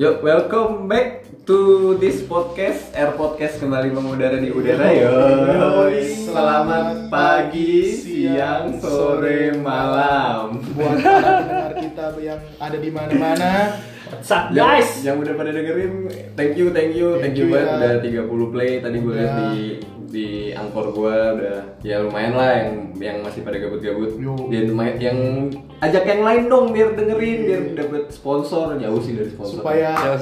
Yo, welcome back to this podcast. Air podcast kembali mengudara di udara yo. Yoi. Selamat pagi, siang, sore, malam. buat para pendengar kita yang ada di mana-mana. Sat Yang- guys. yang udah pada dengerin, thank you, thank you, thank, Thank you you banget ya. Iya. udah 30 play tadi gue liat Udah. di di angkor gue udah ya lumayan lah yang yang masih pada gabut-gabut Yo. dan lumayan- yang ajak yang lain dong biar dengerin biar dapat sponsor jauh sih dari sponsor Iya. supaya Jauh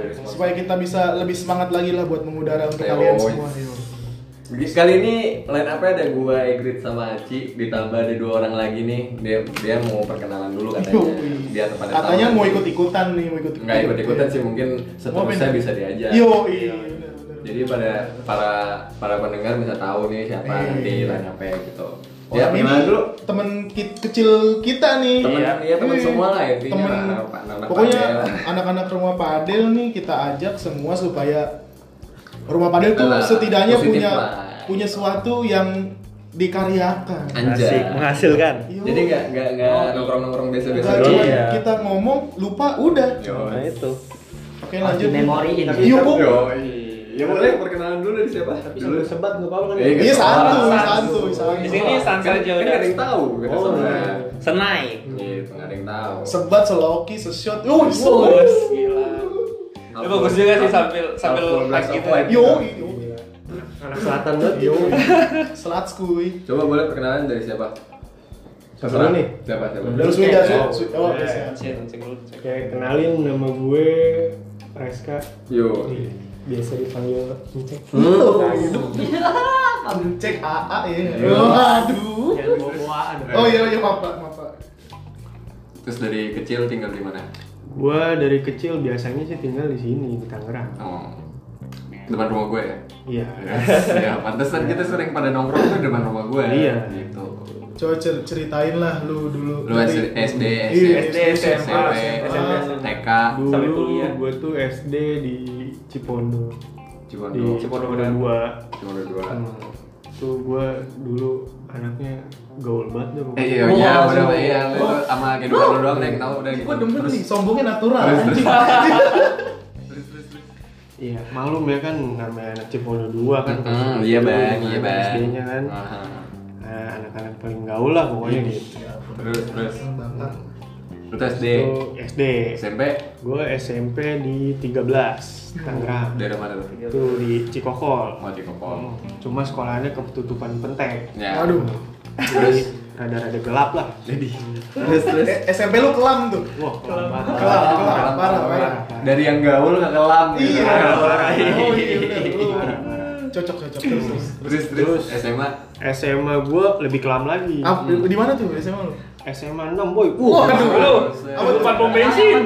dari sponsor. supaya kita bisa lebih semangat lagi lah buat mengudara untuk Ayo, kalian boy. semua. Yo. Jadi kali ini line up-nya ada gue, Egrit sama Aci Ditambah ada dua orang lagi nih Dia dia mau perkenalan dulu katanya Yoi. Biar pada tahu. Katanya mau ikut-ikutan nih, mau ikut-ikutan. Nggak ikut-ikutan sih, mungkin seterusnya Mau bisa diajak Yo, iya. Jadi pada para para pendengar bisa tahu nih siapa Iya. nanti line up-nya gitu Ya, Ya, ini perkenalan dulu temen ki- kecil kita nih. Temen- iya, temen semua lah intinya Temen, lah, anak- anak pokoknya Padel. anak-anak rumah Padel nih kita ajak semua supaya rumah Padel tuh Lah, setidaknya positif punya lah. punya sesuatu yang dikaryakan. Anjay Asik, menghasilkan. Yo. Jadi nggak nggak nggak nongkrong-nongkrong biasa-biasa Nggak, doang cuman Iya. kita ngomong lupa udah. Yo. Nah itu. Oke lanjut. Harus dimemoriin. Tapi- Iya, kan Bu. Yoi. Ya boleh perkenalan dulu dari siapa? Dulu sebat enggak kan? apa-apa Iya, gitu. Iya santu, santuy, santuy, santuy. Di sini sans Kan- aja kan udah. nggak ada yang tahu kata Oh, sama. iya. Senai. Gitu, nggak ada yang tahu. Sebat, seloki, seshot. Yo, Bos, gila. Itu bagus juga sih sambil sambil Sambil like black gitu. of white. yo, yo. Oh, iya. anak selatan banget Yo. Selat skuy. Coba boleh perkenalan dari siapa? Siapa Terserah. dulu nih? Siapa siapa? Terus beda, Iya. su. su- Oh, Iya. sehat. Cek, cek dulu, cek. Oke, kenalin nama gue Reska. Yo. Biasa dipanggil Encek. Aduh, cek AA ya. Iya. Oh, aduh. jangan bawa bawaan Oh iya iya maaf Pak, maaf Pak. Terus dari kecil tinggal di mana? Gue dari kecil biasanya sih tinggal di sini di Tangerang. Oh. Depan rumah gue ya. Iya. ya, pantesan kita sering pada nongkrong tuh depan rumah gue. Iya. Gitu. Coba cer- ceritain lah lu dulu. Lu SD, SD, Iya, SD, SMP, SMA, TK, Sampai Dulu kuliah. gue tuh SD di Cipondo. Di Cibondo, Cipondo Iya, Cipondo Barat. dua. Hmm. Cibondo dua. Tuh gue dulu anaknya gaul banget deh. pokoknya. Eh, iya, Wah, iya, udah, sombong. iya, lu sama kehidupan lu doang, Neng, tau, udah gitu. Gue demen nih, sombongnya natural. Terus, terus. anjing. Iya, malum ya kan namanya anak Cipondo dua kan. Hmm, iya bang, iya bang. Ah. SD-nya kan. Aha. Nah, anak-anak paling gaul lah pokoknya Mm. gitu. Ya, Terus, terus. Bangkat. Lu tuh SD, Itu SD. SMP, Gue SMP di 13 Tangerang. daerah mana tuh? Itu di Cikokol. Mau di Kopong. Cuma sekolahnya ketutupan pentek. Ya. Aduh. Jadi rada-rada gelap lah. Jadi, terus, terus. Eh, SMP lu kelam tuh. Wah, gelap banget. Kelam, kelam, parah, parah. Dari yang gaul ke kelam. gitu. Iya. Parah. Oh iya, udah, lu. Parah, parah. Cocok, cocok. Terus, terus. Terus, terus. SMA. SMA gue lebih kelam lagi. Ah, di di mana tuh SMA lu? SMA 6 boy. Wah, aduh. Lu, Apa apa tuh? depan pom bensin?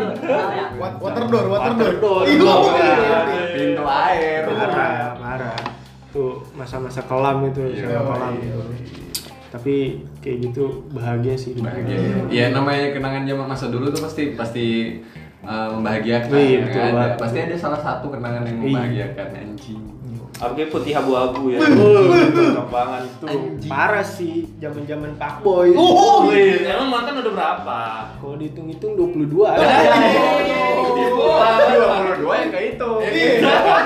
Wa- Water door, water door. Water door. Itu apa Ya. Water tuh? door. Pintu air. Parah, parah. Tuh masa-masa kelam itu, Iya, SMA kelam. Oh, Tapi kayak gitu bahagia sih. hidup Bahagia. gue. Ya namanya kenangan zaman masa dulu tuh pasti pasti eh, membahagiakan. Iya, ya betul kan? banget. Pasti ada salah satu kenangan yang Iya. membahagiakan anjing. Oke, putih abu-abu ya. Kampangan Tuh, tuh. parah sih zaman-zaman Pak Boy. Uhuh. Oh, Wih, emang mantan udah berapa? Kalau dihitung-hitung 22. Uhuh. Iya. dua yang kayak itu. Iya.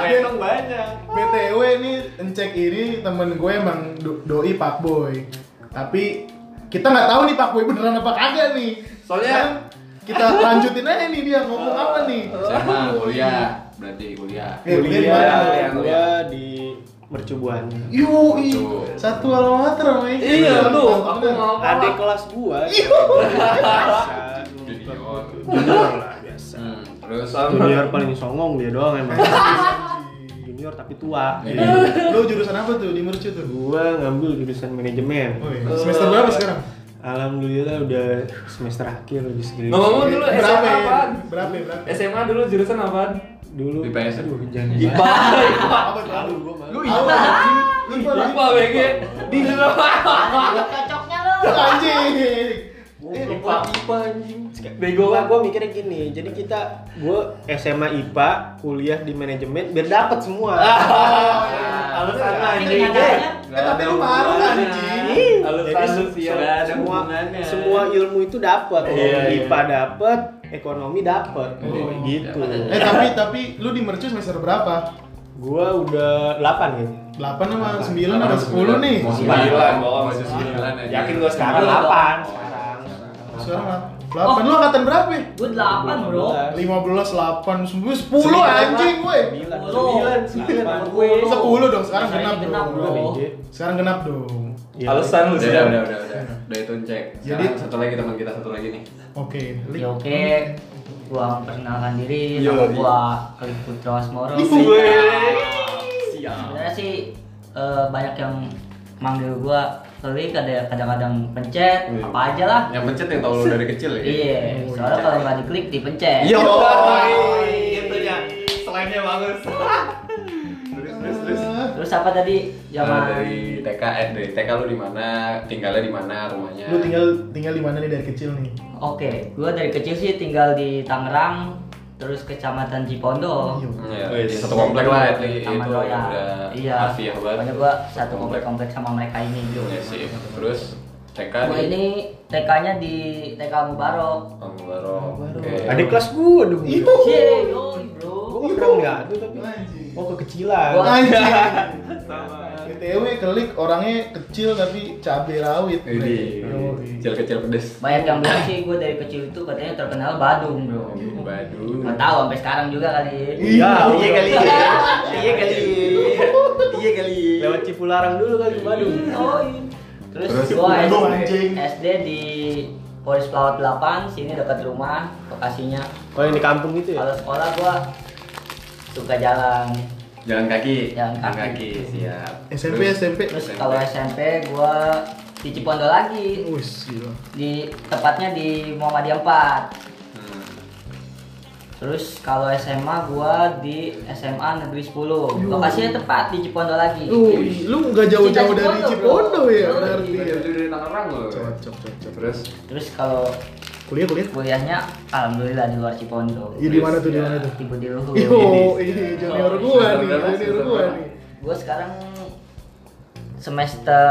Yang banyak. BTW nih encek ini temen gue emang do- doi Pak Boy. Tapi kita nggak tahu nih Pak Boy beneran apa kagak nih. Soalnya- Sekarang kita lanjutin aja nih dia ngomong apa nih. SMA, kuliah. Berarti kuliah. Eh, kuliah di mana? Kuliah gua di mercubuan. Uhuh. Yui, Tuh. satu alma mater, Mei. Iya, lu, aku mau kalah. Adik kelas gua. Iya. Biasa. Junior. Junior lah biasa. Hmm, terus Junior paling songong dia doang emang. Junior tapi tua. Iya. Lu jurusan apa tuh di Mercu tuh? Gua ngambil jurusan manajemen. Woi, Eh, semester berapa sekarang? Alhamdulillah udah semester akhir lebih segini. Ngomong dulu Berapa SMA ya? apaan? Berapa ya? Berapa? SMA dulu jurusan apaan? Dulu IPS. aduh, jangan IPA. Apa tuh? Aduh, gua malu. Lu apa? Lu IPA BG. Di kocoknya lu Anjing. Eh, IPA IPA anjing bego kan? banget gue mikirnya gini jadi kita gue SMA IPA kuliah di manajemen biar dapet semua Ah, iya. Alasan lah Tapi anjing. kenyataannya Eh, tapi lu parah anjing. Alasan lu sih semua- ya. semua semua ilmu itu dapat Iya, iya. IPA dapat ekonomi dapat Oh, gitu Eh tapi tapi lu di mercu semester berapa? gue udah 8 kayaknya 8 sama 9 sama 10 nih. Iya, Mau Sembilan, bohong. Mau sembilan aja. Yakin gua sekarang sekarang. 8 sekarang Sekarang Oh. lah. 8 lu angkatan berapa? ya? Gue delapan bro. 15, 8, 10, 10 anjing gue. 9 Delapan 9 gue. 10 dong, sekarang genap ini dong. bro. Sekarang genap dong. Alasan lu Udah, sih. udah, udah, udah, udah. Udah itu cek. Jadi Jadi- satu lagi teman kita satu lagi nih. Oke. Ya oke, gua perkenalkan diri, Yo, nama iya. gua Klik Putra Asmoro. Ya, Gue. Sebenarnya sih eh, banyak yang manggil gua Klik, ada yang kadang-kadang pencet, Iya. apa aja lah. Yang pencet yang tau lu dari kecil ya. Iya, soalnya kalau nggak diklik dipencet. Yo. Gitu ya. Selainnya bagus. Terus terus terus. Terus apa tadi? Eh, Zaman dari TK eh, dari TK lu di mana? Tinggalnya di mana? Rumahnya? Lu tinggal tinggal di mana nih dari kecil nih? Oke, gua dari kecil sih tinggal di Tangerang, terus kecamatan Cipondo. Yo. Iya, Wih, di satu komplek lah itu Taman itu Royal. udah Iya. afiah banget. Pokoknya gua satu komplek-komplek sama mereka ini gitu. Iya sih. Terus TK Gua di ini TK-nya di TK Mubarok. Taman Barok. Oke. Adik kelas gue dong Itu. Yeay, yoi, bro. gue pernah nggak tuh tapi Anjing. gue kekecilan Gua- Anjing. BTW kelik orangnya kecil tapi cabe rawit. Bre. Ini Yoi. kecil-kecil pedes. Banyak yang bilang sih gue dari kecil itu katanya terkenal Badung, bro. Badu. Gak tahu sampai sekarang juga kali. Iya, iya Iya kali. kali. Iya kali. Iya kali. Lewat Cipularang dulu kali ke Bandung. Yoi. iya. Terus, Terus gue Badung, SD, anjing. SD di Polres Pelawat 8, sini dekat rumah, Bekasinya. Oh, yang di kampung itu ya? Kalau sekolah gue suka jalan. Jalan kaki. Jalan kaki. siap. SMP Terus- SMP. Terus kalau SMP gue di Cipondo lagi, Wih, gila. di tepatnya di Muhammadiyah 4. Hmm. Terus kalau SMA gua di SMA Negeri 10. Lokasinya tepat di Cipondo lagi. Wih, lu nggak jauh-jauh Cinta dari Cipondo, Cipondo ya bro. berarti ya. Itu dari Tangerang loh. Cocok, cocok. Terus Terus kalau Kuliah kuliah. kuliahnya alhamdulillah di luar Cipondo. Iya, di mana tuh di mana tuh? Tiba di Luhur. Yo, Oh, ini Oh, junior gua nih, Saudara, junior saudara. gua nih. Gua sekarang semester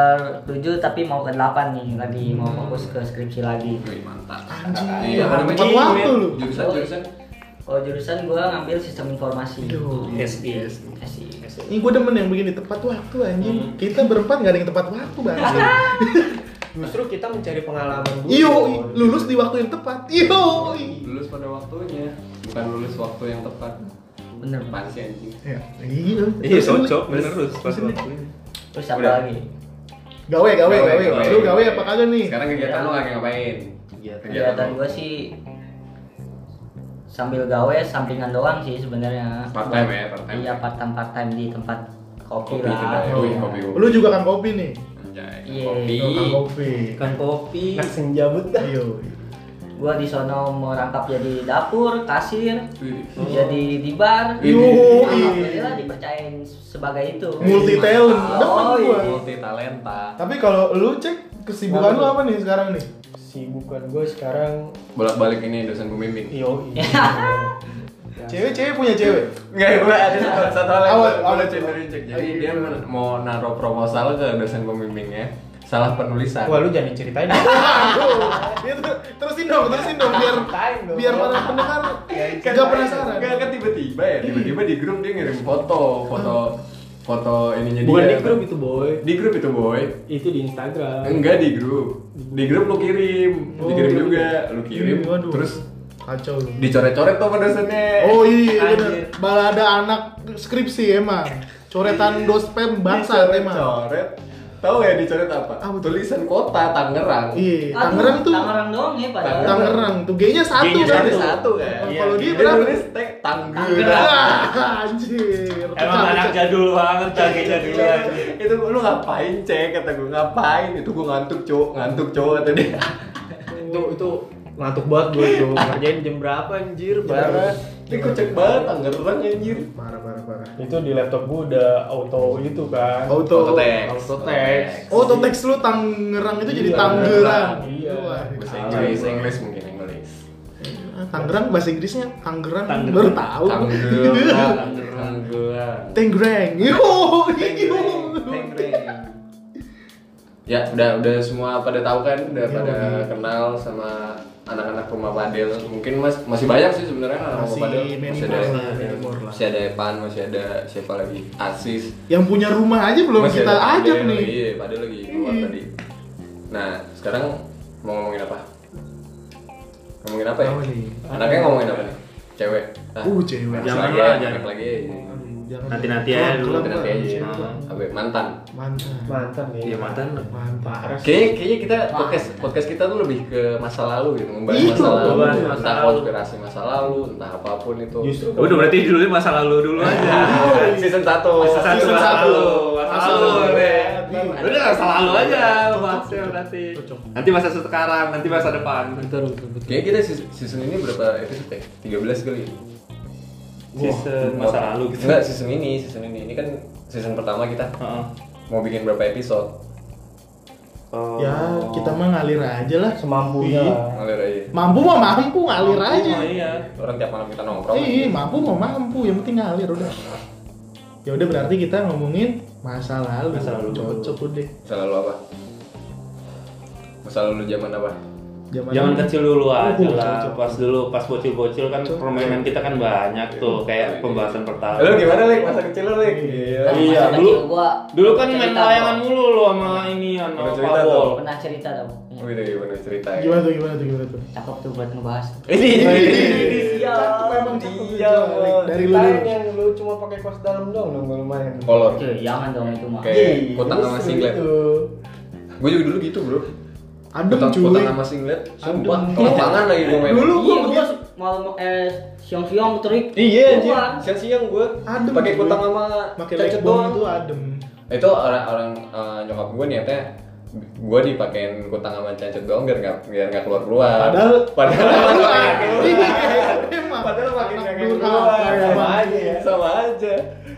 7 tapi mau ke 8 nih lagi mau Hmm. fokus ke skripsi lagi. Wih, mantap. Anjing, Iya, apa namanya? tepat waktu lu. Jurusan jurusan. Kalau jurusan gua ngambil sistem informasi. Yo. SI. SI. Ini gue demen yang begini tepat waktu anjing. Kita berempat nggak ada yang tepat waktu banget. Justru kita mencari pengalaman dulu. Iyo, lulus di waktu yang tepat. Iyo. Lulus pada waktunya, bukan lulus waktu yang tepat. Bener Pak. Apaan sih anjing? Ya, iya. Iya, cocok menerus pas waktunya. Terus apa Udah. lagi? Gawe, gawe, Gawe, gawe. gawe. Lu gawe apa kagak nih? Sekarang kegiatan lu lagi ngapain? Kegiatan lu. gua sih sambil gawe sampingan doang sih sebenarnya. Part time ya, part time. Iya part time part time di tempat kopi, Kopi lah. kedai. Wih, kopi gua. Lu juga kan kopi nih. Anjay, Iya. kopi. Lu kan kopi. Bukan kopi. Kan Nak senja buta. Iyo. Gua di sono merangkap jadi dapur, kasir, Wih. jadi di bar. Wih. Yo, iya. Alhamdulillah dipercayain sebagai itu. multi talent. Dapat Oh, gua. Multi talenta. Tapi kalau lu cek kesibukan lu apa nih sekarang nih? Sibukan gue sekarang iya. Bolak-balik ini dosen pembimbing. iyo. Cewek-cewek punya cewek. Enggak, gue ada satu, satu hal yang Awal, gue- gue awal. lucu dari Jack. Jadi Oke. dia men- mau naruh proposal ke dosen pembimbingnya, salah penulisan. Wah, lu jangan diceritain. Dia tuh- terusin dong, terusin dong biar Ceritain dong. biar para pendengar nggak penasaran. Enggak kan tiba-tiba ya, tiba-tiba di grup dia ngirim foto, foto foto ininya dia. Bukan di grup itu, boy. Di grup itu, boy. Itu di Instagram. Enggak di grup. Di grup lu kirim, Oh. dikirim juga, lu kirim. Ih, waduh. Terus kacau lu. dicoret-coret tuh sama dosennya. Oh iya, bener. Anjir. Balada anak skripsi emang. Coretan dospem bangsa emang. Dicoret. Tahu ya dicoret apa? Apa tuh? Tulisan kota Tangerang. Iya, Aduh, Tangerang tuh. Tangerang doang ya padahal. Tangerang. Tangerang tuh G-nya satu G-nya kan. Ada satu kan. Oh, kalau dia berapa? nulis tag Tangerang. Ah, Anjir. Emang Pecah, anak pecah. jadul banget lagi jadul Iya. lagi. itu gua, lu ngapain cek kata gue ngapain itu gue ngantuk cowok ngantuk cowok kata dia Iya. Itu itu ngantuk banget gue tuh. Ngerjain jam berapa anjir, parah. Ini kocak banget Tangerang anjir. Parah, parah, parah. itu di laptop gua udah oh, auto itu kan Auto. Autotext. Autotext. Auto teks lu Tangerang itu jadi Iya, Tangerang. iya. Wah, Bahasa kacau. Inggris, Inggris mungkin Inggris. Ah, Tangerang bahasa Inggrisnya Tangerang. Tangerang. Baru tahu. Tangerang, Tangerang. Tangerang. Yo, yo. Ya, udah udah semua pada tahu kan, udah Iya, pada kenal sama anak-anak rumah padel. Mungkin mas, masih banyak sih sebenarnya anak rumah Masih padel. Masih minimal ada lah, minimal lah. masih ada Evan, masih ada siapa lagi? Asis. Yang punya rumah aja belum Masih kita ada Padel ajak lagi, nih. Hmm. Iya, padel lagi keluar tadi. Nah, sekarang mau ngomongin apa? Ngomongin apa ya? Apa nih? Anaknya ngomongin apa nih? Cewek. Ah, Uh, cewek. next jangan lagi lah, ya, jangan. next lagi. ya. Jangan- Nanti-nanti Kelak, aja dulu, kelak, Nanti kelak. aja. Apa ya? mantan. Mantap. mantan ya Iya mantan. Mantap. Kayaknya, kayaknya kita podcast podcast kita tuh lebih ke masa lalu gitu, membahas Iya, masa lalu, membahas masa entah lalu. konspirasi masa lalu, entah apapun itu. Ah, justru Udah berarti judulnya masa lalu dulu aja. season 1. Masa satu, Season masa satu. lalu, masa lalu, Masa lalu. ya. Iya. Udah masa lalu aja bahasnya berarti. Nanti masa sekarang, nanti masa depan. Betul, betul, betul. Kayaknya kita season- season ini berapa episode ya? 13 kali. Season masa lalu gitu. Enggak, season ini, season ini. Ini kan season pertama kita. Heeh. Mau bikin berapa episode? Ya, kita mah ngalir aja lah. semampunya Iya. lah. Ngalir aja. Mampu mah mampu, ngalir aja. Oh, Iya. Orang tiap malam kita nongkrong. Iya, mampu mau mampu, yang penting ngalir udah. Ya udah berarti kita ngomongin masa lalu. Masa lalu. Cocok udah. Masa lalu apa? Masa lalu zaman apa? Zaman Jangan dulu. kecil dulu aja Uh, lah. cocok. Pas dulu, pas bocil-bocil kan Cocok. permainan kita kan banyak tuh, kayak pembahasan pertama. Lu gimana, Lek? Masa kecil lu, Lek? Gila. Iya, Masa dulu- kecil gua Dulu kan cerita main gua. layangan mulu lo sama ini, Ada sama cerita Pabol. Pernah cerita dong. Iya. Wih, gimana cerita ya? Gimana tuh, gimana tuh, gimana tuh? Cakep tuh buat ngebahas. Ini, Cakep, emang cakep Iya, tuh, Alik. Dari lu dulu. yang lu cuma pakai kos dalam doang dong kalau main Kolor. Oke, jangan dong itu mah. Kayak kotak sama singlet. Gue juga dulu gitu, Bro. Gitu. Adem Kotak- cuy. Kotak sama singlet. Sumpah, Adem. lapangan lagi gue main. Dulu Iya, gua gua begitu. malam eh siang-siang terik. Iya, anjir. Keluar. Siang-siang gue Adem, pakai cuy. kotak sama Pakai cacet doang. Nah, backbone itu adem. itu orang-orang eh, nyokap gue niatnya gue dipakein kutang sama cancet doang biar nggak biar nggak keluar keluar Padahal padahal Emang. padahal makin Anak nggak durhaka keluar emang. aja ya sama aja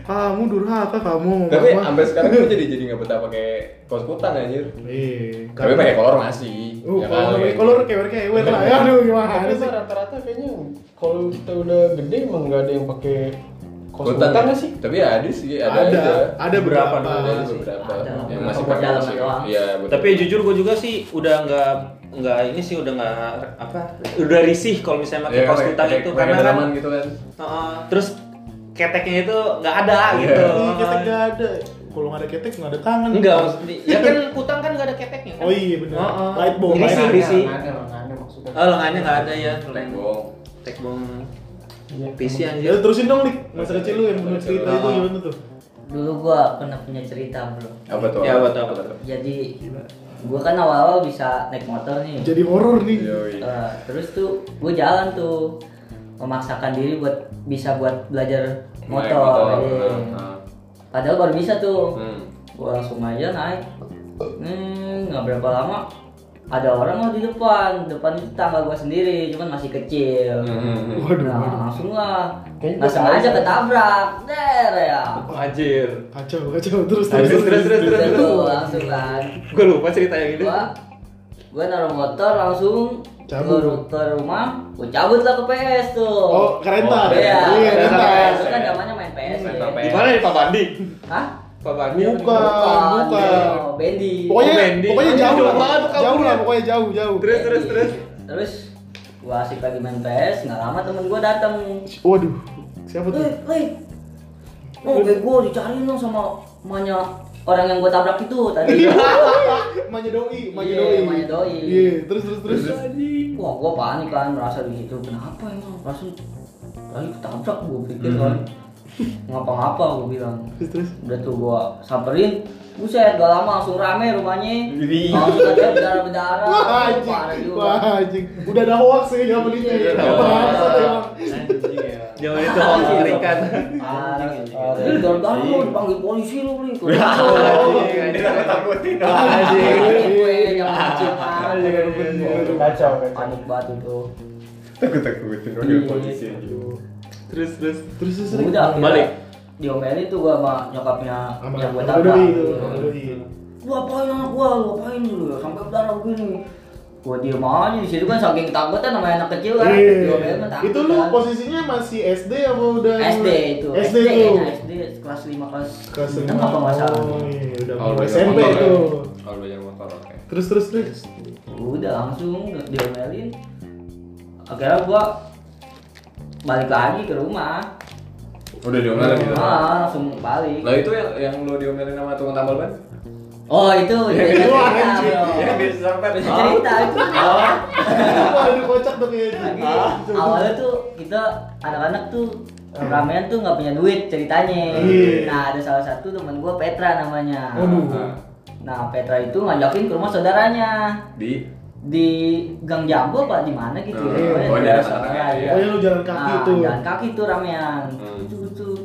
Kamu durhaka kamu sama tapi mama. sampai sekarang gue jadi jadi nggak betah pakai kaos kutang anjir Eh, tapi pakai kolor masih Uh, ya kan? kalau lebih kolor kewer-kewer lah. Ya, Aduh, gimana Tapi sih? mah rata-rata kayaknya kalau kita udah gede emang nggak ada yang pakai kos kutang utang ya. nggak sih? tapi ya ada sih ada Ada, aja. ada Beberapa, berapa ada sih? beberapa Ada. yang masih Buat pakai dalam masih doang. iya betul. Tapi jujur gue juga sih udah nggak nggak ini sih udah nggak apa udah risih kalau misalnya pakai Iya, kaos kutang pakai- itu pakai karena kan dalaman gitu kan Heeh, terus keteknya itu nggak ada Iya. gitu. Ih, ketek gak ada. Kalau nggak ada ketek nggak ada tangan. Enggak maksudnya ya kan kutang kan nggak ada keteknya kan. Oh iya benar. Heeh. Light bulb, light Risih bulb. risih. ada, nggak ada maksudnya. Oh lengannya nggak ada ya. Lenggong. Tekbong. Iya. PC Ya anjir. terusin dong, Dik. Masa kecil lu yang bener cerita itu Ah. gimana tuh? Dulu gua pernah punya cerita, Bro. apa tuh Ya, apa tuh, apa tuh? Jadi gua kan awal-awal bisa naik motor nih. Jadi horor nih. Yoi. Eh, terus tuh gue jalan tuh memaksakan diri buat bisa buat belajar Naik motor. Iya. Heeh. Padahal baru bisa tuh. Hmm. Gue langsung aja naik. Hmm, nggak berapa lama ada orang lah di depan. Depan itu tangga gue sendiri, cuman masih kecil. Hmm. Waduh, nah, waduh. langsung lah. Kayaknya Nggak gua sengaja tahu. ketabrak. Der ya. Anjir. Kacau, kacau. Terus Terus terus. terus terus terus. Udah tuh Gitu, langsung kan. Gue lupa cerita yang itu. Gue gue naruh motor langsung Cabut. ke- ke rumah, gue cabut lah ke PS tuh. Oh, Oh, kereta. Iya, Iya, Rental rental. kereta. PS. Itu kan zamannya main PS. Main ya. PS. Di mana di Pak Bandi? Hah? Pak Bandi. apa di Bukan, mana? bukan. Oh, Bendy. Pokoknya, Oh, Bendy. pokoknya Bendy jauh jauh lah. banget tuh Jauh kampungnya. lah, pokoknya jauh, jauh. Terus terus terus. Terus gua asik lagi main PS, nggak lama temen gua datang. Waduh. Siapa tuh? Wih, wih. Oh, gue gua dicariin dong sama emaknya orang yang gua tabrak itu tadi. Manya doi, manya Iya, doi. Manya Doi. Iya, terus terus terus. Wah, gua panik kan merasa di situ. Kenapa emang? Merasa lagi ketabrak gua pikir kan. Ngapa-ngapa gua bilang. Hmm. Terus terus. Udah tuh gua samperin, buset gak lama langsung rame rumahnya. Langsung aja berdarah-berdarah. Iya. Wah, Parah anjing. juga. Wah, anjing. Udah ada hoax sih zaman itu. Iya, ya. ada Bangsat emang. Jangan itu hoax mengerikan. Iya. Gara-gara lu dipanggil polisi lu beli. iya, takutin Kacau, kacau. Iya. Panik banget itu. takut takutin Iya. polisi aja terus terus Terus terus terus. udah akhirnya Balik. diomelin tuh gua sama nyokapnya Sama yang gua sama tabrak Doi itu, Iya. sama Doi. lu apain anak gua lu apain dulu ya. sampai berdarah begini gua diem aja di situ kan saking takutnya sama anak kecil kan Iya. diomelin kan takut Itu lu kan. posisinya masih SD apa udah? SD itu SD kayaknya, tuh. SD kelas 5 kelas Kelas enam apa nggak salah Oh, iya, udah Kalau mau belajar SMP motor, itu. ya. Kalau belajar motor oke. Terus terus terus. udah langsung diomelin akhirnya gua balik lagi ke rumah Udah diomelin gitu. ah, langsung balik Lah itu yang yang lu diomelin sama tukang tambal ban? oh itu itu anjing. Yang di sampai Ah. Bisa cerita itu. Wah, udah kocak tuh kayaknya. Ah, Awalnya tuh kita anak-anak tuh ramean tuh nggak punya duit ceritanya. Iya. Nah ada salah satu teman gua Petra namanya. Waduh. Nah Petra itu ngajakin ke rumah saudaranya Di di Gang Jambu apa di mana gitu. Hmm. Pokoknya Oh, di daerah daerah sana, sana. iya. Iya. Oh ya lu jalan kaki Nah, tuh. Jalan kaki tuh ramean. Hmm. Itu tuh.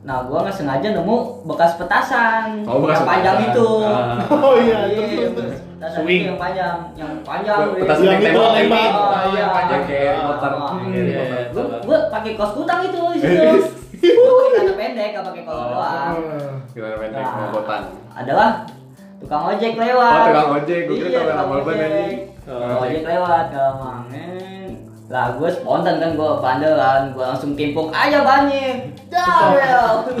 Nah gua nggak sengaja nemu bekas petasan Oh, bekas yang panjang petasan. itu. Ah. Oh iya, Iya, terus terus, terus. petasan Swing. itu yang panjang, yang panjang. Petas Yang Dre. yang itu tembak tembak. tembak. Oh, iya. Yang kayak motor. Yang Ah, iya, kayak motor. gue gue pakai kos kutang itu di situ gue pakai celana pendek gak pakai Oh. kolor doang Ah. Gimana pendek Nah. mobotan. adalah tukang ojek lewat Oh, tukang ojek. Gua kira Iya, tukang Oh, tukang tambal ban ojek. anjing. Tukang ojek lewat gak mangen lah gue spontan kan gue bandel kan gue langsung timpuk aja bannya dah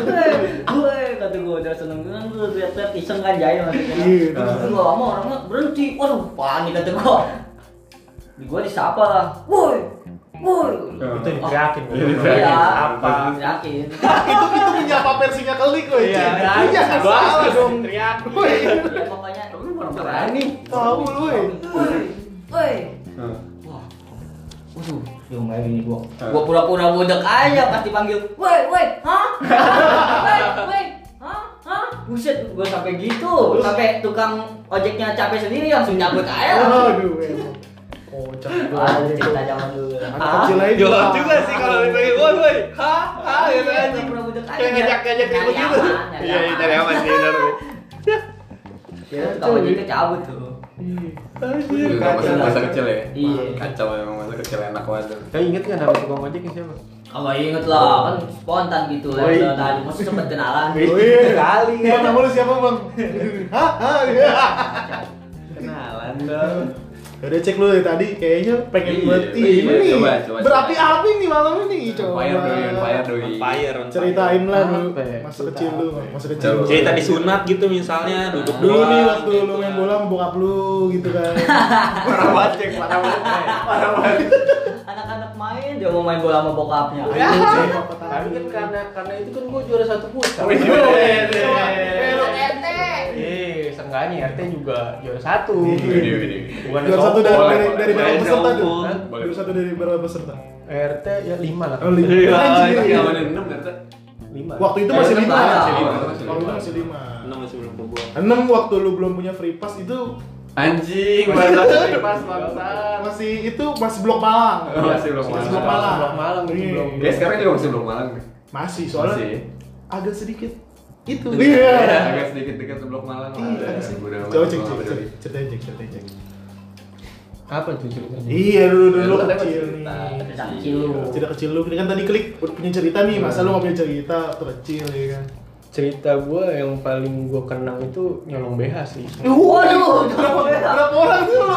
gue kata gue udah seneng kan gue liat liat iseng kan jahil maksudnya Iya, terus gue lama orangnya berhenti waduh panik kata gue gue disapa lah woi woi Itu diteriakin. Iya, diteriakin. Iya, Apa? Yakin. itu itu menyapa versinya kelik loh Iya, iya nggak salah dong Teriakin. Woi, Ya, pokoknya lu orang berani. tahu lu woi. Woi. Woi. Hmm. Wah. Waduh, yang main ini gua. Eh. Gua pura-pura bodek aja pas dipanggil. Woi, woi. Hah? Woi, woi. Hah? Hah? Buset, gua sampai gitu. Sampai tukang ojeknya capek sendiri langsung cabut Eh, aja. Oh, aduh woi. kocak gua Wah, itu cerita zaman dulu. anak kecil aja Jorok juga sih kalau dipanggil woi woi. Ha ha gitu Iya, anjing. pura-pura budek aja. Kayak ngajak-ngajak Nyari ribut gitu. aman, nyari Iya, iya, aman. dari aman sih benar. Ya, tukang ojeknya cabut tuh. Iya, Itu Iya, masa, masa kecil ya? Iya. Kacau emang masa kecil enak banget. Kayak inget nggak kan nama tukang ojeknya siapa? Kalau inget lah, kan spontan gitu lah. Woi. Tadi masa sempet kenalan. Wih. Kali. Iya, nama lu siapa bang? Hah? Hah? Iya. Kenalan dong. Ya Udah cek lu dari tadi, kayaknya pengen Iya, buat iya, ini nih coba, coba, coba. Berapi-api nih malam ini coba Fire doi, fire doi. Fire. on fire. Ceritain lah lu, Apa ya? masa kecil lu, masa kecil Coba. lu Cerita disunat gitu misalnya duduk Dulu nih doang, waktu gitu lu main kan. bola sama bokap lu gitu kan Parah banget, Cek. parah banget. Parah banget. anak-anak main dia mau main bola sama bokapnya Iya. Tapi kan karena karena itu kan gue juara satu pusat. Wih, Iya. wih, Eh, Iya, seenggaknya RT juga juara satu. Iya, Wih, wih, wih. Bukan Juara satu dari, sombong. dari, dari berapa Boleh, peserta tuh? boleh. Boleh. Juara satu dari berapa peserta? RT ya lima lah. Oh, lima. Iya, Anjing. Iya, mana enam ternyata. Lima. Waktu itu Eh, masih enam lima. ya? lah. Masih Waktu itu lima. masih lima. Enam masih belum ke gua. Enam waktu lu belum punya free pass itu Anjing, baru pas bangsa. masih itu masih blok Malang. Oh, masih blok Masih Malang. blok Malang. Blok Malang, itu Iya. blok. Guys, sekarang juga masih belum Malang nih. Masih soalnya Masih. agak sedikit itu. Iya, Iya. agak sedikit dekat sebelum Malang. lah. Iya, agak Udah sedikit. lama Coba juga cek cek nggak cek peduli. ceritain, cek ceritain, cek. Apa tuh ceritanya? Iya, dulu Ya, dulu lu katanya kecil masih cerita. nih. Cerita kecil lu. Cerita kecil lu ini kan tadi klik punya cerita nih, masa lu nggak punya cerita waktu kecil ya kan? Cerita gue yang paling gue kenang itu nyolong BH sih. Waduh, berapa berapa orang tuh? lu?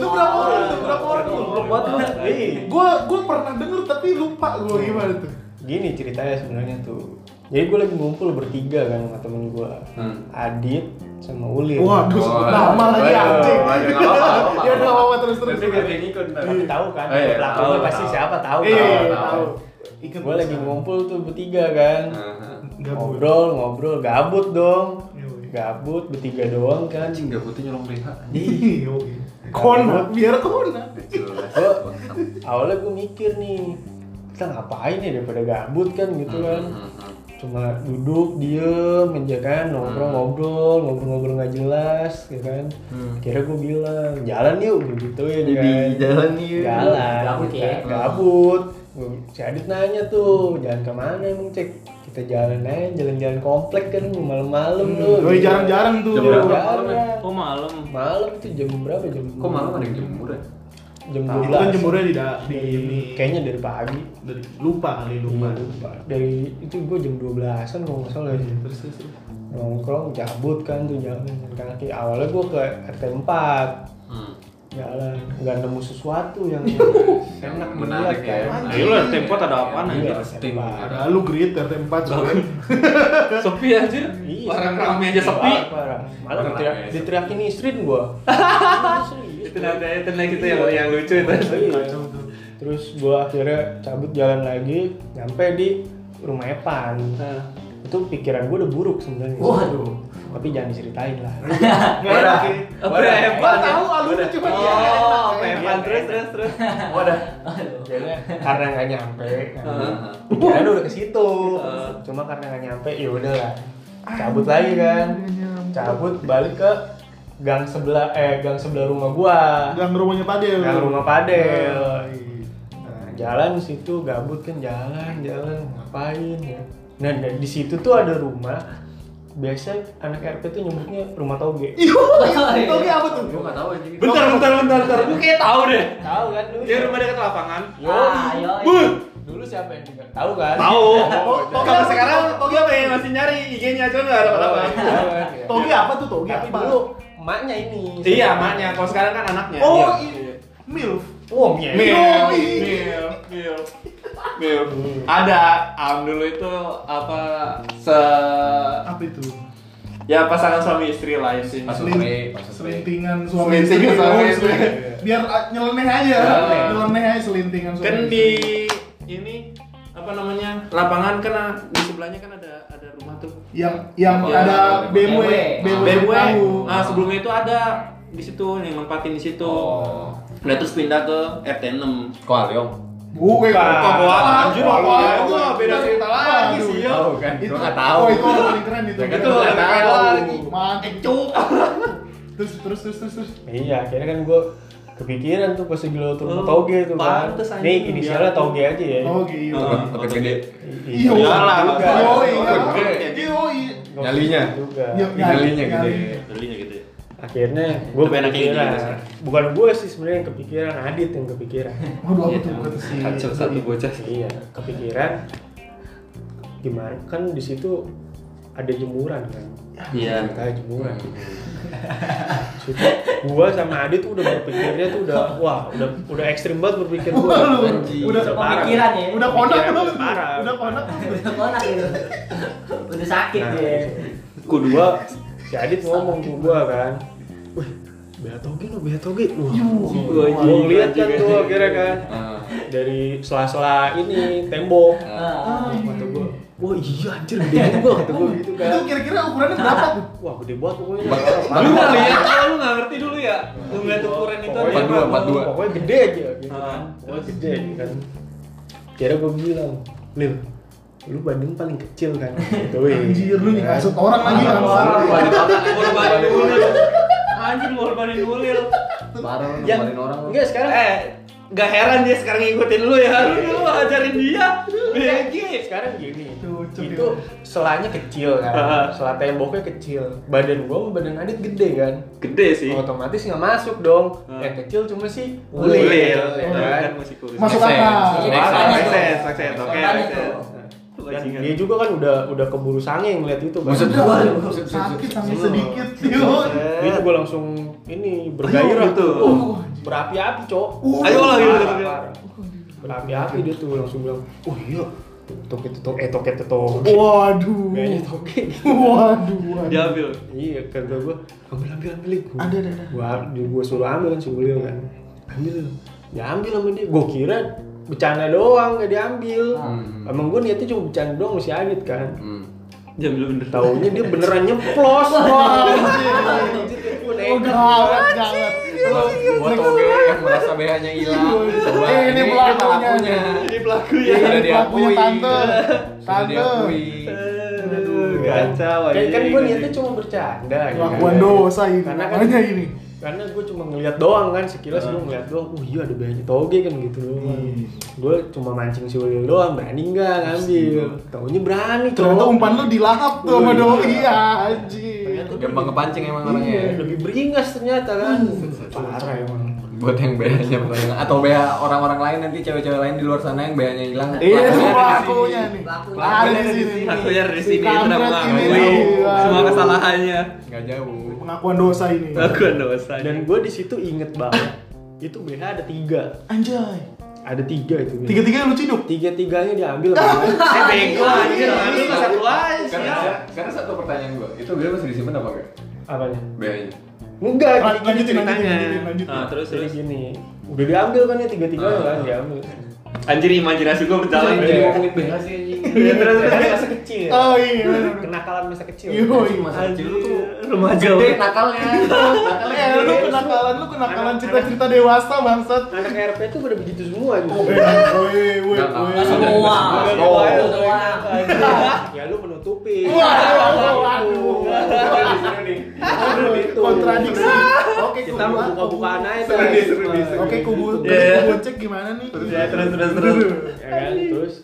Lu berapa orang tuh? Berapa orang tuh? Iya. Gue gue pernah denger tapi lupa gue gimana tuh. Gini ceritanya sebenarnya tuh. Jadi gue lagi ngumpul bertiga kan sama temen gue. Hmm. Adit sama Ulin. Waduh, sebut nama lagi Waduh, waduh, anjing. nggak apa-apa, nggak apa-apa. Ya udah apa terus terus. Nanti gak ngikut ntar. Tapi tahu kan, Oh, iya, pelakunya tahu, pasti tahu. siapa tahu. Iya, kan? tahu, tahu. Iya. Gue lagi ngumpul tuh bertiga kan. Aha. Gabut. Ngobrol, ngobrol, gabut dong. Yoi. Gabut bertiga doang kan. Anjing gak putih nyolong BH. Iya, oke. Kona, biar kona. Oh, Gua- iya. awalnya gue mikir nih kita ngapain ya daripada gabut kan gitu kan Hmm, cuma duduk diem aja kan nongkrong ngobrol ngobrol ngobrol nggak jelas ya kan kira gue bilang jalan yuk gua gituin kan jalan nih. jalan Gabut kita ya. gabut Gua- si Adit nanya tuh jalan kemana emang cek kita jalan aja jalan-jalan komplek kan malam-malam tuh Woi, jarang-jarang tuh. Jam berapa? jarang Oh malam. malam tuh jam berapa jam gitu? Kok malam ada yang jemur ya? jam Nah, 12 itu kan jemurnya di da- di ini. Iya. kayaknya dari pagi dari lupa kali lupa. Iya, lupa. dari itu gue jam 12an kalau nggak salah ya Terus terus. terus. nongkrong cabut kan tuh jalan jalan kaki awalnya gue ke RT 4 Hmm. jalan nggak nemu sesuatu yang Iya. enak Menarik dilihat, ya. kan. Ayo lah, tempat Iya, ada apaan Iya, aja. RT Tim. 4. Ada lu grit RT 4 coy. Sepi anjir. Iya. Barang rame aja sepi. Parah, parah. Malah Orang diteriak, rame aja diteriakin istri gua. Serius, Itu gua. nanti itu nanti itu yang yang lucu itu. Iya. Terus gua akhirnya cabut jalan lagi, nyampe di rumah Epan. Nah. Itu pikiran gua udah buruk sebenarnya. Waduh. Tapi jangan diceritain lah. Nggak enak sih. Berapa? Gua tahu alurnya cuma dia. Iya. Oh, Evan terus terus terus. Wadah. Akhirnya karena nggak nyampe, kan. Heeh. pikiran udah ke situ. Heeh. Cuma karena nggak nyampe, ya udahlah. Cabut lagi kan. Ah, iya, Cabut balik ke gang sebelah eh gang sebelah rumah gua. Gang rumahnya Padel. Gang rumah Nah, Padel. iya. Nah, jalan situ gabut kan jalan jalan ngapain ya nah dan di situ tuh ada rumah biasa anak RP tuh nyebutnya rumah toge Itu oke apa tuh? Gue nggak tahu aja gitu. Bentar bentar bentar bentar. Gue kayak tahu deh. tahu kan dulu Dia Iya, rumah dekat lapangan. Ah, yo. Buh. dulu siapa yang tinggal tahu kan Tahu. Oh, Kalau oh, sekarang oh, oh, gue pengen masih nyari IG-nya cuma nggak ada apa-apa. kan? Toge apa tuh toge tapi apa? dulu emaknya ini Iya, maknya. Kalau sekarang kan anaknya. Oh, Iya. i- milf. oh iya Mil, Yo, i- mil, mil, mil. Ada am dulu itu apa se Apa itu? ya pasangan suami istri lah intinya. Pas Selin- sore, pas sore. Selintingan suami Selintingan istri, suami suami istri. Iya. istri. Biar ah, nyeleneh aja. Nyeleneh. Nyeleneh aja selintingan suami Kan istri. di ini apa namanya lapangan kan ah, di sebelahnya kan ada ada rumah tuh. yang yang Ya, ada BMW BMW. BMW BW. tahu. Nah sebelumnya itu ada di situ yang nempatin di situ. Oh. Nah terus pindah ke RT 6 Kok Aliong? Bukan. Kok bawa anjir Kok apa bawa- itu beda cerita lagi Aduh, sih Iya. ya. Tahu kan? Itu Gue nggak tahu. Oh, itu orang paling keren itu. Ya kan, Itu Gua nggak ada tahu. lagi. Mantep. Cuk. Terus terus terus terus. terus. iya akhirnya kan gue kepikiran tuh pas di lewat rumah Oh, toge tuh kan pantes anjing, nih inisialnya biar- toge aja ya Oh, gitu. Heeh. Kota gede. Iya, Iya lah, juga. Yo, Oke. Yo, iya. Gak Nyalinya. gitu juga. Yo, Nyalinya gede. Dulunya gitu ya. akhirnya gue Tapi enaknya ini kepikiran juga sih. bukan gue sih sebenarnya yang kepikiran Adit yang kepikiran Waduh, apa tuh? Apa tuh sih? Kacau satu bocah. iya kepikiran gimana kan di situ ada jemuran kan Iya. ada jemuran situ gue sama Adit udah berpikirnya tuh udah wah udah udah ekstrim banget berpikir gue Udah Pemikiran ya. Udah konak Pikiran belum? udah parah. Udah konak belum? Udah konak gitu. Udah sakit Iya, Nah, dia. kedua si Adit ngomong ke gua kan wih bea toge lo bea toge lu Iya, wah, gua ngeliat kan anjing. tuh Iya, akhirnya kan Ah. dari sela-sela ini tembok Nah, Ah. kata gua wah iya anjir gede banget gua kata gua gitu Itu kan kira-kira ukurannya berapa tuh? wah gede banget pokoknya Lu nggak lihat, lu nggak ngerti dulu ya. Lu ngeliat ukuran itu. Pokoknya- Empat dua, empat dua. pokoknya gede aja gitu kan Ah. pokoknya gede gitu kan akhirnya gua bilang Lil lu Bandung paling kecil kan gitu Anjir lu nih kasut orang lagi Parah, parah. kan. Ngorbanin ulil. Anjir ngorbanin ulil. Parah lu yang nempatin orang. lu. enggak sekarang Eh, gak heran dia sekarang ngikutin lu ya. Lu dulu ajarin dia. BG. sekarang Iya, gini Lucu, itu selanya kecil Heeh. kan sela temboknya kecil badan gua sama badan Adit gede kan Gede sih. otomatis nggak masuk dong Heeh. yang kecil cuma sih Ulil. ulil ya Kan kan? masih kulit. Masuk Make akal. Iya, sense. Make Makanya sense. tuh. Akses, akses. Oke, Makanya akses. tuh. dan Iya. dia juga kan udah udah keburu sange ngeliat itu kan Buset. Waduh, sakit sampai sedikit. Yo. dia juga langsung ini bergairah gitu. Uh, berapi-api cok Ayo lah gitu. Parah, parah. berapi-api dia tuh langsung bilang oh iya toke toke eh toke toke Waduh. kayaknya toke Waduh. Dia waduh. ambil. Iya, kata gue, ambil ambil ambil gua, Ada, ada, ada. Gua, gua suruh ambil kan si Ulil kan. Ambil. Ya ambil sama dia. Gua kira bercanda doang gak diambil. Hmm. Emang gua niatnya cuma bercanda doang sama si Adit kan. Hmm. Dia ambil bener. Taunya dia beneran nyeplos. Wah, anjir. Gua Oh, nekat. gawat, gawat. Buat toge yang merasa BH-nya hilang. Iya, Sebelah Eh, ini pelakunya. Jadi pelaku Iya, ya. udah Ini pelakunya diakui. tante. Sudah Tante. diakui. Aduh, kacau Kan, kan anjing, gue anjing. niatnya cuma bercanda. gitu Kelakuan kan. dosa ini. Karena kan Makanya ini. karena gue cuma ngeliat doang kan sekilas gue ngeliat doang oh iya ada banyak toge kan gitu doang Iya. gue cuma mancing si Ulil doang berani nggak ngambil taunya berani Ternyata umpan lu dilahap tuh sama Wih. doi. Ya, anjir. Gampang kepancing emang Iya, orangnya. ya. Hmm. lebih beringas ternyata kan parah emang buat yang BH-nya bukan yang- atau BH orang-orang lain nanti cewek-cewek lain di luar sana yang BH-nya hilang. Iya, pelakunya ada di sini. itu pelakunya nih. Pelakunya Ada ada di di sini. Akunya dari Si sini tidak kampret ini mengakui tahu. semua kesalahannya. Nggak jauh. Pengakuan dosa ini. Aku dosa. Iya. Dan gue di situ inget banget. itu BH ada tiga, Anjay. ada tiga itu. Tiga tiga lu ciduk. tiga tiganya diambil. sama gue. saya Eh, bego anjir, lu satu aja. Karena, sial. karena satu pertanyaan gua, itu gue masih disimpan apa enggak? Apanya? BH-nya. Enggak. Lan- gini-gini Lanjutin lanjutin ceritanya. lanjutin lanjutin. Ah, terus Jadi terus. gini, udah diambil kan ya tiga tiganya Ah. kan diambil. Iya. Anjir imajinasi gua berjalan. Iya. Jadi ngomongin BH sih anjing. Iya terus terus masa kecil. ya. Oh iya. bener. Kenakalan masa kecil. Iya, Anjing, iya. masa kecil lu tuh Remaja. gede nakalnya. Nakalnya Eh, lu kenakalan, lu kenakalan cerita-cerita dewasa bangsat. Anak RP itu pada begitu semua. Eh, gitu. woi, woi, Nggak, nggak. woi. Nggak semua. Ada Oh. yang lain, Doang. ada yang lain. Ya lu menutupi. Waduh, waduh. Waduh, Itu. kontradiksi. Oke, Kita kubu mau aku. buka-bukaan aja. Seru Mas. nih, seru nih, seru. Oke, kubu Iya, iya. kubu cek gimana nih? Ya, terus terus terus. Ya kan? Terus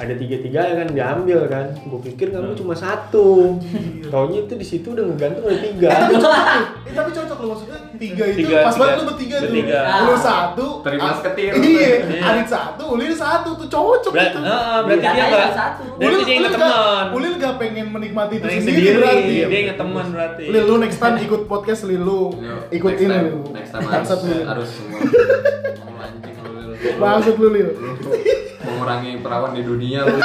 ada tiga tiga yang kan diambil kan. Gue pikir kamu cuma satu. Taunya itu di situ udah ngegantung ada tiga. Eh, tapi cocok lo maksudnya tiga itu Tiga, pas banget tiga. lu bertiga, Bertiga. tuh. Lu satu, Terima ah, seketir. Iya, Iya. Adit satu, Ulil satu tuh cocok gitu. Berarti, itu. eh, berarti dia Katanya nggak. satu. Berarti dia inget teman. gak, Ulil gak pengen menikmati itu Dia sendiri, sendiri, berarti. dia inget teman berarti. Lil, lu next time ikut podcast Lil, lu Yo, ikutin next time, lu. Next time harus, Bangsat Lil. harus semua. Ngomong anjing lu, Lil. Bangsat lu Lil. Lu tuh mengurangi perawan di dunia lu.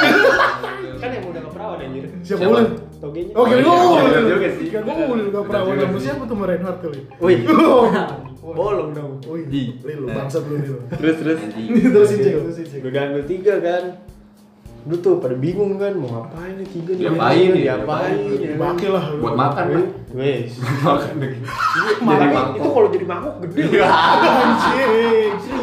Kan yang udah keperawan ya? anjir. Siapa Siapa? Ulil? Togenya. Oke, iya, lu bener Ulil. juga sih. Kan gua Ulil gak Bener pernah juga sama sih. siapa tuh sama Reinhardt kali. Wih. Wih. Bolong dong. Di. Eh. Lil, lu bangsat lu Lil. Terus terus. Anjing. Terusin cek, terusin cek. Udah diambil tiga kan. Lu tuh pada bingung kan mau ngapain nih tiga nih. Diapain ya, diapain. Diapain ya. Bakil lah. lu. Buat makan, Pak. Wes. Makan deh. Mangkok. mangkok. Itu kalau jadi Iya. mangkok gede. Anjing.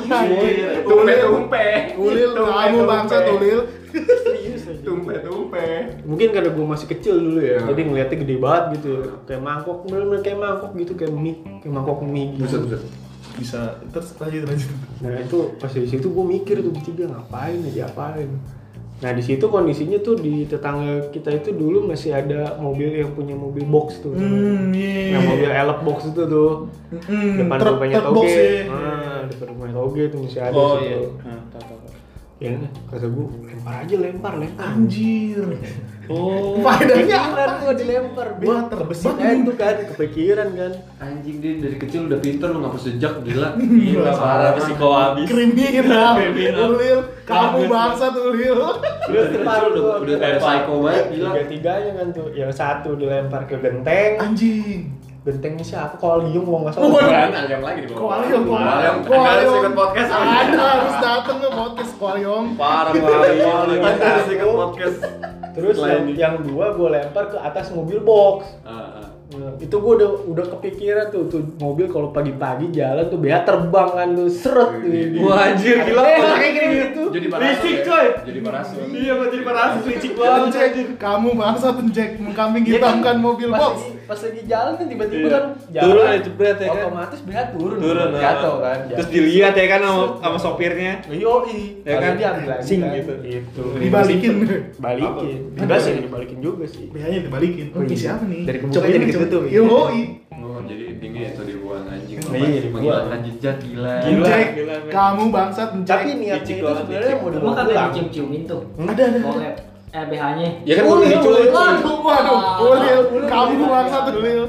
Anjing. Tumpe tumpe. Ulil, kamu bangsat Ulil. Serius aja. Tumpe tumpe. mungkin karena gue masih kecil dulu ya Ya. jadi ngeliatnya gede banget gitu ya. kayak mangkok bener-bener kayak mangkok gitu kayak mie kayak mangkok mie gitu Buset buset. Bisa terus lanjut lanjut. nah itu pas di situ gue mikir tuh bertiga ngapain aja apain nah di situ kondisinya tuh di tetangga kita itu dulu masih ada mobil yang punya mobil box tuh Hmm, iya. Nah, mobil elep box itu tuh Hmm, depan truk- rumahnya truk box toge ya. Ah, depan rumahnya toge tuh masih ada Oh situ. iya. Nah, tahu, tahu, tahu. ya Iya. kata gue lempar aja lempar lempar Anjir. Oh. Faedahnya Kepikiran apa? gue dilempar, Wah, Bin. terbesit Kebesit aja tuh kan, kepikiran kan. Anjing dia dari kecil udah pinter lu ngapa sejak gila. Gila parah psiko habis. Kriminal. Kriminal. gitu. Ulil, kamu Kabur. bangsat Ulil. Udah dari kecil udah udah kayak psycho banget gila. Tiga-tiganya kan tuh, yang satu dilempar ke genteng. Anjing. Gentengnya siapa? Kolium kalau nggak Waduh. salah. Kan aliam lagi di bawah. Koaliong, Aliam. koaliong, Anda harus ikut podcast. Anda harus datang ke podcast koaliong. Parah Iya, parah. Anda harus ikut Satu. podcast. Terus yang, Lain. yang dua gue lempar ke atas mobil box. Ah, ah. Nah, itu gue udah udah kepikiran tuh tuh mobil kalau pagi-pagi jalan tuh bea terbang kan tuh seret Wih, gitu. Wah anjir gila. Eh, otaknya kayak gini gitu. Jadi parasut. Berisik, ya. coy. Jadi parasut. Iya, gua jadi parasut licik banget Jack, anjir. kamu bangsat Jack Iya mengkambing kan? hitamkan mobil pas box. Lagi, pas lagi jalan kan tiba-tiba Iya. kan jalan. Turun ya, jebret ya kan. Otomatis bea turun. Turun. nah. Jatuh kan. Terus dilihat ya kan sama sama sopirnya. Yoi, Ya Kali kan? diambil lagi Sing kan? gitu. gitu. Dibalikin. Balikin. Apa? Enggak sih, dibalikin juga sih. BH-nya dibalikin. Oh, Oke, iya. siapa nih? Dari kebuka jadi ketutup, ya? Yoi. Oh, jadi tinggi itu dibuang anjing. Iya, dibuang. menghilangkan jejak gila. Gila, Jack, gila, men. kamu bangsat Jack. Tapi niatnya Licik itu banget, sebenarnya licik. mau Emang dibawa kagak pulang. dicium-ciumin tuh. ada ada. Bokep. Eh BH-nya. Ya kan udah diculik. Waduh, waduh, ulil, kamu bangsat ulil.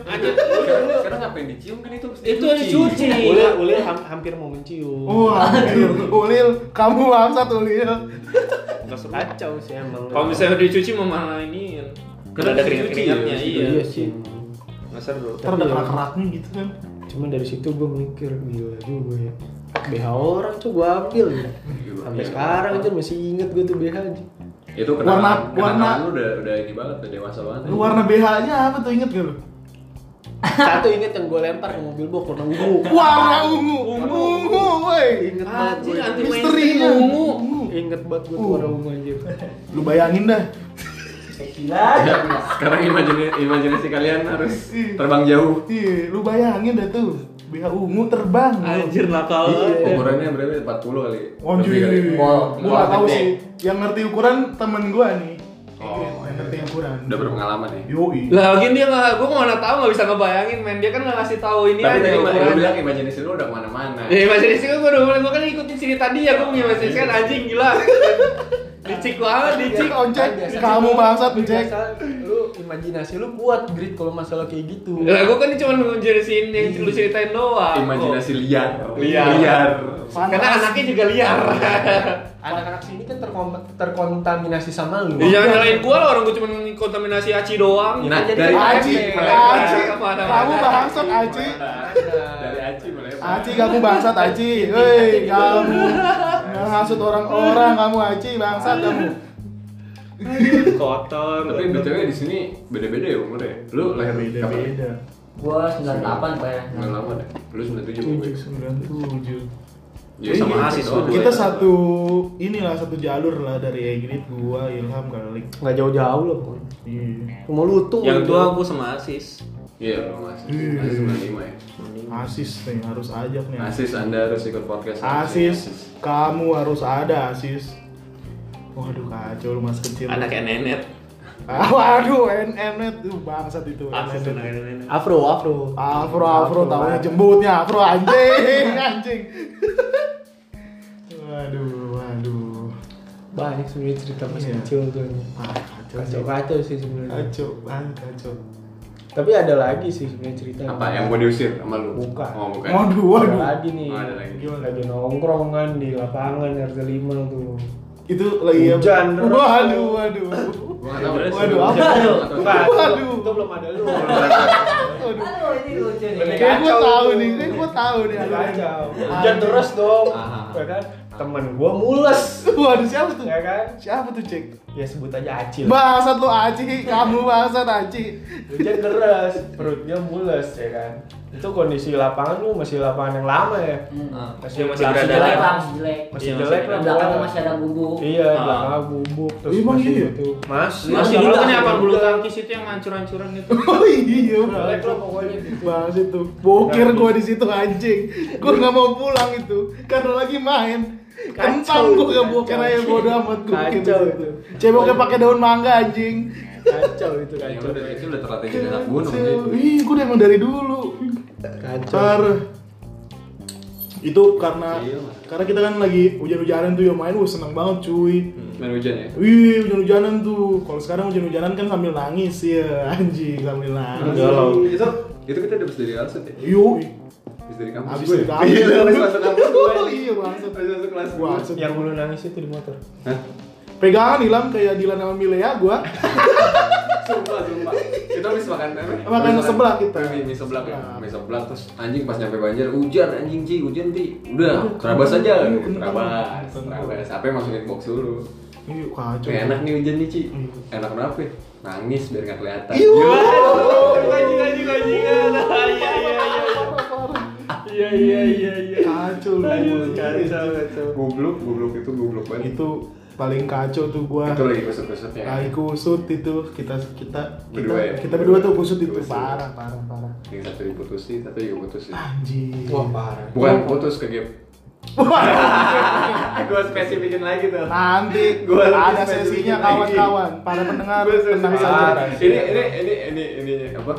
Sekarang ngapain dicium kan itu? pasti Itu yang cuci. dicuci. Ulil, Ulil ham- Iya. hampir mau mencium. Wah, ulil, kamu bangsat ulil. Kacau sih emang. Kalau misalnya udah dicuci mau malah ini Karena ada dicuci keringat-keringatnya ya, iya. iya sih. Nggak seru. Ntar ada kerak-keraknya gitu kan. Cuma dari situ gue mikir gila juga ya. BH orang tuh gue ambil. gitu. Gila, Sampai iya. sekarang aja masih inget gue tuh BH aja. Itu Warna- warna warna warna- lu udah udah ini banget udah dewasa banget. Lu warna BH-nya apa tuh inget gak lu? Satu inget yang gue lempar ke mobil box warna ungu. Warna ungu, ungu, woi. Inget banget gue. Anjing, anti Misteri mainstream, ungu. Inget banget gue tuh warna ungu anjir. Lu bayangin dah. Gila. Ya, sekarang imajinasi, imajinasi kalian harus terbang jauh. Iya, lu bayangin dah tuh. BH ungu terbang. Anjir nakal. banget. Ukurannya berapa? 40 kali. Anjir. Lebih kali. Gua Wah, gak tau gede. sih. Yang ngerti ukuran temen gua nih. Oh, yang ngerti yang syukuran. Udah berpengalaman ya. Yoi. Lah lagi dia nggak, gue mana tahu nggak bisa ngebayangin, men dia kan nggak ngasih tahu ini Tapi aja tadi lu ukurannya. bilang imajinasi lu udah kemana-mana. Ya imajinasi kan gue udah mulai, gue kan ngikutin cerita dia, gue punya imajinasi kan anjing gila Dicik banget, dicik Cik, oncek, Iya, Biasa- kamu bangsat Jack. Biasa, lu imajinasi lu kuat grit kalau masalah kayak gitu Lah gue kan cuma ngejelasin yang lu ceritain doang Imajinasi liar. Liar. Liar. Karena anaknya juga liar anak-anak sini kan terkom- terkontaminasi sama lu Ya jangan nyalain gue lah, orang gue cuma kontaminasi aci doang Nah, jadi dari kayak Aci, aneh. mulai. Aci, Kemana-mana. kamu bangsat Aci. Dari Aci mulai. Aci kamu bangsat Aci. Hei, kamu. Jangan hasut orang-orang kamu Aci, bangsat kamu. kotor Tapi btw di sini beda-beda ya umurnya. Lu lahir kapan? Gua 98 pak ya. Nggak lama deh. Lu 97 Iya, gue. 797. Ya sama Asis lu. Kita satu inilah satu jalur lah dari Egrit gua Ilham kali. nggak jauh-jauh loh pun Iya. rumah lu tuh gitu Yang tua gue sama Asis Iya, lu Asis. Iya. Asis 95 ya. Asis nih harus ajak nih. Asis Anda harus ikut podcast. Asis, kamu harus ada Asis. Waduh kacau lu mas kecil. Anaknya nenek Ah, waduh, NNet tuh bangsat itu. Asis NNet. anaknya nenek afro afro Afro Afro eh. tahunya kan. jembutnya Afro anjing anjing. waduh waduh. banyak sebenarnya cerita pas Iya. kecil tuh Ah, kacau sih. kacau kacau sih sebenarnya Kacau, ah, kacau. tapi ada lagi sih sebenarnya cerita Apa yang gue diusir sama lu? Bukan. Oh, bukan. Waduh ada waduh. lagi nih Oh, ada lagi. lagi nongkrong kan di lapangan RT 5 tuh Itu lagi apa? Hujan, deras. Waduh waduh. Gua nggak tahu deh, Waduh, sebelum- apa lu? atau Bukan, sebelum- Waduh. itu belum ada lu Waduh. Aduh ini lucu nih. Kayak gue tahu nih, kayak gue tahu nih. kacau hujan terus dong Ah. ya kan temen gua mules Waduh siapa tuh? ya kan Siapa tuh cek? ya sebut aja acil Bangsat lu Aci, kamu bangsat Aci. hujan deras perutnya mules ya kan itu kondisi lapangan lu masih lapangan yang lama ya Hmm. Ah, Dia masih belakang- berada Jelek lama. bang, jelek. masih Iya, jelek masih lah Belakangnya bola. masih ada bubuk. iya Ah. belakang bubuk terus Emang masih iya? gitu Mas, Iya, mas iya, dulu iya. kan yang apa bulu tangkis itu yang hancur-hancuran gitu Oh iya. jelek lah pokoknya gitu Bahas itu, bokir gua di situ anjing. Gua nggak mau pulang itu karena lagi main. Kentang gua gak bokir aja bodo amat gua bokir di Kacau situ. itu. Ceboknya pakai daun mangga anjing. kacau itu Ya kacau udah, itu udah terlatih jadi anak gunung Kacau. jadi. Ih, gua udah emang dari dulu. kacau Parah. Itu karena karena kita kan lagi hujan-hujanan tuh ya main, wah seneng banget cuy. Main hujan ya? Wih, hujan-hujanan tuh. Kalau sekarang hujan-hujanan kan sambil nangis ya, anjing sambil nangis. galau Itu itu kita dapat dari Alsut ya? Yo, Habis dari kampus. habis gue itu ya? kami. Iya, habis masuk kampus gue. Iya, bangsat. Habis masuk kelas gue. Bangsat. yang mulu nangis itu di motor Hah? Pegangan hilang kayak Dilan sama Milea gua. Sumpah, sumpah. Kita habis makan apa? Makan seblak kita. Mie, mie seblak ya. Seblak. Mie seblak terus anjing pas nyampe Banjar hujan anjing Ci, hujan Ci. Udah, terabas aja. Iya, bener. Terabas, terabas. Apa yang masukin box dulu? Iya, kacau. Kayak enak nih hujan nih Ci. Enak kenapa? ya? Nangis biar nggak kelihatan. Iya. Anjing, anjing, anjing. Ah, Iya, iya, iya. Iya, iya, iya, iya. Kacau lu. Kacau, kacau. Goblok, goblok itu goblok banget. Itu paling kacau tuh gua. Itu lagi ya. kusut-kusutnya. Tai kusut Nah, itu kita kita kita Iya. Berdua ya? kita berdua tuh kusut itu Kusut. parah parah parah Yang satu diputusin, satu juga putusin. anjing wah parah Bukan putus ke game. gue spesifikin lagi tuh. Ah, nanti Gua lebih ada spesifik sesinya lagi. kawan-kawan para pendengar Gua tenang spesifikin. Ah, saja Parah. Ini ini ini ini ini apa?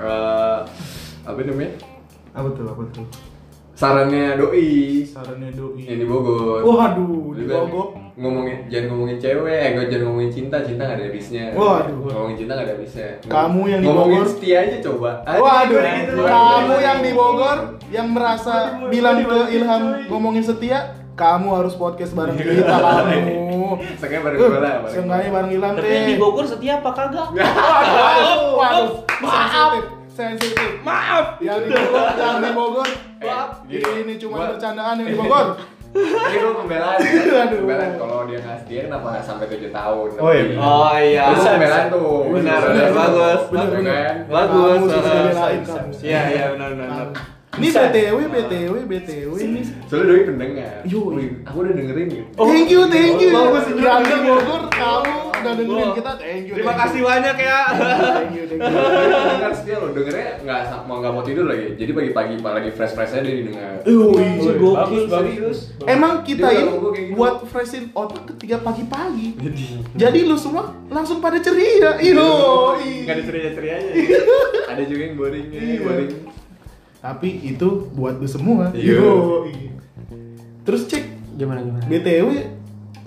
Eh, apa namanya? apa tuh apa tuh Sarannya doi sarannya yang doi di Bogor. waduh di Lebih baik Bogor ngomongin jangan ngomongin cewek, eh, gua jangan ngomongin cinta, cinta gak ada habisnya. Waduh. Ngomongin cinta gak ada habisnya. Kamu yang di ngomongin Bogor. setia aja coba. Aduh, Waduh, gua gitu doang. kamu yang di Bogor yang merasa bilang ke Ilham ngomongin setia, kamu harus podcast bareng kita kamu. Sengaja bareng Eh, gua lah, bareng Sengaja bareng Ilham Tapi deh. di Bogor setia apa kagak? Waduh, waduh, sensitif, sensitif. Maaf. Yang di Bogor, yang di Bogor. Eh, Jadi gini. ini cuma Gua- bercandaan yang di Bogor. Ini gue pembelaan. ya. Aduh. Pembelaan kalau dia nggak setia kenapa nggak sampai 7 tahun? Oh, iya. Oh iya. Terus pembelaan tuh. Terus Benar, benar, pembelaan. bagus. Benar, benar. kan? Bagus. Kamu sih bagus. belain kamu. Nah, Iya, iya, benar, benar. benar. Ini BTW, BTW, BTW ini. Soalnya doi pendengar. Yoi. Wih, Aku udah dengerin gitu. Thank you, thank you. Bagus, ini Berangkat bagus. Bogor, kamu udah dengerin kita, thank you. Terima thank kasih you. banyak ya. Thank you, thank you. Dengar setia lo, dengernya nggak sa- mau nggak mau tidur lagi. Jadi pagi-pagi pas lagi fresh-freshnya dia didengar. Wih, bagus, bagus. Eh. Emang Dia kita ini udah ngomong kayak gitu. buat freshin otak ketika pagi-pagi. Jadi lu semua langsung pada ceria. Iyo. Gak ada ceria-cerianya. Ada juga yang boringnya, Iya. boring. Tapi itu buat lu semua. Iya. Yoi. Terus cek Gimana gimana? BTW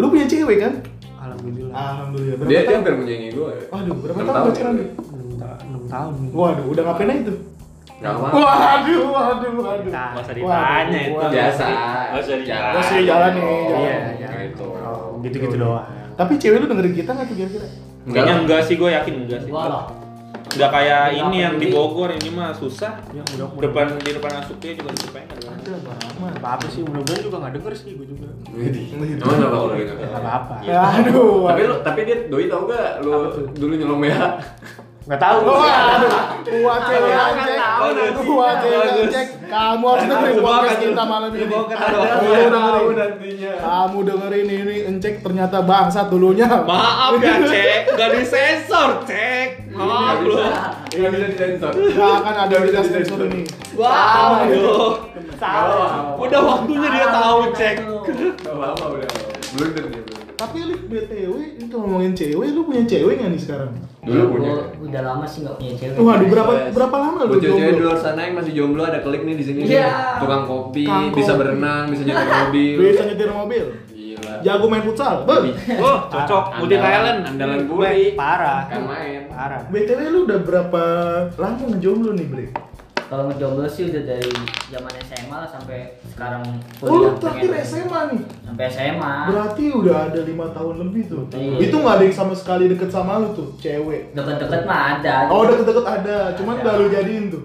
lu punya cewek kan? Alhamdulillah. Ah. Alhamdulillah. Berapa Dia dia tahun? hampir menyanyi gue. Waduh, berapa Enam tahun tahun pacaran ya. lu? 6, ta 6 tahun. Oh. Waduh, udah ngapain aja itu? Gak apa. Waduh, waduh, waduh. Nggak usah Waduh. ditanya itu. Biasa. Nggak usah dijalan. Nggak usah dijalan nih, Iya, Oh. jalan. Oh. gitu. Oh, Gitu-gitu Iya, doang. Tapi cewek lu dengerin kita nggak tuh kira-kira? Enggak Kayaknya lah. enggak sih, gue yakin enggak sih. Walah. Udah kayak Enggak ini yang di peduli. Bogor ini mah susah. Ya, Depan di depan asupnya juga dicupain kan. Ada lama. Apa-apa sih, mudah-mudahan juga gak denger sih gue juga. Widih. Emang kenapa kalau gitu? Gak apa-apa. Iya. Aduh. Tapi lu, tapi dia doi tau gak lu dulu nyolong ya? Gak tau. Waduh, buat cewek anjek, buat cewek Bagus. anjek, kamu harus dengerin podcast kita malam ini. Kamu Iya, Tahu dengerin, nantinya. kamu dengerin ini, encek ternyata bangsat dulunya. Maaf ya, Cek. Gak disensor, Cek. Oh, Maaf lu. Ini bisa disensor. Gak akan kan ada Nggak bisa kita disensor. sensor ini. Wow, aduh. Udah waktunya Iya, dia tahu, Cek. gitu. Gak apa-apa udah. Blunder dia. blunder. Tapi lu btw itu ngomongin cewek, lu punya cewek nggak nih sekarang? Dulu punya. Gua udah lama sih nggak punya cewek. Waduh, berapa berapa lama lu Iya, Buat cewek-cewek di jomblo? luar sana yang masih jomblo ada klik nih di sini. Iya. Tukang kopi, Tukang bisa kopi. berenang, bisa nyetir mobil. Bisa nyetir mobil, Gila. jago main futsal. Be, Iya. Oh, cocok. Multi Andalan- talent. Andalan Gue buri. parah. Kan main. Parah. btw lu udah berapa lama ngejomblo nih, Bre? Kalau ngejomblo sih udah dari zaman SMA lah sampai sekarang Oh, iya, lu kuliah. terakhir pengen- SMA nih. Sampai SMA. Berarti udah ada lima tahun lebih tuh. Iya. Itu nggak ada yang sama sekali deket sama lu tuh, cewek. Deket-deket mah ada. Oh deket-deket ada, cuman Ada. nggak lu jadiin tuh.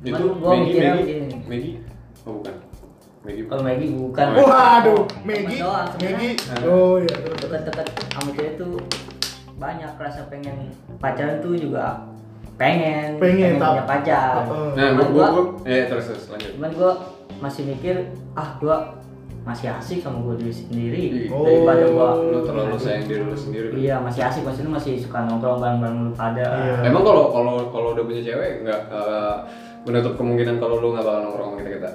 Itu Cuman gua Maggie, mikirnya Maggie, begini. Maggie. Oh bukan. Maggie. Kalau Maggie bukan. Oh. Waduh, Temen Megi, doang sebenarnya. Megi. Oh iya. Deket-deket sama cewek tuh banyak rasa pengen pacaran tuh juga pengen Pengen, tap- punya pacar. Heeh. Nah, gua, gua, gua, ya terus terus lanjut. cuman gue masih mikir ah gue masih asik sama gue diri sendiri Oh. daripada gue Lu terlalu sayang diri lu sendiri. kan? iya masih asik maksudnya masih suka nongkrong bareng bareng lu pada Iya. Emang kalau kalau kalau udah punya cewek nggak eh, menutup kemungkinan kalau lu nggak bakal nongkrong sama kita kita.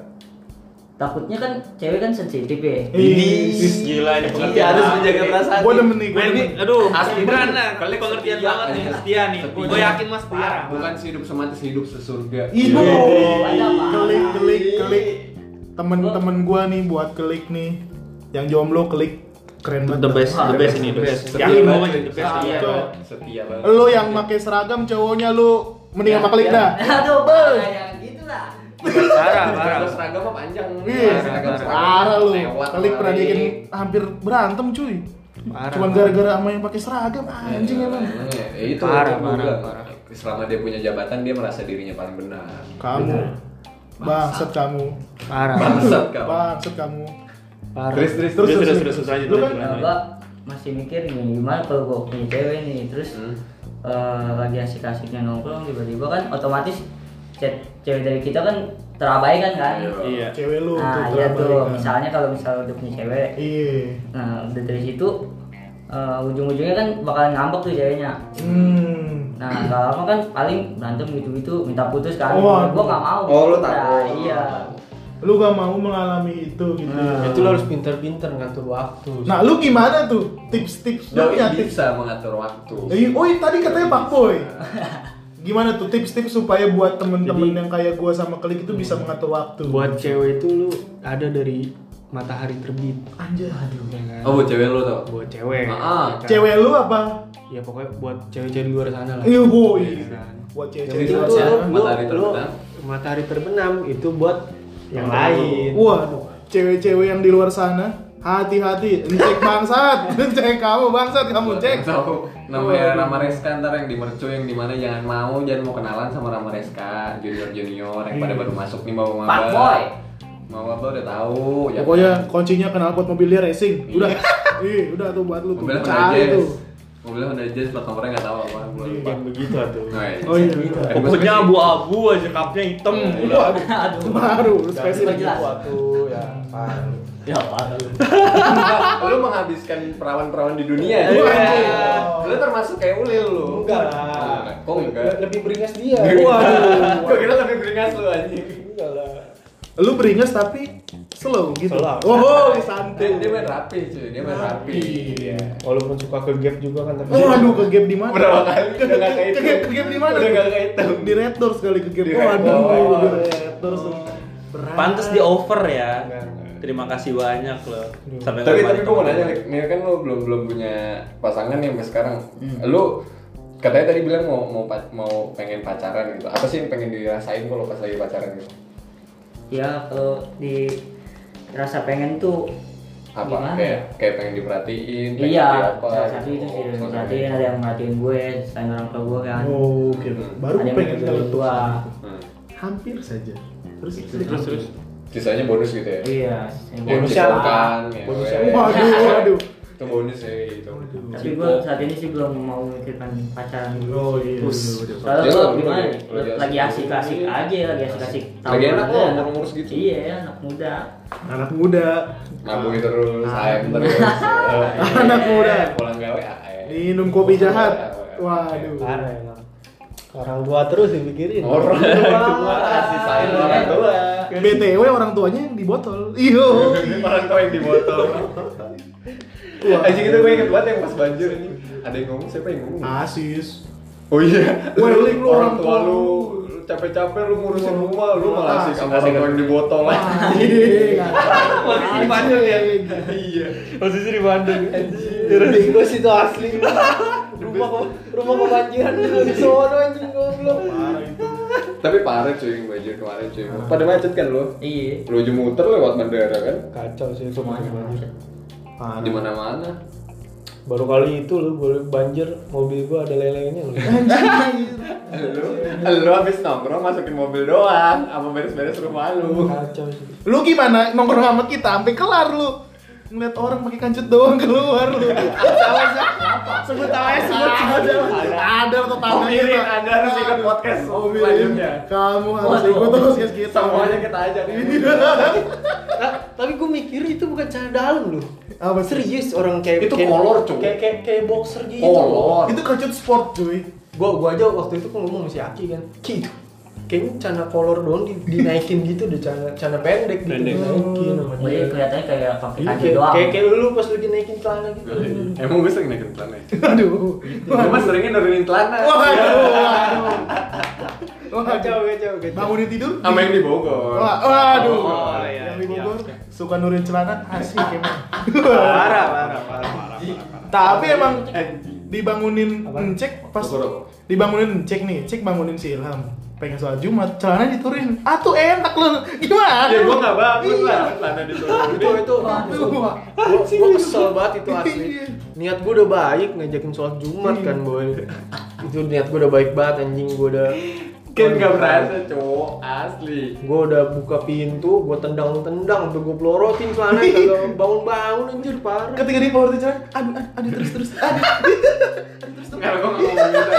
takutnya kan cewek kan sensitif Iya. ya Ih, gila ini pengertian. Iya, perasaan. Gue iya. demen nih, gue Gue ini, demen. aduh, Mas Asli. Gibran lah, kali pengertian Setia, banget nih, iya. setia nih. Setia. Gue yakin Mas parah. Bukan kan hidup semati hidup sesurga. Ibu, ada apa? klik, klik, klik. Temen-temen gue nih buat klik nih, yang jomblo klik keren banget. The best, the best ini, the best. Yakin banget ini, the best. Setia Iya. banget. Setia banget. Lo yang pakai seragam cowoknya lu mendingan sama klik Ya. dah. aduh parah, jangan gitu lah Parah, parah. Seragam seragam apa panjang. Iya, Seragam parah lu. Lewat Klik pernah kali. diakin hampir berantem cuy. Cuman gara-gara sama yang pakai seragam anjing Ya, emang. ya, ya, itu Parah, itu gua parah, bilang. parah. Selama dia punya jabatan dia merasa dirinya paling benar. Kamu bangsat kamu. Parah. Bangsat kamu. Bangsat kamu. Parah. Terus terus Terus, terus, terus, terus, lanjut, Lu kan- lanjut, nah, Iya. lanjut. gue masih mikir nih gimana kalau gue punya cewek nih terus Hmm. eh, lagi asik-asiknya nongkrong tiba-tiba kan otomatis ce- cewek dari kita kan terabaikan kan Iya. Cewek lu tuh nah iya tuh terabaikan. misalnya kalau misalnya udah punya cewek Iya. Nah, udah dari situ eh, ujung-ujungnya kan bakalan ngambek tuh ceweknya. Hmm. Nah, gak lama kan paling berantem gitu-gitu minta putus kan. Oh, gua gak mau. Oh, lu Nah, takut. Iya. Lu gak mau mengalami itu gitu. ya. Nah, Itu lo harus pinter-pinter ngatur waktu. Nah, lu gimana tuh? Tips-tips lu Doi punya tips. bisa mengatur waktu. Eh, oh, tadi katanya Pak Boy. Gimana tuh tips-tips supaya buat temen-temen yang kayak gua sama Klik itu bisa mengatur waktu? buat cewek itu lu ada dari matahari terbit. anjir. Ya kan? Oh, buat cewek lu tau. buat cewek. Ah, ya kan? Cewek lu apa? Ya pokoknya buat cewek-cewek di luar sana lah. Iya, boy. Ya kan? Buat Yang cewek-cewek itu Jadi luar tuh sana. lu- matahari lu- lu- terbenam. matahari terbenam itu buat yang Temen lu. lain. Waduh, cewek-cewek yang di luar sana, hati-hati, cek bangsat, cek kamu bangsat, kamu cek. Tahu namanya Rama Reska ntar yang di Mercu yang di mana jangan mau jangan mau kenalan sama Rama Reska junior junior yang pada baru masuk nih mau maba. Pak Boy. Mau maba udah tahu. ya. Pokoknya kuncinya kenal buat mobil dia racing. Udah. Ih, udah tuh buat lu tuh. Mobilnya ya. Cari Mercedes. tuh. Iya. mobilnya Honda Jazz plat nomornya nggak tahu apa gue lupa Yang begitu tuh. Nah, iya. Oh iya gitu. Eh, Pokoknya maksudnya- abu-abu aja kapnya hitam. Udah. Aduh. baru Spesifik spesifik jelas. Waktu ya. apaan lu. Ya parah lu. lu menghabiskan perawan-perawan di dunia Iya. lu termasuk kayak ulil lu Enggak lah. kok enggak Le- Lebih beringas dia. gue kira lebih beringas lu anjing Enggak lah. lu beringas tapi slow gitu Slow. oh oh, dia, santai dia main rapi cuy dia main rapi Iya. Walaupun suka ke gap juga kan tapi. oh aduh ke gap di mana berapa kali udah nggak kayak ke gap ke gap di mana udah nggak kayak itu di red door sekali ke gap Di oh Red aduh Door. di red door Berat. Pantes di over ya. Enggak, enggak. Terima kasih banyak loh. Aduh. Sampai tapi kapan? tapi gue mau nanya Lik. nih kan lu belum belum punya pasangan nih sampai sekarang Hmm. lu katanya tadi bilang mau mau pa- mau pengen pacaran gitu apa sih yang pengen dirasain kalau pas lagi pacaran gitu Ya kalau di rasa pengen tuh apa gimana kayak ya? kayak pengen diperhatiin pengen di Iya, apa salah satu gitu. itu sih Salah satu. berarti ada yang merhatiin gue, selain orang tua gue kan. oh oke baru ada yang pengen merhatiin kalau gue. Hmm. hampir saja terus Terus terus. sisanya bonus gitu ya Iya, yang Yang bonus. Bonusnya lah. diperlukan, ya, Bonusnya. weh. waduh waduh itu bonus ya gitu Tapi gue saat ini sih belum mau mikirkan pacaran dulu. oh iya Us. udah, udah. Soalnya Jalan lo dulu, gimana lagi- nih? lagi Lagi asik. asik-asik aja, lagi asik-asik. Lagi tawuran enak lo, aja. umur-umur segitu. Iya, anak muda. anak muda ngabungin terus Ah. ayam terus ya. anak muda pulang gawe AE. minum kopi jahat AE. waduh Parah emang. Orang tua terus dipikirin. orang tua kasih sayang orang tua BTW orang tuanya yang di botol. Iyo. orang tua yang di motor aja gitu gue inget banget yang pas banjir ini ada yang ngomong siapa yang ngomong Asis. oh iya Wah, lu Ah. lu orang tua lu lu capek-capek lu ngurusin rumah lu malah asik sama orang tua yang di botol Anjing. Masih di Bandung ya? Iya. Posisi di Bandung. Anjir. Gue situ asli. rumah kok rumah kebanjiran dulu di sono anjing goblok. Tapi parah cuy yang banjir kemarin cuy. Pada macet kan lu? Iya. Lu aja muter lewat bandara kan? Kacau sih itu Semuanya gitu. banjir. Parah. Di mana-mana. Baru kali itu lu boleh banjir mobil gua ada lelenya lu. Eh. Lu, lu habis nongkrong masukin mobil doang sama beres-beres rumah lu. Kacau sih. Lu gimana nongkrong sama kita sampai kelar lu? Ngeliat orang pakai kancut doang keluar lu. Sama siapa? Sebut aja sebut ada. Ada atau tahu Mirin, Anda harus ikut podcast selanjutnya. Kamu harus Waduh. ikut terus guys kita. Semuanya kita ajak. Ah, tapi gue mikir itu bukan cara dalam lu. Apa sih? Serius orang kayak Itu kayak- kolor, cuy. Kayak kayak kayak boxer gitu. Kolor. Itu kancut sport cuy. Gua gua aja waktu itu ngomong sama si Aki kan. Ki itu. Kayaknya cana kolor doang di- dinaikin gitu deh cana cana pendek gitu Pendek. dinaikin sama Oh dia. iya, kelihatannya kayak pakai Iya, kaki kayak, doang. kayak, kayak lu pas lu dinaikin celana gitu. Emang gue sering naikin celana ya? Aduh. Gue mah seringnya nurunin celana Wah, aduh. Wah, Kacau, kacau, kacau. Bangunin tidur? Sama yang di Bogor Wah, waduh. Oh, iya, yang di iya, Bogor oke. suka nurin celana asik emang. Ah. Parah, parah, parah, parah. Tapi emang eh, dibangunin Apa? ngecek pas Bogor. dibangunin ngecek nih, cek bangunin si Ilham. Pengen soal Jumat, celana diturin. Ah tuh enak lu. Gimana? Iya. Ya gue gak bagus lah celana di Itu, itu, Aduh. Gua- gua kesel banget itu asli Iya. niat gua udah baik ngajakin sholat jumat kan boy itu niat gua udah baik banget anjing gua udah Kan gak berasa cowok asli gua udah buka pintu gua tendang tendang tuh gua pelorotin celana kagak bangun bangun anjir parah Ketika dia keluar dari celana, aduh aduh, aduh terus terus. Aduh. Enggak, gue gak ngomong gitu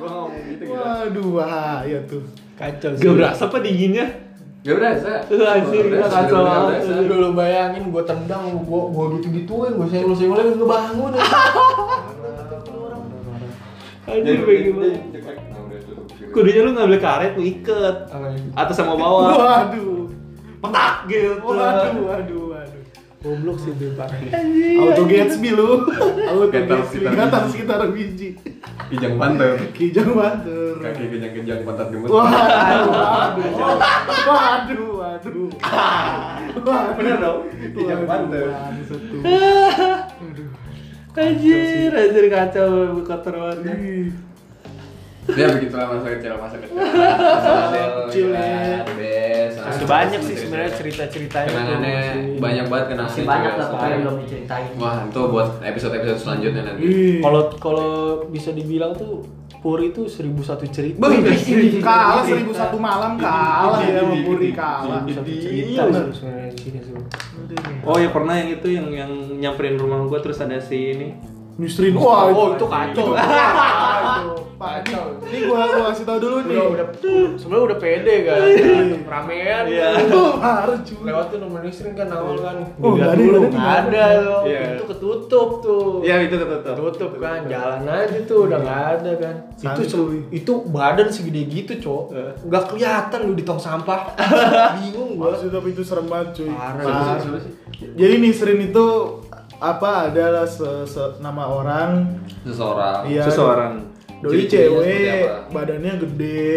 Gue ngomong gitu gitu Waduh, wah, iya tuh. kacau Gak berasa apa dinginnya? Gak berasa Iya, Lu anjir, Gak gua berasa, kacau bener-bener banget. berasa. Lu lu bayangin gua tendang, gua gua gitu-gituin, gua senggol-senggol lagi ngebangun. Anjir Jadi, bagaimana? jadi, jadi, nah, udah, tuh. Kudunya lu ngambil karet lu iket atas sama bawah. Waduh. Petak gitu. Waduh, waduh, waduh. Goblok sih itu, Pak. Auto Gatsby lu. Auto Gatal Gatsby. sekitar Gatal biji. sekitar biji. Kijang pantai Kijang Banter. Kaki kejang-kejang pantat gemut Waduh, waduh, waduh, waduh, waduh, Bener dong? Kijang Waduh, pantai bangsat tuh. Anjir, anjir kacau kotor banget. Ih, Ya begitulah masa kecil, masa kecil Masa Kecil, ya, ya. best. Masih Masa banyak kecil, sih masa sebenarnya kecil. cerita-ceritanya. Kenangannya tuh. banyak banget kenangannya Masih juga banyak lah pokoknya sebenarnya. belum diceritain. Wah, itu buat episode-episode selanjutnya nanti ih. Kalau kalau bisa dibilang tuh Puri itu 1001 cerita. Iya. Beuh, Seribu kalah satu seribu satu malam kalah ya sama Puri kalah. cerita Iya, sih sebenarnya di sini tuh. Aduh. Oh ya pernah yang itu yang yang nyamperin rumah gua terus ada si ini Nyusterin. Wah, oh itu kacau Kacau. Ini gua gua kasih tau dulu nih. udah udah sebenarnya udah pede kan ramean Iya. Tuh, harus cuy. lewat tuh nomor listrik kan awal kan Oh, nggak ada, dulu nggak nggak ada. ada loh Iya. itu ketutup tuh itu ketutup. tutup kan jalan aja tuh udah nggak ada kan itu Santuy. se- itu badan segede gitu cok Eh. nggak kelihatan lu di tong sampah bingung gua Maksud tapi itu serem banget cuy. Parah. Parah. Siapa sih? Jadi nyusterin itu apa adalah se- se- nama orang seseorang Iya. Seseorang. doi Ciri-cirinya seperti cewek apa? badannya gede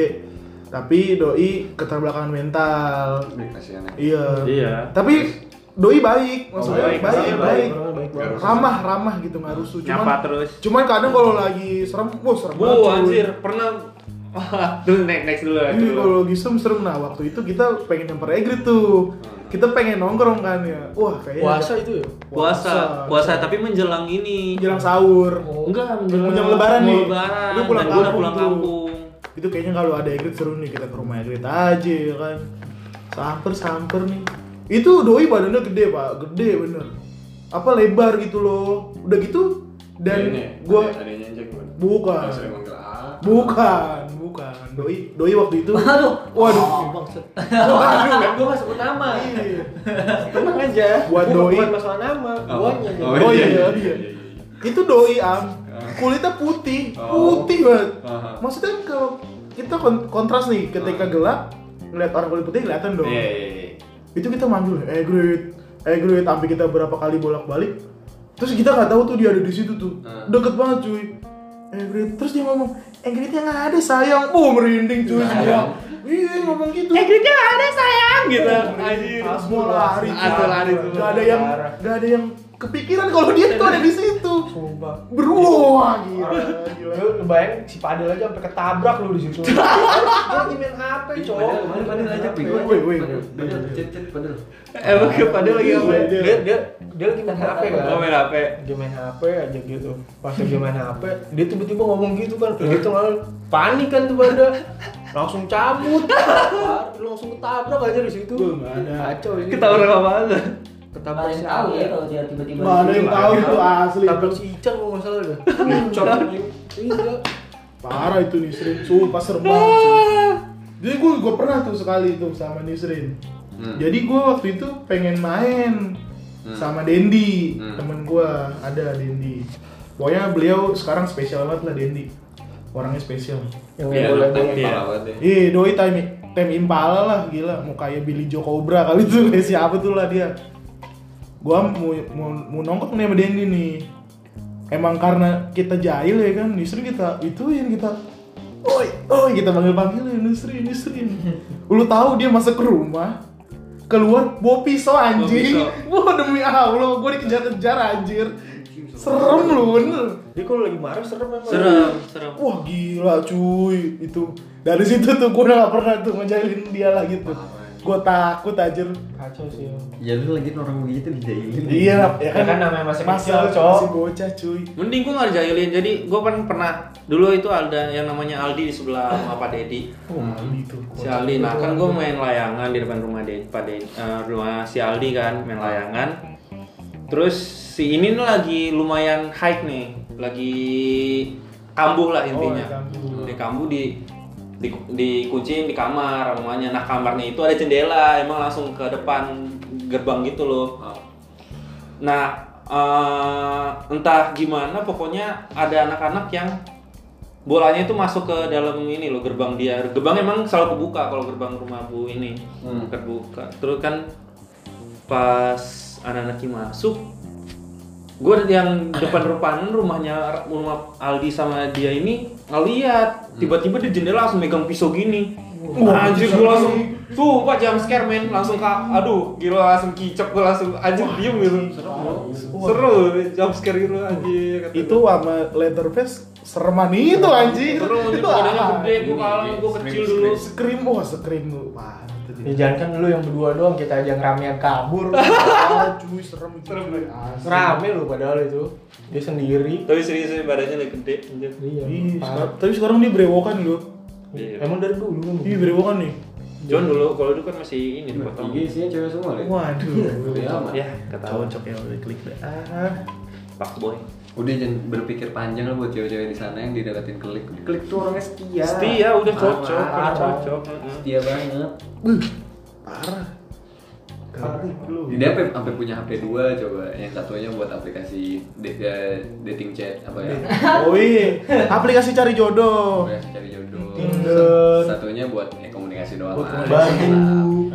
tapi doi keterbelakangan mental Ih, kasihan ya iya Iya. tapi doi baik maksudnya baik, baik baik, orangnya baik. Orangnya Oh, baik banget. ramah ramah gitu nggak rusuh cuman Nyapa terus. cuman kadang kalau lagi serem wah serem banget Wow, cuy. anjir, pernah Dulu next next dulu lah. Ini kalau lagi serem serem nah waktu itu kita pengen nyamper egret Hmm. tuh kita pengen nongkrong kan ya wah kayaknya puasa itu ya puasa, puasa tapi menjelang ini. jelang sahur Enggak, menjelang Menjelang lebaran mau nih. Lebaran. Lu pulang Dan gua udah kampung pulang tuh. kampung. itu kayaknya kalau ada Egrit seru nih kita ke rumah Egrit aja ya kan samper samper nih itu doi badannya gede pak gede bener apa lebar gitu loh udah gitu Iya, dan Ini, gua ada yang nyenjek gua. bukan Gua sering manggil ah bukan bukan doi doi waktu itu Aduh. waduh Oh. waduh kan Oh, gua nggak sebut nama Iya. tenang aja Buat Gua doi. bukan masalah nama Oh, guanya aja. oh, iya, Oh, iya, iya, iya. iya, Ah. itu doi am kulitnya putih Oh. putih banget Aha. Ah. maksudnya kalau kita kon- kontras nih ketika gelap ngeliat orang kulit putih kelihatan dong Iya, iya, iya. itu kita manggil "Eh, Egrit Egrit sampai kita berapa kali bolak balik terus kita nggak tahu tuh dia ada di situ tuh Hmm. deket banget cuy Egrit terus dia ngomong Egritnya nggak ada sayang oh merinding cuy dia iya ngomong gitu Egritnya nggak ada sayang Gitu. anjir Anjir. semua lari cuy. Asal lari tuh. nggak ada yang Parah. nggak ada yang kepikiran kalau dia tuh ada di situ Sumpah. beruang gila gila Lu lu bayangin si Padel aja sampai ketabrak lu di situ. Dia lagi main HP, cowok. Padahal padahal padahal aja pigo. Woi, woi, Padahal cecet padahal. Emang kepada lagi apa? ya? Dia dia dia, dia lagi Iya, main HP kan. Gua main HP. Dia main HP aja gitu. Pas lagi main HP, dia tiba-tiba ngomong gitu kan. Gitu kan panik kan tuh pada langsung cabut. Par, Lu langsung ketabrak aja di situ. Kacau ini. Ketawuran apa aja? Ketabrak Ada yang si tahu ya Alan. kalau dia tiba-tiba. Nggak ada yang tahu itu asli Ketabrak si Ican kalau nggak salah dah. Licor. Iya. Parah itu Nisrin, sumpah serem banget cuy. Jadi gue gue pernah tuh sekali tuh sama Nisrin. Hmm. Jadi gue waktu itu pengen main sama Dendi, Hmm. temen gue ada Dendi. Pokoknya beliau sekarang spesial banget lah Dendi, orangnya spesial. Yang Iya, boleh anak timnya boleh. parah banget ya. Ih, Iya, doi time time impala lah gila, mau kayak Billy Joe Cobra kali tuh kayak siapa tuh lah dia. Gua mau mau, mau nongkrong nih sama Dendi nih. Emang karena kita jahil ya kan, Nisrin kita ituin kita. Oi, oi kita panggil panggilin Nisrin, Nisrin. Lu tahu dia masuk ke rumah, keluar bawa pisau anjing. Wah demi Allah, gua dikejar-kejar anjir. Serem lu bener. Dia kalau lagi marah serem emang. Serem, serem. Wah gila cuy itu dari situ tuh gue udah gak pernah tuh ngejalin dia lagi tuh. Gue takut aja. Kacau sih. Ya lu lagi orang begitu dijahilin. Iya ya kan, Ya kan namanya masih masa kecil, Cok. masih bocah cuy. Mending gua nggak jahilin. Jadi gua kan pernah dulu itu ada yang namanya Aldi di sebelah sama Pak Dedi. Oh Ali tuh. Si Aldi, nah kan gue main layangan di depan rumah Den, Pak Den, eh, rumah si Aldi kan main layangan. Terus si ini nih lagi lumayan high nih, lagi kambuh lah intinya. Oh, kambuh. Di kambuh di di dikunciin di kamar rumahnya. Nah kamarnya itu ada jendela, emang langsung ke depan gerbang gitu loh. Ah. Nah, eh, entah gimana pokoknya ada anak-anak yang bolanya itu masuk ke dalam ini loh gerbang dia. Gerbang emang selalu kebuka kalau gerbang rumah Bu ini. Hmm. Terbuka. Terus kan pas anak-anak ini masuk gue yang depan depan rumahnya rumah Aldi sama dia ini ngeliat tiba-tiba di jendela langsung megang pisau gini Hmm. Wah, anjir pisau gue langsung gini. sumpah jam scare men langsung kak aduh gila langsung kicep gue langsung anjir diem gitu seru jam scare gitu anjir kata Itu sama Leatherface sereman itu gua. anjir. seru anjir Wah, badannya gede gue Ini, kalah ini, gue kecil scream, dulu Scream wah scream lu. Wah itu dia. Ya jangan kan lu yang berdua doang, kita aja yang ramean kabur. Ah, cuy serem itu. cuy. Asli. Rame lu padahal itu. Dia sendiri. tapi serius sih, badannya lagi gede anjir Iya. Ih, parah. sekarang- tapi sekarang dia berewokan lu. Iya. Emang dari dulu kan? Ih berewokan nih. John dulu kalau dulu kan masih ini dipotong IG isinya cewek semua deh. Waduh. Gede amat. ya ketahuan Cocok ya udah klik deh. Ah. pak boy udah jangan berpikir panjang lah buat cewek-cewek di sana yang dideketin klik klik tuh orangnya Ya. setia Setia, ya, udah Parah. cocok, udah cocok. setia banget dia sampai sampai punya HP dua coba yang satunya buat aplikasi de- eh, dating chat apa ya Oh iya, aplikasi cari jodoh. aplikasi cari jodoh Tinder. satunya buat eh, komunikasi doang lah. Buat Badu.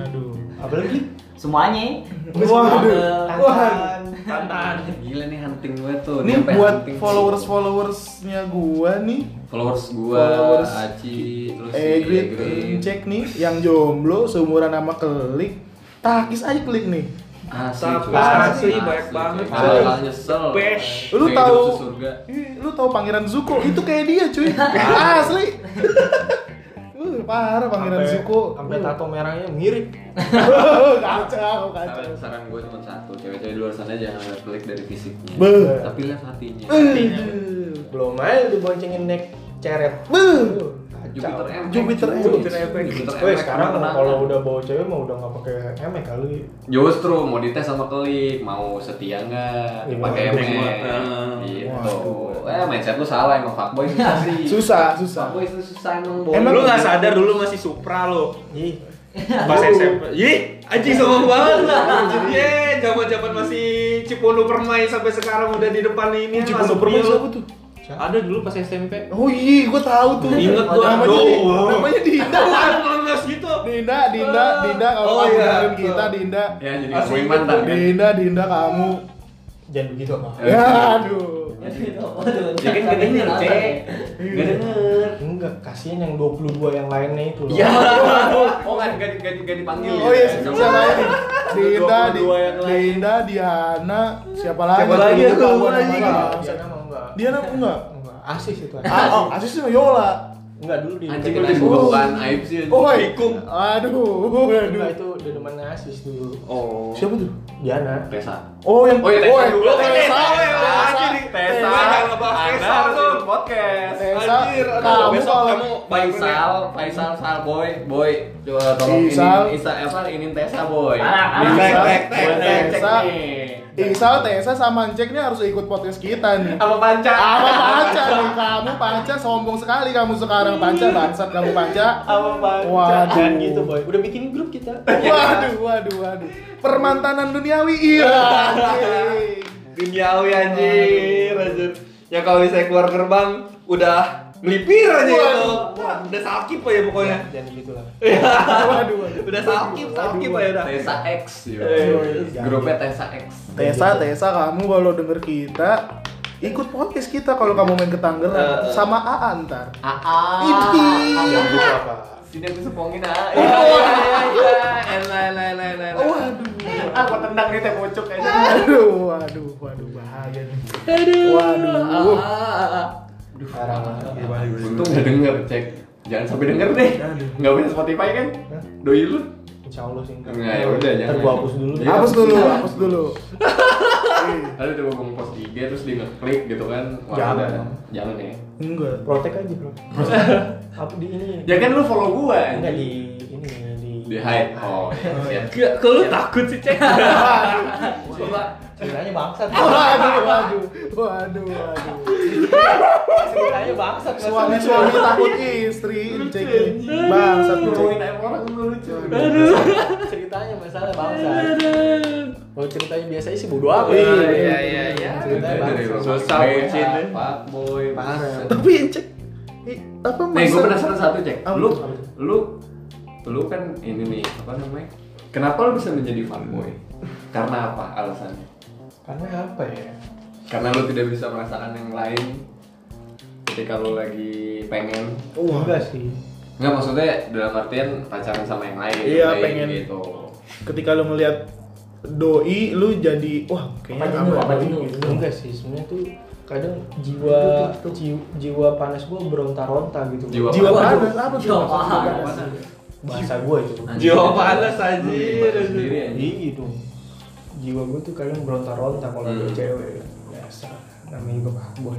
Aduh. Apalagi? Semuanya. Waduh. Tangan. Tantan. gila nih hunting gue tuh Ini Dia sampai buat hunting. followers-followersnya gua nih followers gua Followers. Aci terus Eh, si Grit, Egrit. cek nih yang jomblo seumuran sama Kelik. Takis aja Kelik nih. Asli, Asli, cuy. asli, banyak banget. cuy. Bakal nyesel. Bash. Lu Kayak tahu hidup sesurga. Ih, lu tahu Pangeran Zuko itu kayak dia cuy. Asli. Uh, parah Pangeran Sampai- Zuko. Uh. Sampai tato merahnya mirip. kacau, Saran, kacau. saran gue cuma satu, cewek-cewek di luar sana jangan lihat pelik dari fisiknya, Beuh. tapi lihat hatinya. Hatinya. Eh, Belum aja diboncengin neck ceret. Beuh. Iya, Jupiter MX. Kacau. Jupiter cuy. MX. Jupiter MX. Weh, E sekarang kenapa? kalau udah bawa cewek mah udah nggak pakai emek kali. Justru mau dites sama kelik, mau setia nggak, Iya, pakai bener. MX. ya. Gitu. Eh mindset lu salah emang fuckboy susah sih. Susah, susah. Fuckboy itu susah emang. boy. Emang Lu nggak sadar dulu masih Supra lo. Ih, Pas SMP. Ih, anjing sama banget. Ye, zaman-zaman masih Cipondo Permai sampai sekarang udah di depan ini Cipondo Permai siapa tuh? Ada dulu pas SMP. Oh iya, gua tahu tuh. Ingat gua. Namanya, Di- Oh. namanya Dinda. Ngeles gitu. Dinda, Dinda, Dinda kalau Oh, kamu iya. dengerin kita Dinda. Ya jadi Asli, ngomongin mantan kan. Dinda, Dinda kamu. jangan begitu apa? Eh. Ya aduh. Ya kan gak denger, Cek. Gak denger. Enggak, kasihan yang 22 yang lainnya itu loh. Ya. Oh, enggak enggak enggak enggak dipanggil. ya. Oh iya, siapa lagi? Dinda, Di- 22 yang lain. Dinda, Diana, siapa lagi? Siapa lagi? Gua tahu Gua namanya. Enggak, Diana mah enggak. Diana aku enggak. Enggak, asis itu. Ah, oh, Asis sama Yola. Enggak dulu di Anjing lu deketin dulu. disebutkan aib sih. anjing. Oh, iya. Ikung. Aduh, aduh. Enggak itu di demannya asis dulu. Oh. Siapa tuh? Diana. Tesa. Oh yang Oh iya, Tessa dulu. kan Tessa, Tessa, eh, Tessa, Tessa, jangan ngebahas Tessa, Anda harus lu. ikut podcast. Tessa, Anjir, aduh, kamu besok kalau- kamu Oh, Faisal, Faisal, Sal, Boy, Boy, coba tolong ini, Faisal. Isa, apa, ini Tessa, Boy. Ah, ah, Ini Faisal, cek, cek, cek, cek Faisal. nih. Isal, Tessa sama Jack nih harus ikut podcast kita nih. Sama Panca. Apa panca nih kamu panca sombong sekali kamu sekarang panca bangsat kamu panca. Apa Pak? Waduh. Jangan gitu, Boy. Udah bikin grup kita. Waduh, waduh, waduh. Permantanan duniawi iya. anjing. Duniawi anjir, anjir. Ya kalau misalnya keluar gerbang udah melipir aja itu. Wah, Udah sakit ya pokoknya. Jangan gitu lah. Waduh, waduh. Udah sakit, sakit ya udah. Tessa X, yo. Iya, Eh, grupnya Tessa X. Tessa, Tessa kamu kalau denger kita ikut podcast kita kalau kamu main ke Tangerang sama AA ntar. iya. Aa, Ini. Jangan gitu apa? sini aku sepongin ah. iya. Oh, Waduh. Aku Eh, ah, tendang nih teh eh. pojok aja. Aduh, waduh, waduh bahaya nih. Waduh. Parah banget. Untung nggak denger, cek. Jangan sampai denger deh. Nggak punya Spotify kan? Doi lu? Insya Allah sih enggak. Enggak, ya udah, jangan. Ntar gua hapus dulu deh. Iya. Hapus dulu, hapus dulu. Lalu coba gua post di IG terus dia ngeklik gitu kan. Wah, Jangan. udah. Jangan ya. Enggak. Protek aja, Bro. Apa di ini? Ya kan lu follow gua. Enggak anjing. di ini di Di hide. Oh, iya, siap. Kok lu takut sih, Cek? Ceritanya bangsat. Waduh, waduh, waduh, waduh. Ceritanya bangsat. nggak Suami-suami takut istri, cek ini. Bangsat lu, cek. Ngomongin aib orang lu lucu. serius. Ceritanya masalah bangsat. Kalau ceritanya biasanya sih bodo amat. Iya, iya, iya, iya. Ceritanya bangsat. Susah bucin. ya. deh. Pak boy. Parah. Tapi yang cek i- apa Nih, gue masa- Eh, penasaran satu cek. Apa? Lu, lu, lu kan ini nih apa namanya? Kenapa lu bisa menjadi fanboy? Karena apa alasannya? Karena apa ya? Karena lu tidak bisa merasakan yang lain ketika lu lagi pengen. Oh, enggak sih. Nggak maksudnya dalam artian pacaran sama yang lain. Iya, yang lain pengen. gitu. ketika lu ngeliat doi lu jadi wah kayaknya Apa kamu dulu, apa apa dulu dulu? gitu. Enggak sih, sebenarnya tuh kadang jiwa jiwa, jiwa panas gua beronta-ronta gitu. Jiwa Jiwa panas. panas apa tuh? Jiwa maksudnya? panas. bahasa gua itu. Anjing. Jiwa panas Lu Iya, anjir. gimana sendiri anjing? Iya dong. jiwa gue tuh kadang berontar-ontar kalau ada Hmm. cewek kan. biasa namanya juga pak boy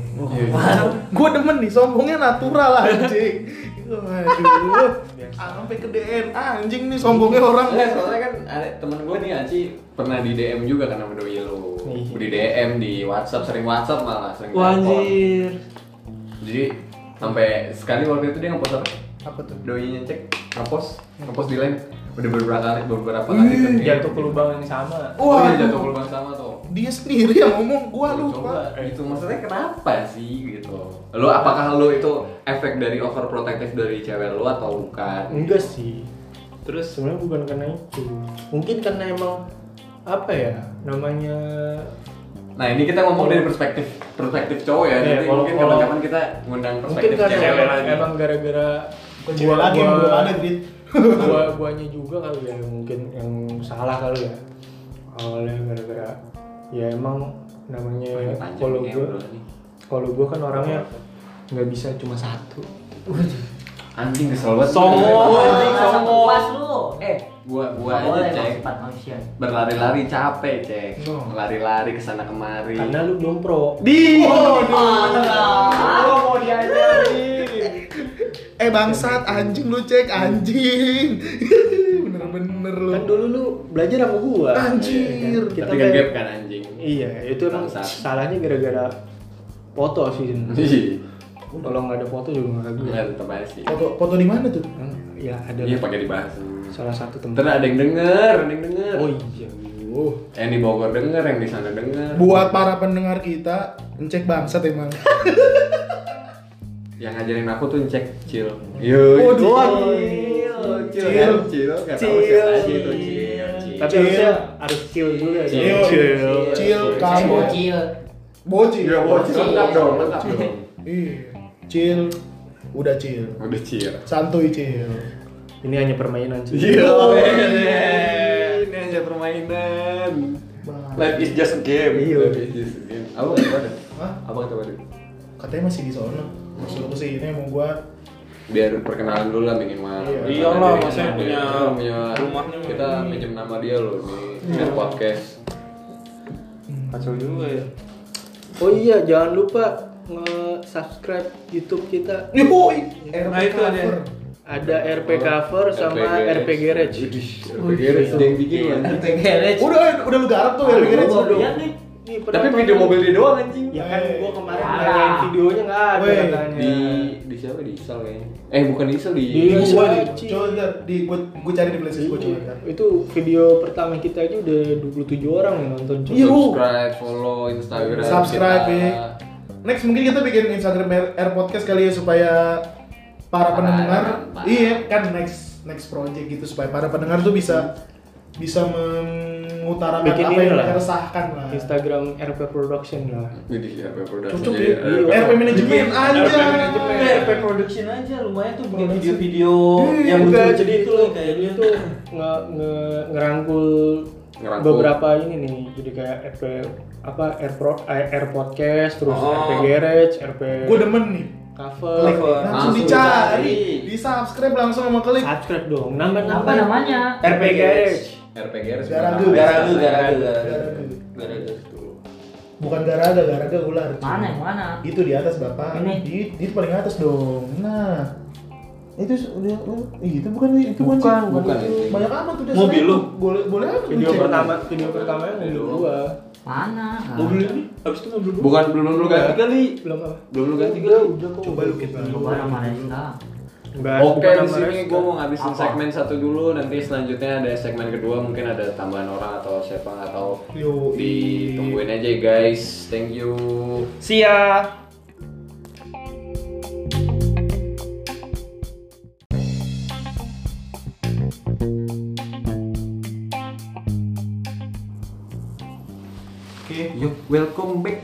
gue demen nih sombongnya natural anjing iya. gitu, Waduh, sampai ke DNA anjing nih sombongnya orang. Enggak, soalnya kan ada temen gue nih Aci pernah di DM juga karena sama Doi lo Iya. Nih. Di DM, di Whatsapp, sering Whatsapp malah, sering Wah, telepon. anjir. Jadi sampai sekali waktu itu dia ngepost apa? Apa tuh? Doinya cek, ngepost, ngepost di line udah beberapa kali, beberapa kali kan dia. jatuh ke lubang yang sama Oh iya, Waduh. jatuh ke lubang sama tuh Dia sendiri yang ngomong, gua Lu lupa. Eh. coba gitu maksudnya kenapa sih gitu lu apakah lu itu efek dari overprotective dari cewek lu atau bukan enggak sih Terus sebenarnya bukan karena itu mungkin karena emang apa ya namanya nah ini kita ngomong dari perspektif perspektif cowok ya Iya, nanti kalau- mungkin kalau- kapan-kapan kita ngundang mungkin perspektif karena cewek emang, lagi emang gara-gara Cewek lagi yang belum ada, Grit. gua guanya juga kali ya yang mungkin yang salah kali ya awalnya gara-gara ya emang namanya Panjang kalau nih gua obrolan ini. kalau gua kan orangnya nggak bisa cuma satu anjing kesel banget Songong. Gua- anjing, Masa sombong. puas lu. Eh, gua gua nggak aja boleh emang cek sifat manusia. berlari-lari capek cek No. lari-lari kesana kemari karena lu belum pro di Mantap. Gua mau diajarin Eh bangsat, anjing lu cek, anjing. Bener-bener lu. kan dulu lu belajar sama gua Anjir. kita tapi kan kayak- gap kan anjing iya itu emang Bangsat. salahnya gara-gara foto sih sebenarnya. Ih, kalau nggak ada foto juga nggak gue nggak tetap ya, aja sih Foto foto di mana tuh? ya ada iya pakai dibahas salah satu temen ntar ada yang denger ada yang denger oh iya yang di Bogor denger yang di sana denger Buat para pendengar kita, cek bangsat emang. yang ngajarin aku tuh cek cil yo Waduh. cil Cil. kan? cil nggak tahu siapa aja itu cil Cil. tapi Chill. harusnya harus chill dulu ya Chill. Chill. Chill. Chill Eh, kamu. Bocil. Bocil. Iya, bocil. lengkap dong lengkap dong Iya. Chill. Udah chill. udah cil Santuy chill. ini hanya permainan sih Gila, men. Iya. Ini aja permainan. Life is just a game. Iya. Life is just a game. Apa kata Badan? Hah? Apa kata Badan? Katanya masih di sono. Masuk ke sini mau gua Biar perkenalan dulu lah minimal. Iya. Perkenalan Iyalah, diri. maksudnya Iya, punya kita punya rumahnya Kita ini. pinjam nama dia loh di biar podcast. kacau juga ya oh iya jangan lupa nge subscribe YouTube kita Yoi. Nah, itu ada. cover. ada RP Oh, cover sama RP garage Widih, RP Garage dia yang bikin ya. Tegelet. Udah udah lu garap tuh ya lu kira Gua sih. lihat nih. Nih, pernah Tapi nonton? video mobil dia doang anjing. ya kan gua kemarin Ah. nanyain videonya nggak ada Weh, katanya Di di siapa di Isal kayaknya. Eh bukan di Isal Iya. di Di Iya, Isal. gua di- Coba ntar, di gua gua cari di playlist gua coba ntar. itu video pertama kita aja udah 27 orang yang nonton coba. subscribe, follow Instagram Iya, subscribe kita. ya. Next mungkin kita bikin Instagram Air, Air Podcast kali ya supaya para Para- pendengar para- iya kan next next project gitu supaya para pendengar tuh bisa bisa mengutarakan Bikin apa ini yang lah. mereka resahkan lah. Instagram RP Production lah Widih, RP Production. Cocok jadi ya. RP manajemen Iya, aja. RP Eh, production aja lumayan tuh bikin Production. video-video Iya, yang Enggak, lucu jadi itu loh kayak dia tuh nge, nge, ngerangkul Ngerangkul. beberapa ini nih jadi kayak RP apa Air, Pro- eh, Air podcast terus Oh. RP garage RP Gue demen nih. cover Klik, Cover. langsung Langsung dicari, dicari. di subscribe langsung sama klik. subscribe dong nama Apa namanya? Er- RP garage Eh, RPGR Garagu. garagu garagu garagu Garagu. garagu Bukan garaga, garaga ular. Mana yang mana? Itu di atas bapak. Ini. Di, di paling atas dong. Nah, itu udah itu bukan itu bukan Bukan, sih. bukan Itu. itu. banyak amat udah Mobil selain. lu? boleh boleh amat video dicek. pertama video pertamanya mobil Aduh. gua Mana? Nah. mobil ini habis itu mobil Bukan belum lu ganti kali. belum apa Belum lu ganti udah kali. udah kok coba lu kita Coba nama Resta. Enggak, Oke, bukan di nama sini restoran. gue mau ngabisin Apa? segmen satu dulu, nanti selanjutnya ada segmen kedua mungkin ada tambahan orang atau siapa nggak tahu. Yo, Ditungguin aja guys. Thank you. sia Oke. Yuk, welcome back.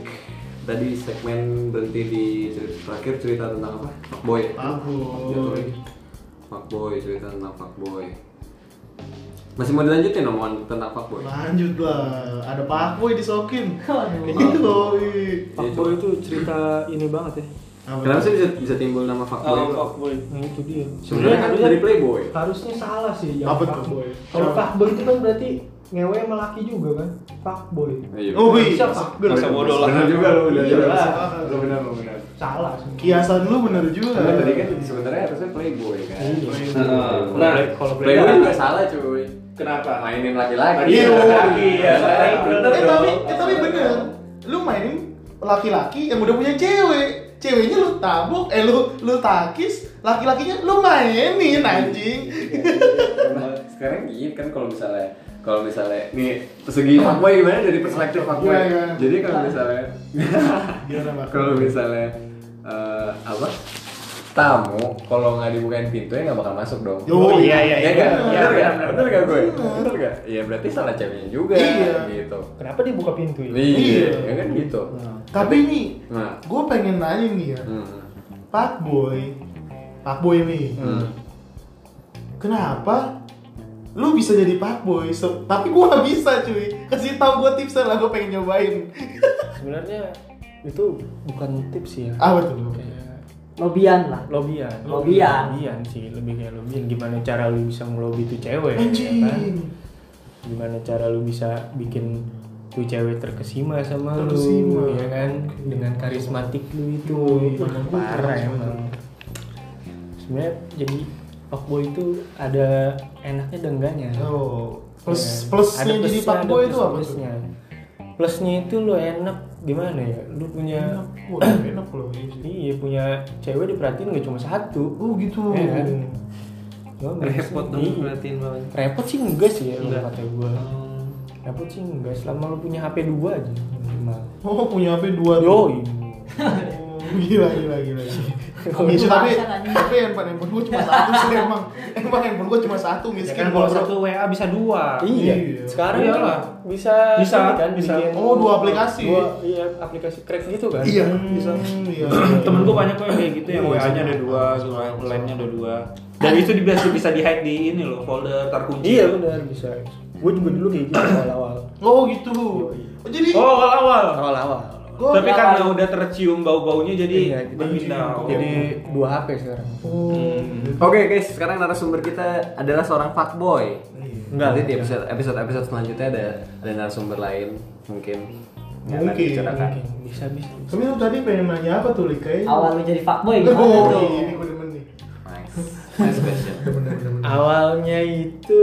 Tadi segmen berhenti di cerita, terakhir cerita tentang apa? Fuckboy. Fuckboy. Fuckboy, cerita tentang fuckboy. Masih mau dilanjutin omongan tentang fuckboy? Lanjut lah. Ada Pak Boy disokin. gitu, Aduh. Yoi. Fuckboy itu cerita ini banget ya Apa Iya, Kenapa tuh? sih bisa, bisa timbul nama fuckboy? Oh, itu? fuckboy. nah itu dia Sebenarnya kan dari Playboy. harusnya salah sih Apa tuh? fuckboy. kalau fuckboy itu kan berarti ngewe sama laki juga kan fuckboy Iya. Oh, wih. Siapa fuckgirl Masa bodoh lah. Bener juga lu, bener Iya bener. lah. Lu bener, lu bener. salah sih Kiasan lu bener juga. Lu tadi kan sebenarnya harusnya playboy kan. Nah, kalau Playboy juga salah cuy. Kenapa? Mainin laki-laki. Iya, laki-laki ya. Iya, bener Eh, dong. tapi, eh, tapi bener. Lu mainin laki-laki yang udah punya cewek. Ceweknya lu tabuk, eh lu lu takis, laki-lakinya lu mainin anjing. Emang sekarang gini kan kalau misalnya kalau misalnya nih segi fuckboy gimana dari perspektif fuckboy. Iya, iya. Jadi kalau misalnya Gimana Bang? kalau misalnya eh, apa tamu kalau nggak dibukain pintunya nggak bakal masuk dong Oh, iya, iya, iya kan iya. Iya, bener iya, nggak bener nggak gue bener nggak iya berarti salah ceweknya juga Iya. gitu kenapa dia buka pintu ya iya ya kan gitu Tapi nih, nah gue pengen nanya nih ya, hmm. Pak Boy, Pak Boy nih, Hmm. kenapa lu bisa jadi Pak Boy? So- tapi gue gak bisa cuy. Kasih tau gue tipsnya lah, gue pengen nyobain. sebenarnya itu bukan tips ya Ah betul. Kayak Lobian lah. lobian Lobian. lobian sih lebih kayak lobian gimana cara lu bisa ngelobi tuh cewek ya kan? Anjing. gimana cara lu bisa bikin tuh cewek terkesima sama Terkesima. lu ya kan dengan karismatik lu itu Iya, emang iya. parah emang sebenarnya jadi fuckboy itu ada enaknya dan enggaknya Oh, Ya. plus plusnya Ada jadi plusnya, Pak ada Boy itu apa tuh? plus-plusnya. plusnya itu lu enak gimana ya lu punya Enak, wah, enak loh. iya sih. iya punya cewek diperhatiin gak cuma satu Oh gitu. Iya kan? Gua Repot ngerasa, dong iya. ngeliatin banget. repot sih enggak sih ya lu Enggak. kata gua repot sih enggak selama lu punya HP 2 aja minimal Oh punya HP dua tuh. Yoi. Oh, gila gila gila. Mis, tapi tapi handphone handphone gue cuma satu sih emang emang handphone gue cuma satu Ya miskin kan kalau bro. satu WA bisa dua. Iya. Iya. Sekarang Iya kan lah. Bisa Bisa, ini kan bisa. bikin- Oh, dua aplikasi. Dua, iya, aplikasi crack gitu kan. Iya bisa. Bisa. Iya. Temen gue banyak kok yang kayak gitu yang Iya, WA-nya ada sama. dua, lainnya ada dua. Dan itu di- bisa bisa di hide di ini loh, folder terkunci. Iya benar bisa. Gue juga dulu kayak gitu awal-awal. Oh gitu. Oh, jadi Oh, awal-awal. Awal-awal. Gua- Tapi kan- karena udah tercium bau-baunya Iya, jadi jadi berpindah. jadi dua HP sekarang. Hmm. oke guys sekarang narasumber kita adalah seorang fuckboy Iya. Enggak. nanti di episode episode episode selanjutnya ada ada narasumber lain mungkin Iya. Nggak akan Mungkin, kan? dibicarakan. Mungkin bisa bisa. Tapi lu tadi pengen nanya apa tuh Lika? Awal iya. lu jadi fuckboy Gimana gimana Oh, iya, tuh? tuh? Ini gue demen nih. nice nice question Demen demen demen. Awalnya itu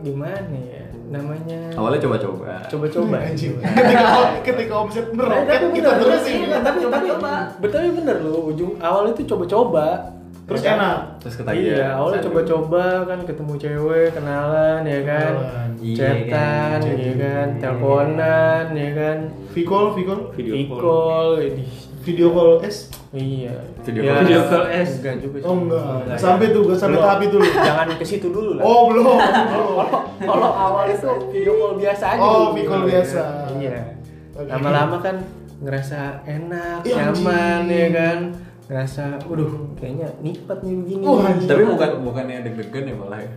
gimana ya? Namanya awalnya coba-coba coba-coba. Anjing. Ketika ketika omset meroket kita terus sih. Iya, tapi tapi Coba-coba. betul tapi bener loh ujung awal itu coba-coba Terus Ya kan? enak. terus ketagihan Iya, awalnya Satu. coba-coba kan ketemu cewek, kenalan ya kan, Kenalan. Iya, chatan kan. ya kan, teleponan ya kan, Vicol, Vicol, Video video call. call, idih. video call S. iya, Video Ya, call. Video call S. enggak juga sih. Oh enggak. Enggak, Sampai tuh, gak sampai Belum. tahap itu. lu. Jangan ke situ dulu lah. Oh belum. belum. kalau awal itu video call biasa aja. Oh, dulu. video call biasa. Iya. Oke. Lama-lama kan ngerasa enak, Iya, nyaman anjing. ya kan, ngerasa, waduh, kayaknya nikmat nih begini. Wah, Oh, anjing. Tapi bukan bukannya deg-degan ya malah ya.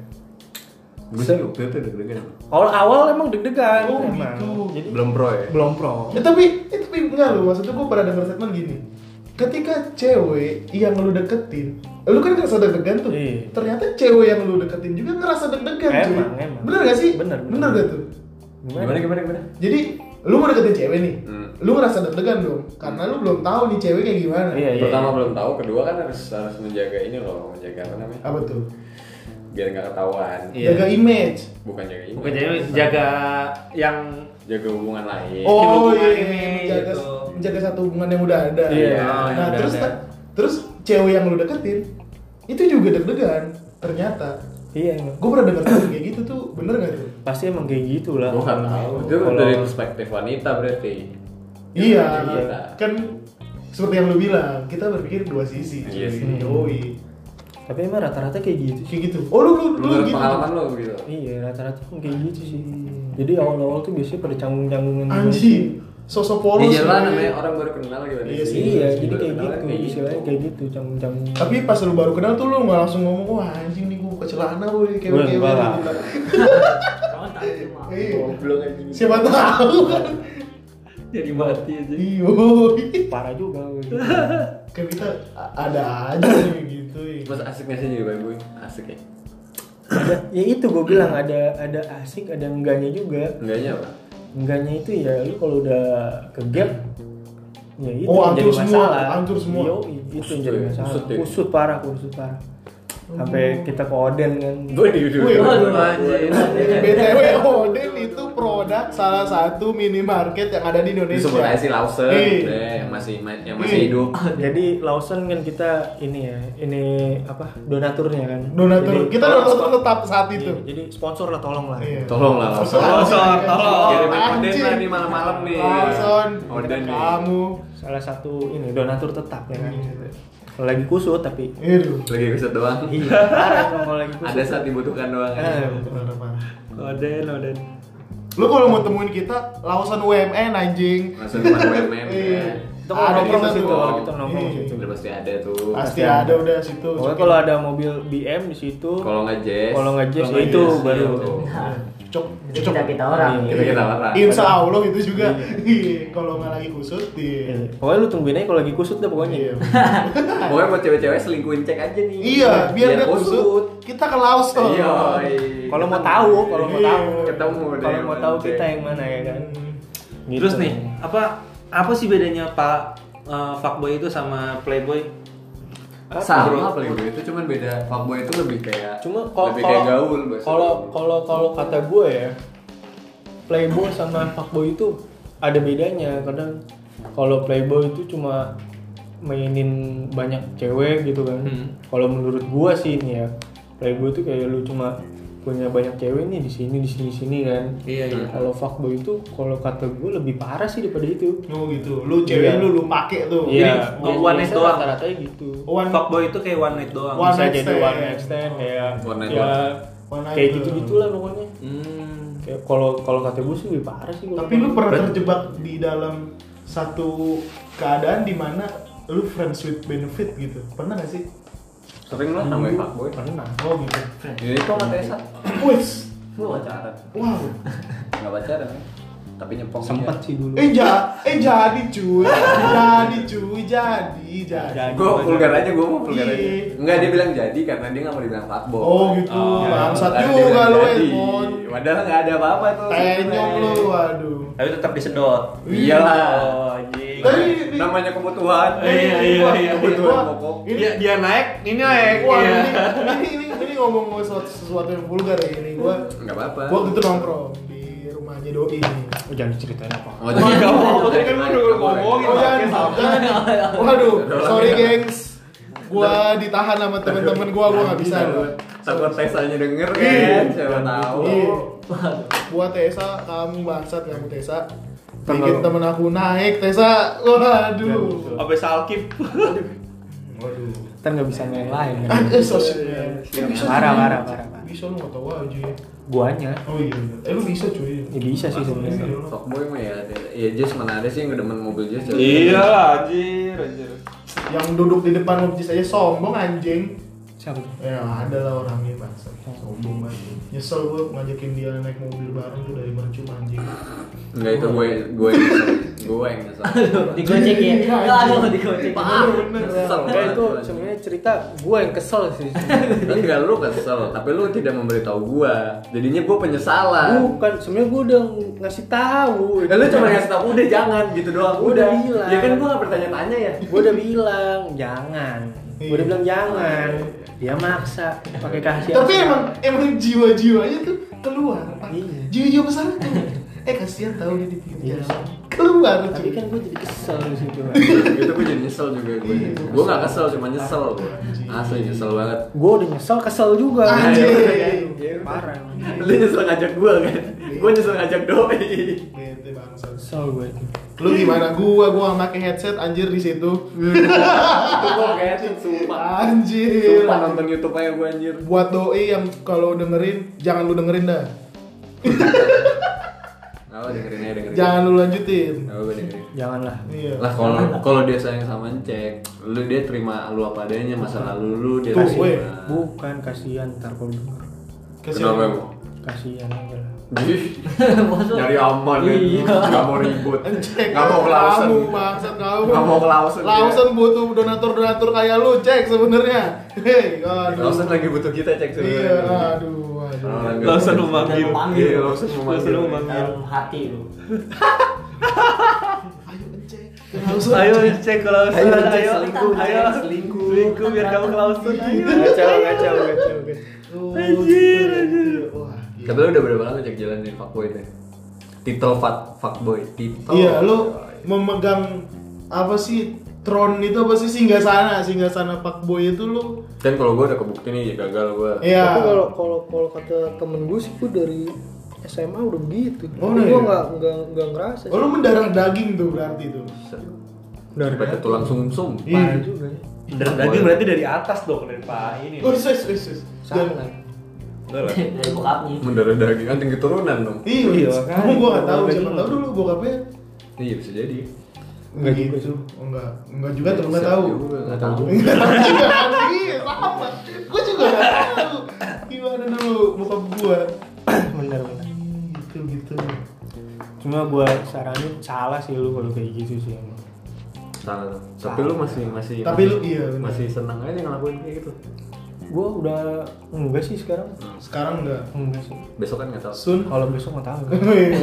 Gue sih waktu itu deg-degan. Awal awal emang deg-degan. Oh, emang. gitu. Jadi Belum pro ya. belum pro. Eh, tapi eh, tapi enggak lu maksudnya gue pernah denger statement gini ketika cewek yang lu deketin lu kan ngerasa deg-degan tuh Iya. ternyata cewek yang lu deketin juga ngerasa deg-degan cuy Emang, emang. bener gak sih Bener, bener bener. gak tuh Gimana gimana gimana? jadi lu mau deketin cewek nih Hmm. lu ngerasa deg-degan dong karena lu belum tahu nih cewek kayak gimana Iya, iya. Pertama belum tahu, kedua kan harus harus menjaga ini loh, menjaga apa namanya? apa tuh Biar nggak ketahuan. Iya. jaga image Bukan jaga ini. Bukan jadi jaga yang jaga hubungan lain. oh hubungan iya ini, menjaga gitu. menjaga satu hubungan yang udah ada Iya, nah yang udah terus ada. terus cewek yang lu deketin itu juga deg-degan ternyata Iya, emang. gue pernah denger statement kayak gitu tuh bener gak tuh Pasti emang kayak gitu lah. Gue nggak tahu. Itu Kalau- dari perspektif wanita berarti. iya Iya. kan seperti yang lu bilang kita berpikir dua sisi Iya cuy. sih. Yoi. Tapi emang rata-rata kayak gitu sih. kayak gitu oh lu lu, lu Menurut gitu pengalaman lo gitu. Iya, rata-rata emang kayak gitu sih. Jadi awal-awal tuh biasanya pada canggung-canggungan. gitu. anjing sosok polos Di jalan cuy. namanya orang baru kenal gimana Iya sih. Iya, jadi Baru kayak kenalan gitu. Istilahnya kayak gitu, canggung-canggung. tapi pas lu baru kenal tuh lu nggak langsung ngomong wah anjing nih gue buka celana boy kayak Wah, kayak gitu. enggak lah. Jangan tahu cuma. Iya. Goblok anjing. siapa tahu kan jadi mati aja. iyo Parah juga. gitu. kan kita a- ada aja nih gitu ya. Mas asik nggak sih jadi bayi boy? Asik ya. ya itu gue bilang ada ada asik ada enggaknya juga enggaknya apa enggaknya itu ya lu kalau udah ke gap ya itu Oh, yang jadi hancur semua, masalah hancur semua. Yo, itu yang Kusut jadi ya, masalah kusut kusut, ya. parah kusut parah sampai kita ke Oden kan gue di dulu Wih, Aduh, iya. waduh, anjing. BTW Oden itu produk salah satu minimarket yang ada di Indonesia. disebut aja si Lawson deh, Ih. ya, yang masih yang Ih. masih hidup jadi Lawson kan kita ini ya ini apa donaturnya kan Donatur. Jadi- Kita donatur tetap saat Iya, itu. jadi sponsor lah tolong lah Iya. tolonglah Lawson Sponsor, tolong. kirimin Oden Anjing. lah nih malam-malam nih Lawson, Oden nih kamu. salah satu ini donatur tetap ya kan Iya. Kalau lagi kusut tapi Aduh. lagi keset doang iya parah emang kalau lagi kusut ada saat dibutuhkan doang kan? Eh, Parah-parah. Oden Oden Lu kalau mau temuin kita, Lawson UMN anjing. langsung cuma BMM Iya. Itu kalau Ada nongkrong kita situ, tuh. kita nongkrong Iya. situ. udah pasti ada tuh Pasti ada udah situ. pokoknya kalau ada mobil BM di situ kalau nggak Jess Kalau nggak Jess, Kalau ya itu Jess, baru. iya, tuh. Cocok, Itu cocok. kita kita orang. kita kita larang Insya Allah itu juga. Iya, Kalau nggak lagi kusut di. Iya. pokoknya lu tungguin aja kalau lagi kusut dah pokoknya Iya. pokoknya buat cewek-cewek selingkuhin cek aja nih Iya, biar dia kusut. Kita ke Lawson. iya Oh. kalau mau tahu kalau mau Iya. tahu Ketemu deh, kalau mau tahu cek. kita yang mana ya kan Gitu. Terus nih, apa apa sih bedanya pak eh, fuckboy itu sama playboy? sama playboy itu cuman beda fuckboy itu lebih kayak cuma kalau lebih kayak gaul bahasa kalau gaul. kalau kalau kata gue ya playboy sama fuckboy itu ada bedanya kadang kalau playboy itu cuma mainin banyak cewek gitu kan Hmm. kalau menurut gue sih ini ya playboy itu kayak lu cuma punya banyak cewek nih di sini di sini di sini kan Iya, iya. kalau fuckboy itu kalau kata gue lebih parah sih daripada itu Oh gitu, lu cewek Iya. lu lu pake tuh. Iya, Jadi, biasanya one night doang. rata-ratanya gitu One, Fuckboy itu kayak one night doang. One bisa night jadi stand. one night stand kayak One night ya One night kayak stand. gitu gitulah pokoknya Hmm. Kayak kalau kalau kata gue sih lebih parah sih. kalau tapi lu pernah terjebak di dalam satu keadaan di mana lu friends with benefit gitu. Pernah gak sih? sering lah ya, namanya fuckboy pernah. Oh gitu. ini kok nggak Tessa Wes. lu pacaran Wow. nggak pacaran ya? tapi nyepong Sempet sih dulu. Eh, ja eh jadi cuy. jadi cuy, jadi jadi. Jadi. gue vulgar aja gue mau vulgar Iya. aja enggak dia bilang jadi karena dia nggak mau dibilang fuckboy Oh gitu. Bangsat Tadi dia juga bilang lu, jadi. Edmond. padahal nggak ada apa-apa tuh Tenyong sebenarnya. lu, waduh. Tapi tetap disedot. Iyalah. Oh, anjing. Tapi ini- namanya kebutuhan Iya, iya, iya. kebutuhan pokok Ini Dia, dia naik, ini naik. Wah, Iya. ini, ini, ini, ini ngomong ngomong sesuatu, sesuatu yang vulgar ya ini gua nggak apa-apa gua waktu itu nongkrong di rumahnya doi nih. Oh, jangan diceritain apa. oh jadi Nggak apa-apa, Jadi kan lu nggak udah boleh. Iya, ngomongin. Oh jangan, jangan. Waduh, sorry gengs. Gua ditahan sama temen-temen gua, gua nggak bisa. gua. takut Tessanya denger Iya. kan siapa tahu Iya. Buat Tesa, kamu bangsat kamu Tesa. Bikin Tanggal- temen aku naik, Tesa. Waduh. Sampai salkip. Waduh. Kita nggak bisa main lain. Ah, eh, sosmed. Eh, bisa, Parah, cuy. parah, parah, parah. Bisa lu nggak tahu aja. ya. Guanya. Oh iya. Eh lu bisa cuy. Ya bisa sih sebenarnya. Fuckboy mah ya, ada- ya Jess mana ada sih yang demen mobil Jess ya? Iya. anjir, anjir. Yang duduk di depan mobil aja sombong anjing. Siapa? tuh? Ya ada lah orangnya bangsa Sombong banget Nyesel gue ngajakin dia naik mobil bareng tuh dari Mercum anjing Enggak itu gue gue yang nyesel. gue yang nyesel. Digocek ya. Iya, Enggak, aduh digocek. Parah, bener. nyesel Eh, banget itu gua. sebenarnya cerita gue yang kesel sih. sebenarnya. Enggak lu kesel, tapi lu tidak memberitahu gue. Jadinya gue penyesalan. Bukan, sebenarnya gue udah ngasih tahu. Ya, lu cuma ngasih tau Uh. udah jangan gitu doang. Udah Udah. bilang. Ya kan gue gak bertanya-tanya ya. Gue udah bilang jangan. Gue Iya. udah bilang jangan. Oh, iya, Dia maksa pakai kasih. Tapi emang emang jiwa-jiwanya tuh keluar Pak. Iya. Jiwa-jiwa besar tuh Eh kasihan tau dia di pinggir Iya. jalan Keluar Tapi cuy kan gue jadi kesel di situ. itu gue Gitu, jadi nyesel juga gue. Iya. Gue gak kesel, cuma nyesel gue. Asli nyesel banget. Gue udah nyesel, kesel juga. Anjing. Parah. emang. Lu nyesel ngajak gue kan? Gue nyesel ngajak doi. Bete bangsa Kesel gue itu. Lu gimana gua, gua nggak pakai headset anjir di situ Iya. Itu gue kayak sumpah. Anjir Sumpah nonton YouTube aja gue anjir. Buat doi yang kalau dengerin, jangan lu dengerin dah Gak apa dengerin aja dengerin. Jangan lu lanjutin Gak apa dengerin. Janganlah. Iya Lah kalau kalau dia sayang sama cek, lu dia terima lu apa adanya masa lalu lu dia Tuh, terima. weh. Bukan kasihan ntar kalau denger. Kenapa Kasihan emang? Kasihan aja lah. Maksud- nyari aman kan Iya. nggak mau ribut Cek, nggak mau Iya. kelausan Eh, Kamu bangsat kamu. Nggak mau kelausan, ya. Kelausan butuh donatur-donatur kayak lu, cek sebenarnya. Hei, aduh. Lawson lagi butuh kita cek sebenarnya Iya, aduh. aduh. Orang Lawson nggak- memanggil. Memanggil. Iya, Lawson memanggil. Lawson memanggil. Dalam hati lu. Ayo cek. Kelausan. Ayo cek ke Lawson, Ayo, ayo, cek ayo, selingkuh, ayo, cek selingkuh. selingkuh biar kamu ke Lawson, ayo. Kacau, kacau, kacau, kacau. Aduh, Anjir, anjir. Wah, gila. Tapi lu Iya. udah berapa lama ngajak jalan dari fuckboy deh? Titel fuck fuckboy, titel. Iya, lu memegang apa sih tron itu apa sih singgah sana, singgah sana Pak Boy itu lu. Kan kalau gua udah kebukti nih gagal gua. Tapi Iya. kalau kalau kalau kata temen gue sih gue dari SMA udah begitu. Oh, Tapi iya. gue nggak nggak nggak ngerasa. Oh, lu mendarah daging tuh berarti tuh. Daripada tulang sumsum. Iya. Parah juga ya. Darah daging berarti dari atas dong, dari paha ini. Oh, sus, sus, sus. Sangat. Dari bokapnya. Mendarah daging kan tinggi turunan dong. Iya, makanya. kamu gua nggak tahu Mendarah siapa daging. tahu dulu bokapnya Iya bisa jadi. Enggak gitu. Oh, enggak. Enggak juga temen Bisa enggak tahu. juga, nggak tahu. Enggak tahu juga. Iya, sama. Gua juga enggak tahu. Gimana dulu bokap gua? Bener bener. Hmm, Gitu gitu. Cuma gue saranin salah sih lu kalau kayak gitu sih emang. Salah tuh. Tapi lu masih masih Tapi lu iya benar. masih senang aja ngelakuin kayak gitu. Gue udah enggak sih sekarang. Sekarang enggak. Enggak sih. Besok kan nggak tahu. Sun. Kalau besok nggak tahu.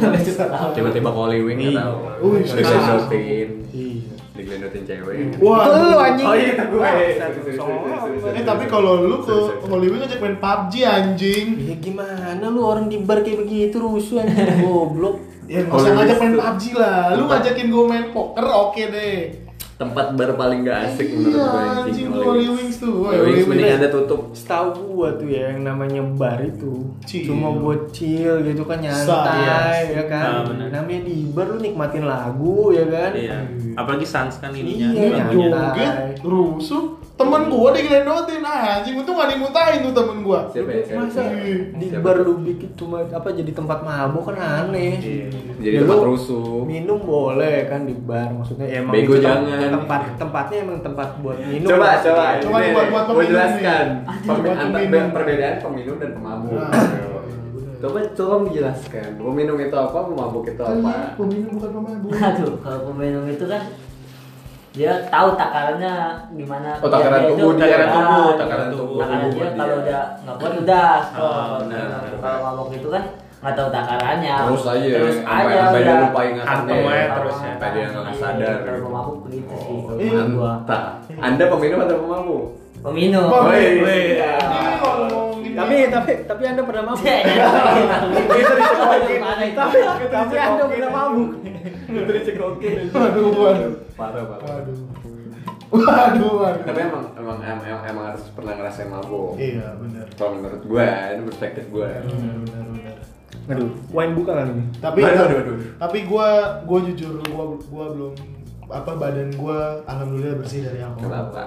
Tiba-tiba calling wing nggak Iya. tahu. Wih, Diglendotin, Iya. diglendotin cewek. Wah, Itu lu lu- anjing. Oh iya, itu gue. Eh tapi kalau lu ke Hollywood ngajak main PUBG anjing. Ya gimana lu orang di bar kayak begitu rusuh anjing goblok. Ya nggak Kalau usah ngajak gitu. main PUBG lah. Lu ngajakin gue main poker oke deh. tempat bar paling gak asik menurut gue Iya, anjing tuh Holy Wings tuh. Wah, Holy Wings Holy mending Wings. ada tutup. Setahu gua tuh ya yang namanya bar itu Chill. cuma buat chill gitu kan iya. Santai. nyantai ya Nah, Ah, kan. benar. namanya di bar lu nikmatin lagu ya kan. Iya, apalagi sans kan ininya. Iya, Iya, lagunya. joget, rusuh. Temen gue diglendotin anjing. Untung gak dimuntahin tuh temen gue. Siapa ya? Masa Siapa? di Siapa? bar lu bikin cuma apa jadi tempat mabok kan aneh. Iya. Jadi Ya, tempat Iya, lu rusuh. Minum boleh kan di bar maksudnya ya, emang Bego itu tem- jangan. Iya. tempat tempatnya emang tempat buat minum. Coba, lah. coba. Coba ini buat- nih, buat gua peminum jelaskan. nih. Pemin- Buat antara- peminum. be- perbedaan peminum dan pemabuk. Nah. Coba tolong dijelaskan. Peminum itu apa, pemabuk itu Kan apa? Peminum bukan pemabuk. Aduh, kalau peminum itu kan dia tahu takarannya gimana. Oh, takaran Dia- dia tubuh, itu- takaran Ah, tubuh, iya, takaran tubuh. Takaran Tubuh dia buat kalau dia. udah nggak kuat udah stop. Ah, benar, Nah, benar. Kalau mabok itu kan nggak tahu takarannya. Terus aja, terus sampai- aja sampai dia udah. lupa ingatannya, Hantem aja Lupa terus ya. ingatan. Sampai dia nggak Iya, sadar. Oh, Kalau mabok begitu gitu sih. kalau Iya. menurut gua. Mantap. Anda peminum atau pemabuk? Peminum. Oh, Woi, woi. Iya. Ini ngomongin Tapi tapi tapi Anda pernah mabuk? Cek, ya, Gitu, Itu dicekokin. Aneh. Tapi tapi Anda pernah mabuk. Itu dicekokin. Waduh, waduh. Parah, parah. Waduh. Waduh, waduh. Tapi emang emang emang, emang harus pernah ngerasain mabuk. Iya, benar. Kalau menurut gue, ini perspektif ya. gue. Benar, benar, benar. Aduh, wine buka kan ini. tapi Aduh, aduh, aduh. tapi gue gue jujur gue gue belum apa badan gue alhamdulillah bersih dari alkohol Kenapa?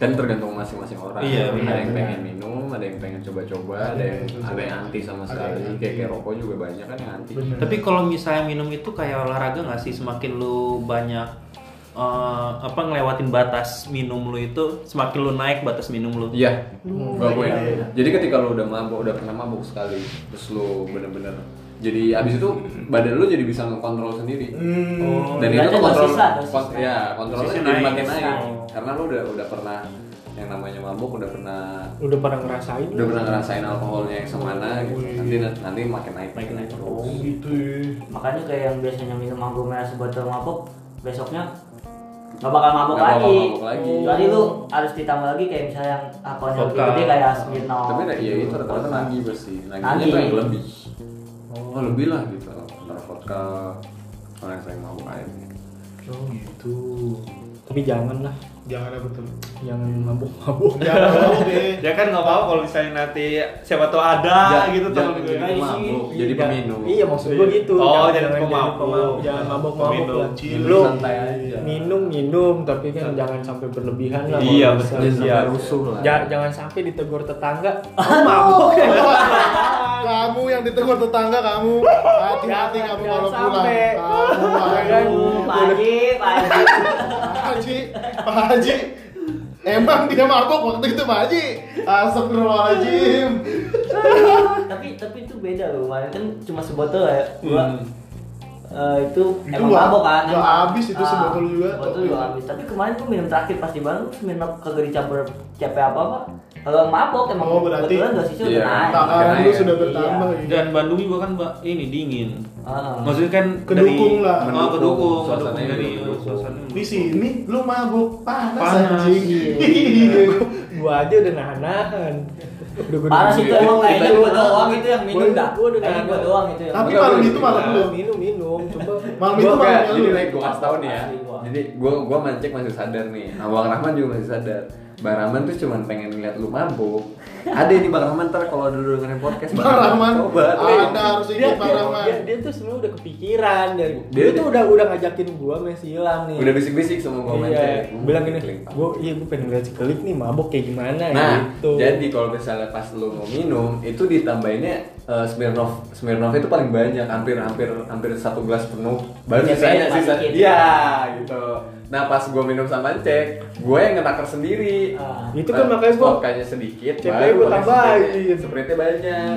Kan tergantung masing-masing orang. Iya, ada benar, yang benar. pengen minum, ada yang pengen coba-coba, ada yang ada yang anti sama Ada sekali. yang anti. Kayak kayak rokok juga banyak kan yang anti. Benar. Tapi kalau misalnya minum itu kayak olahraga nggak sih? Semakin lu banyak eh, apa ngelewatin batas minum lu itu, semakin lu naik batas minum lu. Iya, gue akuin. Jadi ketika lu udah mabuk, udah pernah mabuk sekali, terus lu bener-bener jadi abis itu badan lu jadi bisa ngekontrol sendiri. Hmm, Dan itu berarti kontrol, dosisnya, dosisnya. kon- ya kontrolnya Dosisnya jadi naik. makin naik. Oh. Karena lu udah udah pernah yang namanya mabuk, udah pernah Udah pernah ngerasain? udah pernah ngerasain alkoholnya yang semana gitu nanti nanti makin naik makin naik terus oh gitu ya. makanya kayak yang biasanya minum aglomerasi botol mabok besoknya nggak bakal mabok Nggak bakal lagi. mabok lagi. Jadi lu harus ditambah lagi kayak misalnya yang alkoholnya lebih Vodka. gede kayak Smirnoff. tapi nah, ya itu rata-rata nagih bersih nagihnya Nagih. tuh yang lebih oh lebih lah gitu antara vodka orang yang sering mabuk air oh gitu Tapi jangan lah, jangan apa tuh jangan mabuk-mabuk. jangan mau deh Ya kan nggak apa-apa kalau misalnya nanti siapa tahu ada Ja- gitu jangan temen jadi gue. pemabuk jadi peminum Iya maksud gua gitu. Oh, Jangan- jadi jangan pemabuk. pemabuk, Jangan mabuk-mabuk Peminum. lah. Minum Lu santai aja minum minum tapi kan jangan sampai berlebihan lah. Iya, kalau betul. jangan bisa. sampai rusuh lah Ja- jangan sampai ditegur tetangga. kamu yang ditegur tetangga kamu hati-hati kamu Jangan kalau pulang sampai. kamu Jangan. aduh Pak Haji, Pak Haji. Pak Haji Pak Haji emang dia mabok waktu itu Pak Haji astagfirullahaladzim tapi tapi itu beda loh kemarin kan cuma sebotol ya gua eh, itu, Itu emang gua- mabok kan gua habis itu Ah, sebotol juga, sebotol tapi- juga habis tapi kemarin tuh minum terakhir pasti banget minum kagak dicampur capek apa apa kalau mabok emang Oh, berarti- kebetulan dosisnya udah Iya. naik Takaran Iya. lu sudah bertambah ya. Dan Bandung juga kan mbak ini dingin. Ah. Maksudnya kan Kedukung dari, lah. Oh, kedukung, kedukung Suasananya dari kedukung. suasana. Di sini lu mabuk panas, Panas, anjing. Iya. gua aja udah nahan-nahan. Udah gua Parah sih itu nungguin. emang kayaknya gua Tiba-tiba- doang itu yang minum Gua- dah. gua udah Kayaknya gua nangis. doang itu yang Tapi Enggak, malam gua itu malam lu. Nah, minum-minum, coba Malam itu Gua malam enggak, yang jadi lu. naik gue kasih tau nih ya Asli gua. Jadi gue gua mancing masih sadar nih Nah Bang Rahman juga masih sadar Bang Rahman tuh cuman pengen ngeliat lu mabuk Ada ini Bang Rahman ntar kalau ada lu dengerin podcast Bang Rahman, Coba tuh. Anda harus dia, ikut Bang dia- Rahman. dia, dia tuh sebenarnya udah kepikiran dari dia, Dia- tuh udah udah ngajakin gua masih hilang nih. Udah bisik-bisik sama gue iya, mancing bilang gini, Kling. gua iya gua pengen ngeliat si Kelik nih mabok kayak gimana Nah, gitu. jadi kalau misalnya pas lu mau minum, itu ditambahinnya eh, Smirnoff. Smirnoff itu paling banyak, hampir hampir hampir satu gelas penuh. Baru Biasanya sisanya sisa. dimasukin. Iya, gitu. Nah, pas gue minum sama Cek, gue yang ngetaker sendiri. Ah. Itu kan makanya gua- vodkanya sedikit, Cepetnya baru gua pakai tambahin. spritnya. Spritnya banyak.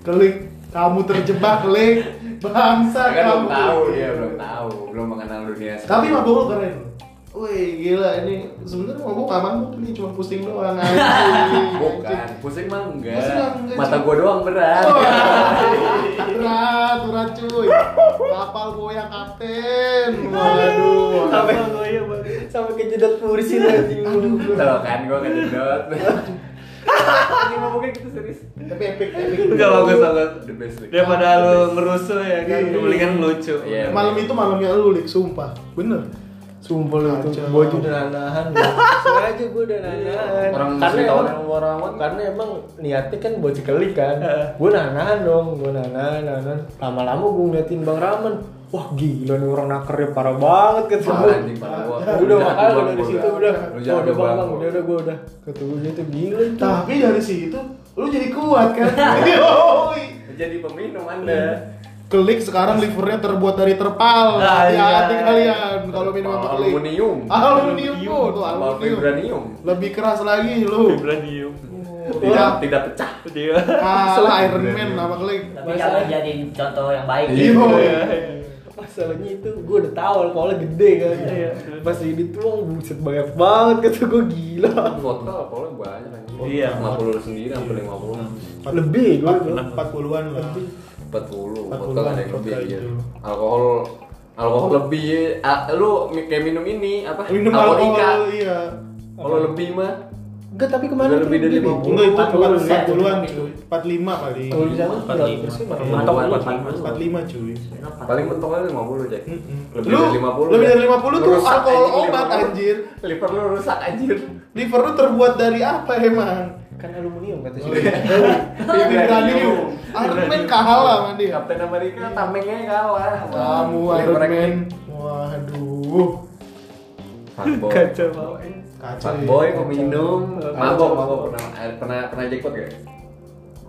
Kelik, kamu terjebak, Kelik. Bangsa Kan belum kamu. tahu dia, belum tahu, belum mengenal dunia. Tapi sendiri. mabuk lu keren. Wih, gila ini sebenarnya mabuk gak mabuk nih, cuma pusing doang anjing. Bukan, pusing mah enggak. Pusing mah enggak, Mata Cek. gue doang berat. Oh. Berat, berat cuy. Kapal goyang kapten. Waduh. sampai sampai kejedot kursi anjing lu. Tuh kan, gue ngejedot. Ini maboknya gitu serius. Tapi epic, epic. Enggak bagus bagus. The best. Lik. Daripada lu ngerusuh ya kan, Iya. mendingan lucu. Iya. Malam itu malamnya lu lik, sumpah. Bener. Sumpah lu itu, Kacau. gua aja udah nahan-nahan gua. Sengaja gua udah nahan Orang Karena masih emang, tawaran sama orang-orang. karena emang niatnya kan buat cekelik kan Gua nahan-nahan dong, gua nahan-nahan, nahan-nahan Lama-lama gua ngeliatin Bang Raman Wah gila nih orang nakernya parah banget kan Parah, semua. anjing, parah. Gua- Udah Jangan makanya dibang, gua dari gua situ udah. udah Lu jangan Oh udah bang, dibang, bang, gua. udah udah gua udah Kata gua gitu gila itu Tapi dari situ lu jadi kuat kan. Yoi. Jadi peminum Iya. Anda. Kelik sekarang livernya terbuat dari terpal. Ah, iya. Hati-hati kalian kalau minum Terpal sama kelik. aluminium. Aluminium. Oh, tuh Sama aluminium. vibranium. Lebih keras lagi lu. Vibranium. Iya. Tidak tidak pecah. Dia. Kalah Ah, Iron Man sama kelik. Tapi jangan jadi contoh yang baik. gitu? Iya. Masalahnya itu gua udah tau alkoholnya gede kan Iya. Pas ini tuh wah, buset banyak banget kata gua gila Vodka alkoholnya banyak anjing. Iya. 50 sendiri hampir Iya. 50. Lebih gua tuh. 40-an lah. 40. 40, Vodka nggak ada yang lebih vodka dia. itu. Alkohol alkohol lebih ah, lu mi- kayak minum ini apa? Minum Alkoholika. alkohol iya. Kalau lebih mah Enggak, tapi kemarin Udah lebih dari deh. 50. Enggak itu 40. 40-an cuy. 45 kali. Kalau di sana 45. berapa persen? Paling Mantap. mentok Mantap. paling- 45 cuy. paling mentoknya 50 Jack. Mm-mm. Lebih Lu, dari 50. lebih Jack. dari 50 tuh Lu rusak, alkohol anjing, obat, 50. anjir. Liver lu rusak anjir. Liver lu terbuat dari apa emang? Kan aluminium kata si. Iya, Vibranium. Iron Man kalah sama dia. Kapten Amerika tamengnya kalah. Kamu Wah, Iron liver Man. Waduh. Fuckboy. Kacau. Kacau. Fuckboy, ya. peminum, Kacau. mabok, mabok pernah eh, pernah pernah jackpot gak?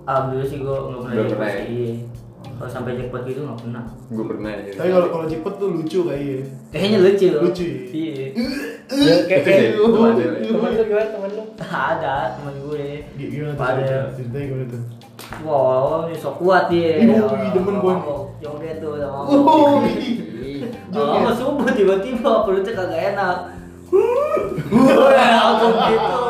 Alhamdulillah sih gua nggak Belum pernah jadi pernah ya? polisi. Kalau sampai jackpot gitu nggak pernah. Gue pernah ya. jadi. Tapi kalau kalau jipet tuh lucu kayaknya. Eh, Kayaknya lucu. Lucu. Iya. Ya, kayak- kayak- Iya. Itu sih, teman dia. Temen lu gimana temen lu? Ada teman gue. G- Gimana tuh? Pada Ceritanya gimana tuh? wow, ini sok kuat dia. Ih, Orang- demen orang gua. mabok. Joget tuh sama. Oh, mabok. iya. ih. Ih, Joget. Lama subuh tiba-tiba perutnya kagak enak. Langsung gitu.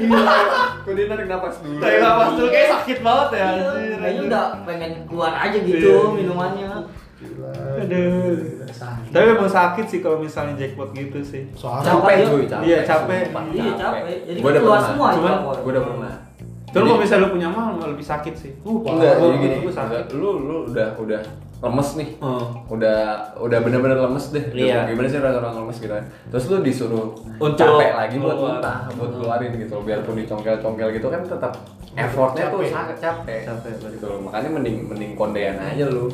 Gila. Kok dia narik napas dulu? Tapi nafas dulu kayak sakit banget ya. Iya, anjir. Kayaknya udah pengen keluar aja Iya. gitu minumannya. Gila. Aduh. Sakit. Tapi emang sakit sih kalau misalnya jackpot gitu sih. Soalnya Capek Capek. cuy, capek. Iya, capek. sumpah, Iya, capek. Jadi Gua udah keluar pernah. semua ya? itu Cuman alkohol. gue udah pernah. Terus Jadi- kalau misalnya lu punya mahal malah lebih sakit sih. Uh, Enggak, jadi gini. Gue sakit. Lu lu udah udah lemes nih. Oh. Udah udah benar-benar lemes deh. Udah Iya. Gimana sih orang orang lemes gitu kan. Terus lu disuruh Untuk capek lagi buat keluar. muntah, buat keluarin gitu. Biarpun dicongkel-congkel gitu kan tetap effortnya tuh sangat capek. Capek, betul. Gitu. Makanya mending mending kondean aja lu.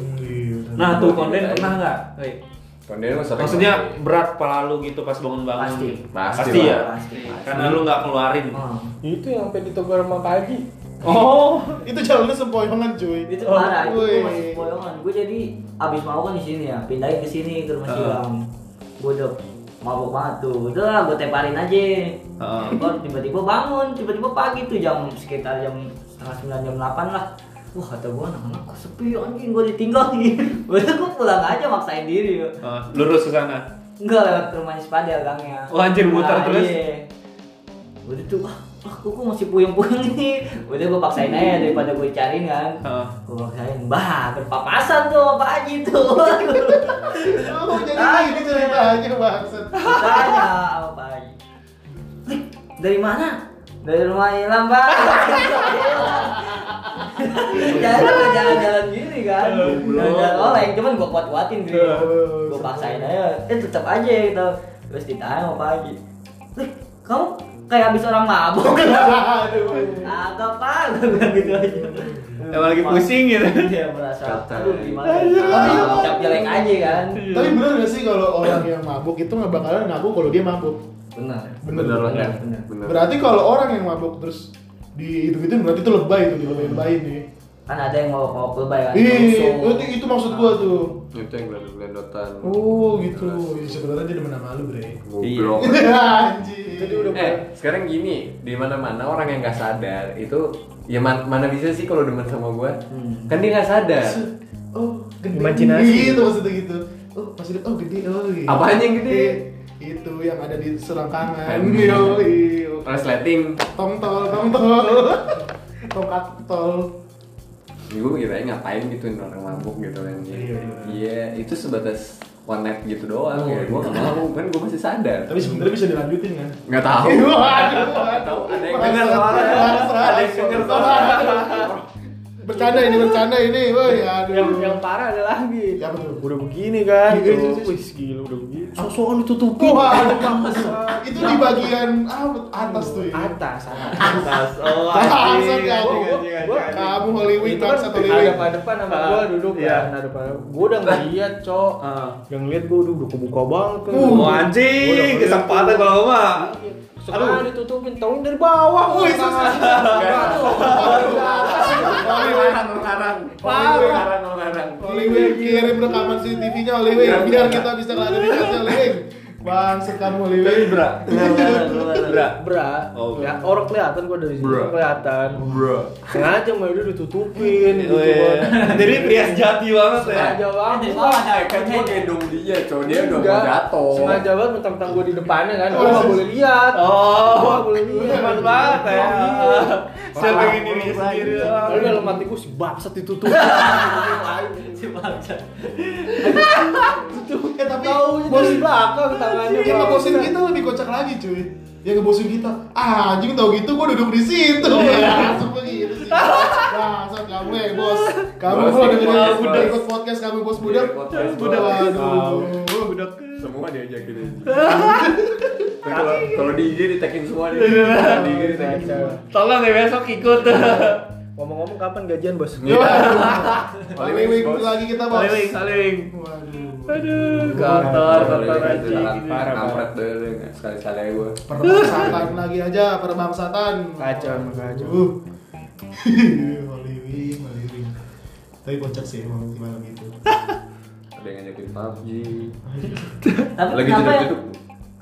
Nah, tuh konten pernah nggak? Hei. Kondean mah sering Maksudnya banget. berat pala lu gitu pas bangun-bangun. Pasti. Pasti lah. ya. Pasti. Karena lu nggak keluarin. Hmm. Ya Itu yang sampai ditegur sama Pak Haji. Oh. itu jalannya sempoyongan cuy itu parah itu Woi. gue masih boyongan gue jadi abis mabok kan di sini ya pindahin ke sini ke rumah Heeh. silang gue udah mabok banget tuh udah lah gue temparin aja Heeh. Gua tiba-tiba bangun tiba-tiba pagi tuh jam sekitar jam setengah sembilan jam delapan lah wah kata gue anak-anak kok sepi ya, anjing gue ditinggal nih udah gue pulang aja maksain diri gua. Ah, lurus ke sana. Enggak lewat rumahnya Spadel gangnya. Oh, anjir, muter terus? ya. Iya. Udah tuh, ah, ah kuku masih puyeng-puyeng nih. Udah gue paksain aja daripada gue cariin kan. Heeh. Gue paksain, bah berpapasan tuh sama Pak Haji tuh. Oh, Ah, jadi ini ceritanya maksud. Tanya sama Pak Haji. "Lik, Dari mana? Dari rumah Ilham, Pak. Jalan jalan-jalan gini kan. Jalan-jalan oleng, cuman gue kuat-kuatin gitu gue paksain aja eh tetap aja gitu terus ditanya sama Pak Haji "Lih, kamu kayak habis orang mabuk agak pak Gua bilang gitu aja Emang lagi pusing gitu. dia Iya, merasa Kata. aduh gimana ya? tapi ucap jelek aja kan Tapi bener gak sih kalau orang yang mabuk itu nggak bakalan ngaku kalau dia mabuk? benar Bener. lah ya. Bener. Bener. Berarti kalau orang yang mabuk terus dihitung-hitung berarti itu lebay itu dilebay-lebayin nih. kan ada yang mau mau Iya, lebay kan Ih, langsung. itu, itu maksud gua tuh. Itu yang gelendotan. Oh gitu, ya, sebenarnya dia demen sama lu bre Goblok. Iya. Anjir Jadi udah Eh, sekarang gini, di mana-mana orang yang gak sadar itu ya man- mana bisa sih kalau demen sama gua? Hmm. Kan dia gak sadar. Oh, gede Imajinasi. Gitu maksudnya gitu Oh, masih liat, oh gede, oh gitu Apaan yang gede? Itu yang ada di selangkangan Kan. Yoi Resleting. Tongtol, tongtol Tongkat tol Ya, gue kira ngapain gituin orang mabuk gitu kan ya. Iya, iya. Iya, itu sebatas one night gitu doang ya. Gue gak mau, kan gue masih sadar. Tapi sebenarnya bisa dilanjutin kan? Nggak tahu. Waduh, waduh Ada yang denger soalnya. Ada yang denger soalnya. Bercanda ini, bercanda ini Woi, aduh yang yang parah ada lagi Yang betul udah begini kan Iya, iya, gitu. iya. wih gila udah begini Sosokan ditutupin Waduh, itu di bagian apa, atas tuh ya atas atas Atas. Oh, Bangsat, anjing. ya, anjing, anjing, iya, anjing, anjing. Kamu Hollywood, itu kan bangsa ada Hollywood pada depan sama Ah, gua duduk iya. kan ada pada gua udah ngeliat cok Ah. yang ngeliat gua udah udah kebuka banget kan Uh, Oh, Gua udah anjing, ngeliat kesempatan tuh. kalau mah. sekarang ditutupin tauin dari bawah Wih, susah iya. Ngelarang, ngelarang. Parah. Ngelarang, ngelarang. Hollywood kirim rekaman CCTV-nya Hollywood biar kita bisa ngadain kasih Hollywood. Bangsat kamu Hollywood. bra Bra. bra Oh. ya orang kelihatan gua dari sini Bra. kelihatan Bro. sengaja mau udah ditutupin gitu Oh, iya. kan Jadi pria sejati banget ya. sengaja banget Oh, ada Kan gue gendong dia, cowok dia udah mau jatuh. sengaja banget mentang-mentang gue di depannya kan gue nggak boleh lihat Oh, Gua boleh lihat Iya. hebat banget ya. Saya pengen diri sendiri. lalu dalam hati gue si bangsat ditutup si bangsa Eh tapi bos bos belakang tangannya Iya, yang ngebosin gitu. kita lebih kocak lagi cuy. Yang ngebosin kita, ah anjing tau gitu gua duduk di situ. Oh, iya. Langsung begitu sih. Bangsat kamu eh bos. Kamu Bos, kalau ikut podcast, dengerin budak bos. ikut podcast kamu bos budak. Ikut podcast, Budak bos. aduh. Budak. semua diajakin aja kalau kalau di IG ditekin semua dia di IG ditekin semua Tolong ya besok ikut. ngomong-ngomong kapan gajian bos Iya. Iya. Hollywood Bos. lagi kita bos. Saling, saling. Waduh. Aduh, kotor, kotor Kalau anjing. jalan parah kampret deh sekali sekali gue Perbangsatan lagi aja, perbangsatan. Kacau, emang kacau. Uh. Maliwing, maliwing. Tapi kocak sih emang gitu. di malam itu. ada yang ngajakin PUBG tapi lagi kenapa duduk yang duduk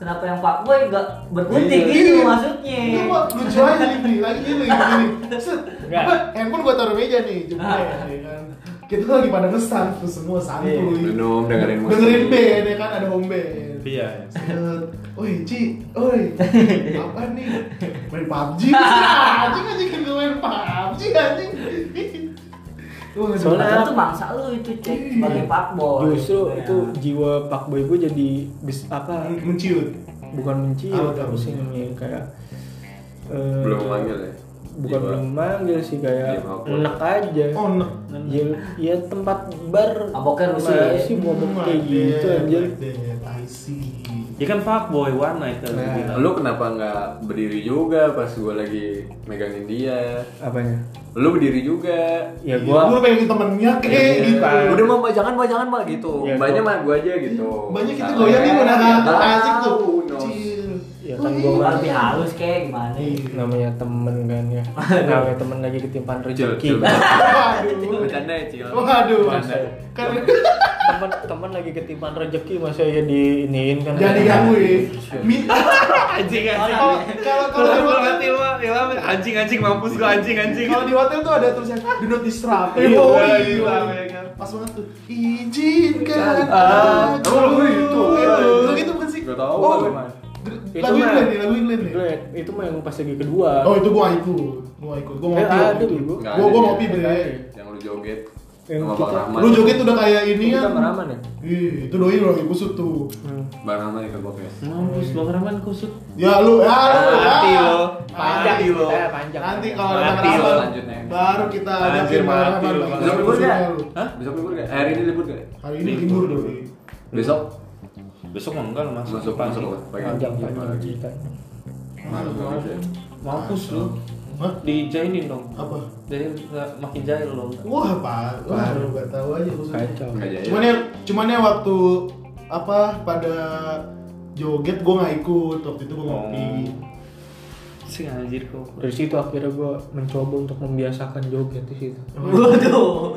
kenapa yang pak boy gak berkutik Iya. gitu Iya. maksudnya Ini gua lucu aja nih, lagi gini, gini. Set, apa, handphone gua taruh meja nih, Ah. jempolnya. ya kan. Kita tuh lagi pada ngesan tuh semua Iya, santuy. minum dengerin musik Dengerin band ya kan ada home band. Iya. Set, Eh, Oi Ci, oi, apa nih? Main PUBG? Anjing anjing kita main PUBG anjing. Gua nggak suka. Padahal tuh mangsa lu itu cek sebagai pak boy Iya. justru Ya. itu jiwa pak boy gue jadi bis apa menciut. bukan Hmm. Apa menciut tuh? tapi sih namanya ya, kayak eh, belum manggil ya bukan Jiwa. belum manggil sih kayak Jiwa awkward. enak aja Oh, no. ya, ya tempat bar Maboknya rusuh ya? sih mabok Hmm, kayak iya, gitu anjir I see. Dia kan fuckboy one night kalau Nah. dibilang. lu kenapa nggak berdiri juga pas gue lagi megangin dia apanya lu berdiri juga Iya. ya gua Gua pengen temennya kayak Iya, gitu. Pak. udah mah jangan mah jangan mah gitu ya, Iya, banyak gua- mah gue aja gitu Banyak kita Sama goyang nih kayak- udah Tahu, asik tuh. Nos. Cil. Ya kan Wih. gua Gua lebih halus kayak gimana Iya. namanya temen kan ya namanya temen lagi ketimpan Cil, rezeki cil. Waduh. Bercanda ya, Cil. Waduh. Kan- Bercanda. Karena teman teman lagi ketipan rezeki masa ya diiniin kan Jadi gangguin. Mi- anjing Iya, anjing Kalau kalau kalau kalau di gue hotel- mati lu ilham anjing anjing mampus gue anjing anjing kalau di hotel tuh ada tulisan do not disrupt. Iya, Oh, iya, iya. iya. Pas banget tuh. Izinkan. Ah, aku. oh, itu. Itu gitu bukan sih? Gak tau, Oh, Bang. Itu lagu mah- England nih, lagu England nih. Glenn, itu mah yang pas lagi kedua Oh, itu gua ikut. Gua ikut. Gua Eh, ngopi. ada waktu itu. dulu. Nggak Gua ada gua dia. ngopi bener. yang lu joget Yang sama Bang kita- Rahman Lu joget udah kayak ini kita kan. meraman ya Ih, itu doi orang kusut tuh. Bang Rahman ikut podcast Hmm. mampus bang Rahman kusut Ya lu, ya lu. Mati ya. lo. panjang Mati lo. ceritanya, panjang Nanti kalau ada Mati lo. Bang Rahman, Lanjutnya. baru kita ada Anjir, mati lo, Bang besok libur gak? Hah? besok libur gak? Eh, hari ini libur gak? Hari ini libur doi. besok? besok mah enggak lu masuk masuk pagi. masuk apa? pagi panjang panjang Pagi. Iya. ceritanya Malam banget ya. mampus lu Hah? dijainin dong Apa? jadi nggak- makin jahil lo Wah, Pak. Wah, lu gak tahu aja maksudnya. kacau Nggak jaya. Cuman ya, cuman ya waktu apa pada joget gue nggak ikut waktu itu Oh. gue ngopi. sih anjir kok dari situ akhirnya gue mencoba untuk membiasakan joget di situ Waduh.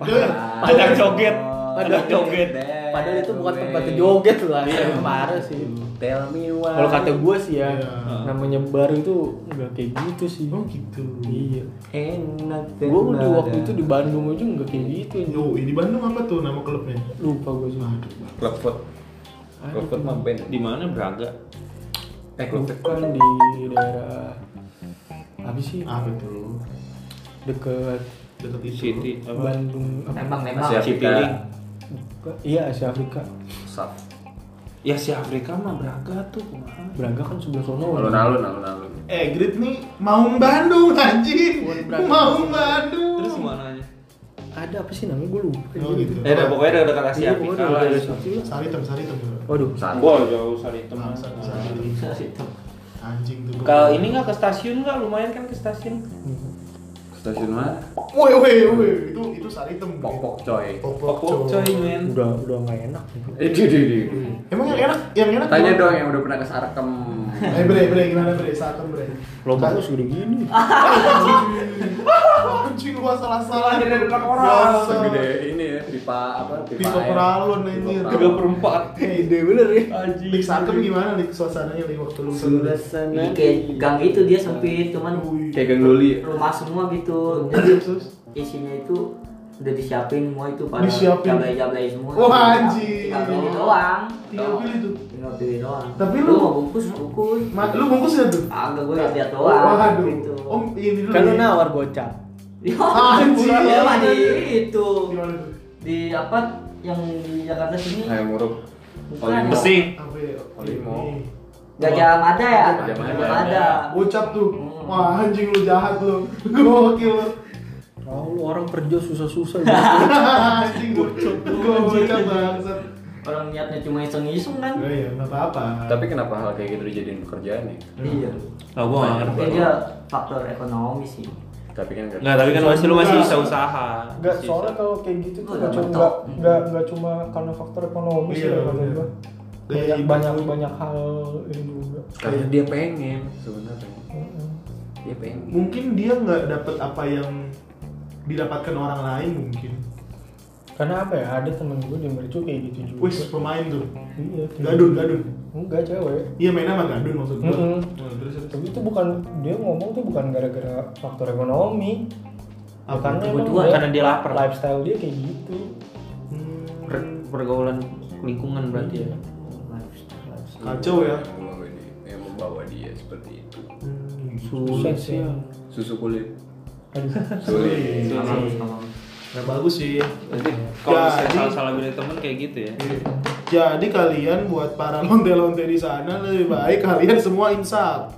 Joget. Ah. padang joget padang joget padahal itu bukan tempat joget lah Iya. yang parah sih Hmm. Tell me why. kalau kata gue sih ya Iya. namanya bar itu nggak kayak gitu sih Oh gitu. iya enak gue di waktu itu di Bandung aja nggak kayak gitu anjing. Yo, di Bandung apa tuh nama klubnya? lupa gue sih Nah, Clubfoot. Clubfoot mah band. di mana Braga Eh, Clubfoot. bukan kan di daerah apa sih Apa tuh? deket Dekat di itu. City apa Bandung apa Nembak nembak. Asia Cipiling. Afrika. Bukan. iya Asia Afrika Saf. ya si Afrika mah Braga tuh kumaha Braga kan sebelah sono Alun-alun, alun-alun. Eh, Grit nih mau Bandung anjing. Bukan berarti. Mau Bandung. terus mananya ada apa sih namanya gue lupa Oh gitu. eh dah, pokoknya udah dekat Asia Iya, Afrika pokoknya lah udah Asia Afrika. Sari tem, sari tem. waduh Saf. gua jauh sari teman Sari tem. Anjing tuh. gua. kalau ini nggak ke stasiun nggak lumayan kan ke stasiun Stasiun mana? Woi, woi, woi. Itu itu sari tem. Popok coy. Popok. pokok coy men udah udah nggak enak Eh, di di di. Emang yang enak, yang enak. Tanya gimana? dong yang udah pernah ke Sarakem. Eh bre, bre gimana bre? Satem bre. lo baru segede gini Ah, Anjing gua salah-salah Anjing, ada depan orang. Segede. Segede ini ya, pipa apa? Pipa air. peralon, Pipa anjir. peralon. tiga perempat ide bener ya Lik Satem gimana lik suasananya lik waktu lu Jadi kayak gang itu dia sempit, cuman Kayak gang loli. ya? rumah semua gitu. Jadi Terus isinya itu udah disiapin semua itu pada Disiapin? jablay-jablay semua. Wah, anjing. Tinggal pilih doang. tinggal pilih tuh. Tinggal pilih doang. Tapi lu- mau bungkus bungkus. Ma, lu bungkus ya tuh? Agak gue lihat doang. Waduh. gitu. Ya, Om ini Iya. dulu. kan lu ya. nawar gocap Anjing. Iya, mah di itu Gimana tuh? gitu. di apa yang di Jakarta sini Ayo murup. Bukan. Oli Mok. pesing Apa ya? Oh, Limo. Ini. Gajah Mada ya? Gajah Mada. Mada. Ucap tuh. Hmm. Wah, anjing lu jahat lu. Gokil lu. Oh, lu orang kerja susah-susah gitu. Anjing gocap. Gocap bangsat. Orang niatnya cuma iseng-iseng kan? Ya ya, enggak apa-apa. Tapi kenapa hal kayak gitu dijadiin pekerjaan ya? Iya. lah gua nggak ngerti Tapi dia faktor ekonomi sih. Tapi kan nggak- nggak tapi kan masih lu masih bisa usaha Enggak, Masih soalnya bisa. kalau kayak gitu tuh Udah nggak cuma mentok. nggak nggak nggak cuma karena faktor ekonomi sih Iya, ya, kata iya. gua. Gaya Banyak hidup. banyak banyak hal ini juga. Karena dia pengen sebenarnya. Mm-mm. Dia pengen. mungkin dia nggak dapet apa yang didapatkan orang lain mungkin Karena apa ya? Ada temen gue di Mercu kayak gitu juga. wis pemain tuh Iya. temen- gadun gadun Enggak cewek. iya mainnya sama gadun maksud gua Mm-mm. Nah, terus terus. Tapi itu bukan dia ngomong tuh bukan gara-gara faktor ekonomi. Ya, Apa? karena emang Kebutuhan, karena dia lapar. Lifestyle dia kayak gitu. Hmm, Per- pergaulan lingkungan berarti ya kacau ya Yang membawa dia, yang membawa dia seperti itu. Hmm, iya. Susah sih. Susu kulit. Aduh. Sulit. Sama- sama. nggak bagus sih Nanti kalau misalnya Jadi- salah-salah beda temen kayak gitu ya. jadi kalian buat para lonte-lonte di sana lebih baik kalian semua insaf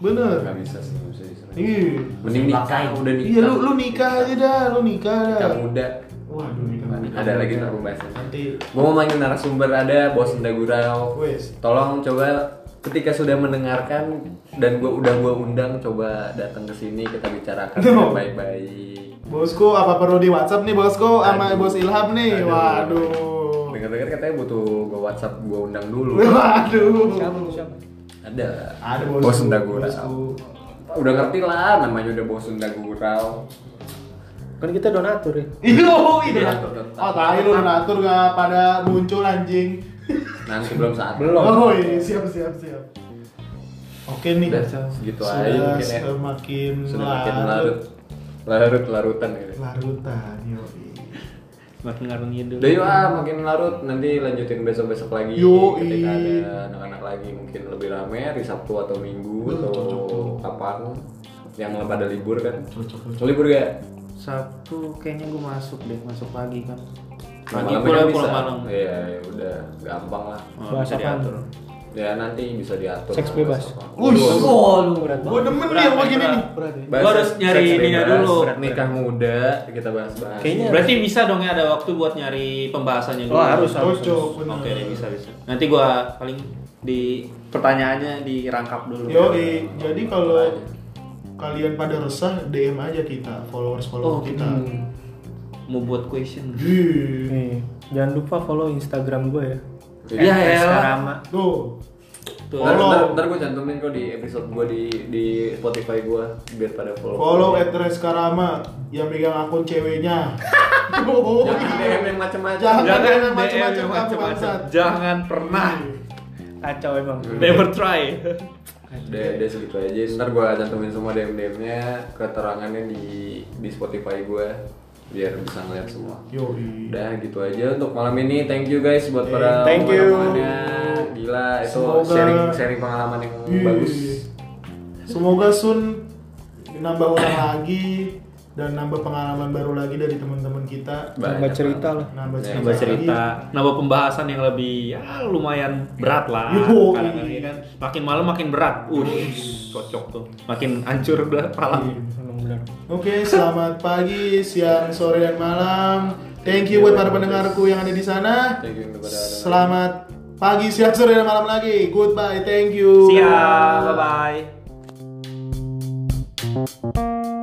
bener Nggak bisa sih, nggak bisa diserang. iya Mending nikah, udah nikah. iya lu lu nikah aja dah lu nikah Nikah dah muda. waduh nikah muda. Ada lagi ntar pembahasan. nanti Gue mau manggil narasumber ada bos Ndagurau. wes Tolong coba ketika sudah mendengarkan dan gue udah gue undang coba datang ke sini kita bicarakan dengan baik-baik. bosku apa perlu di WhatsApp nih bosku sama Aduh. bos Ilham Aduh. nih waduh Dengar-dengar katanya butuh gue WhatsApp gue undang dulu. Waduh. Ada. Ada bos. Bos Sunda Gurau. Bosku. Udah ngerti lah namanya udah bos Sunda Gurau. Kan kita donatur ya. Iyo, Donatur, iya. donatur. Oh, tahu lu donatur gak pada muncul anjing. nanti belum saat Oh, iya, siap siap siap. Oke nih. udah segitu aja Sudah mungkin ya semakin sudah makin larut Nah, larut. larut larutan gitu Larutan, yoi. Makin ngarung ngidul. Udah yuk ah, makin larut, nanti lanjutin besok-besok lagi Iya. Yoi. Ketika ada anak-anak lagi mungkin lebih rame hari Sabtu atau Minggu Duh, atau cocok tuh. kapan Yang pada libur kan Cocok. Lo libur gak? Sabtu kayaknya gue masuk deh, masuk pagi kan. Pagi Malam-malam pulang kan pulang bisa. malam. Iya, ya udah gampang lah Oh, Bahas bisa apaan? diatur. Ya nanti bisa diatur Seks bebas. Wush, Waduh, berat gua banget. demen nih yang kayak gini nih. Berat ya. Gua harus nyari ininya dulu. Nikah muda, kita bahas-bahas Kayaknya Berarti bisa dong ya ada waktu buat nyari pembahasannya dulu. Oh, harus, harus. Cocok, bener. Oke, deh, bisa bisa. Nanti gua paling di pertanyaannya dirangkap dulu. Yoi, eh, jadi kalau kalian pada resah DM aja kita, followers follower Oh, kita. hmm. Mau buat question. Ih, Nih, jangan lupa follow Instagram gue ya. Iya, Ya ya. Rama. Tuh, Iya. Tuh. Ntar, Follow. ntar, ntar gue cantumin kok di episode gue di di Spotify gue biar pada follow. follow eh. at Reskarama yang megang akun ceweknya. Oh, Jangan DM iya. yang macam-macam. Jangan Jangan yang macam-macam DM yang kamu, macam-macam. bangsat. Iya. Jangan pernah. Kacau emang. Never try. Udah, udah segitu aja. Ntar gue cantumin semua DM-DM-nya, keterangannya di di Spotify gue biar bisa ngeliat semua. Yoi. Udah gitu aja untuk malam ini. Thank you guys buat para Eh, Thank you. pengalamannya. Gila itu Semoga- sharing sharing pengalaman Iya, yang Ih. bagus. Iya, Semoga Sun nambah orang lagi dan nambah pengalaman baru lagi dari teman-teman kita. Nambah cerita lah. Nambah cerita. nambah cerita, lagi. nambah pembahasan yang lebih ya lumayan Iya. berat lah. Yuhu. Kadang-kadang ya kan, makin malam makin berat. Uh, Iya. cocok tuh. Makin hancur berat pala. Emang benar. Oke, selamat pagi, siang, sore, dan malam. Thank you buat para pendengarku yang ada di sana. Thank you kepada Selamat pagi, siang, sore, dan malam lagi. ya, Goodbye, thank you. Siap, bye bye.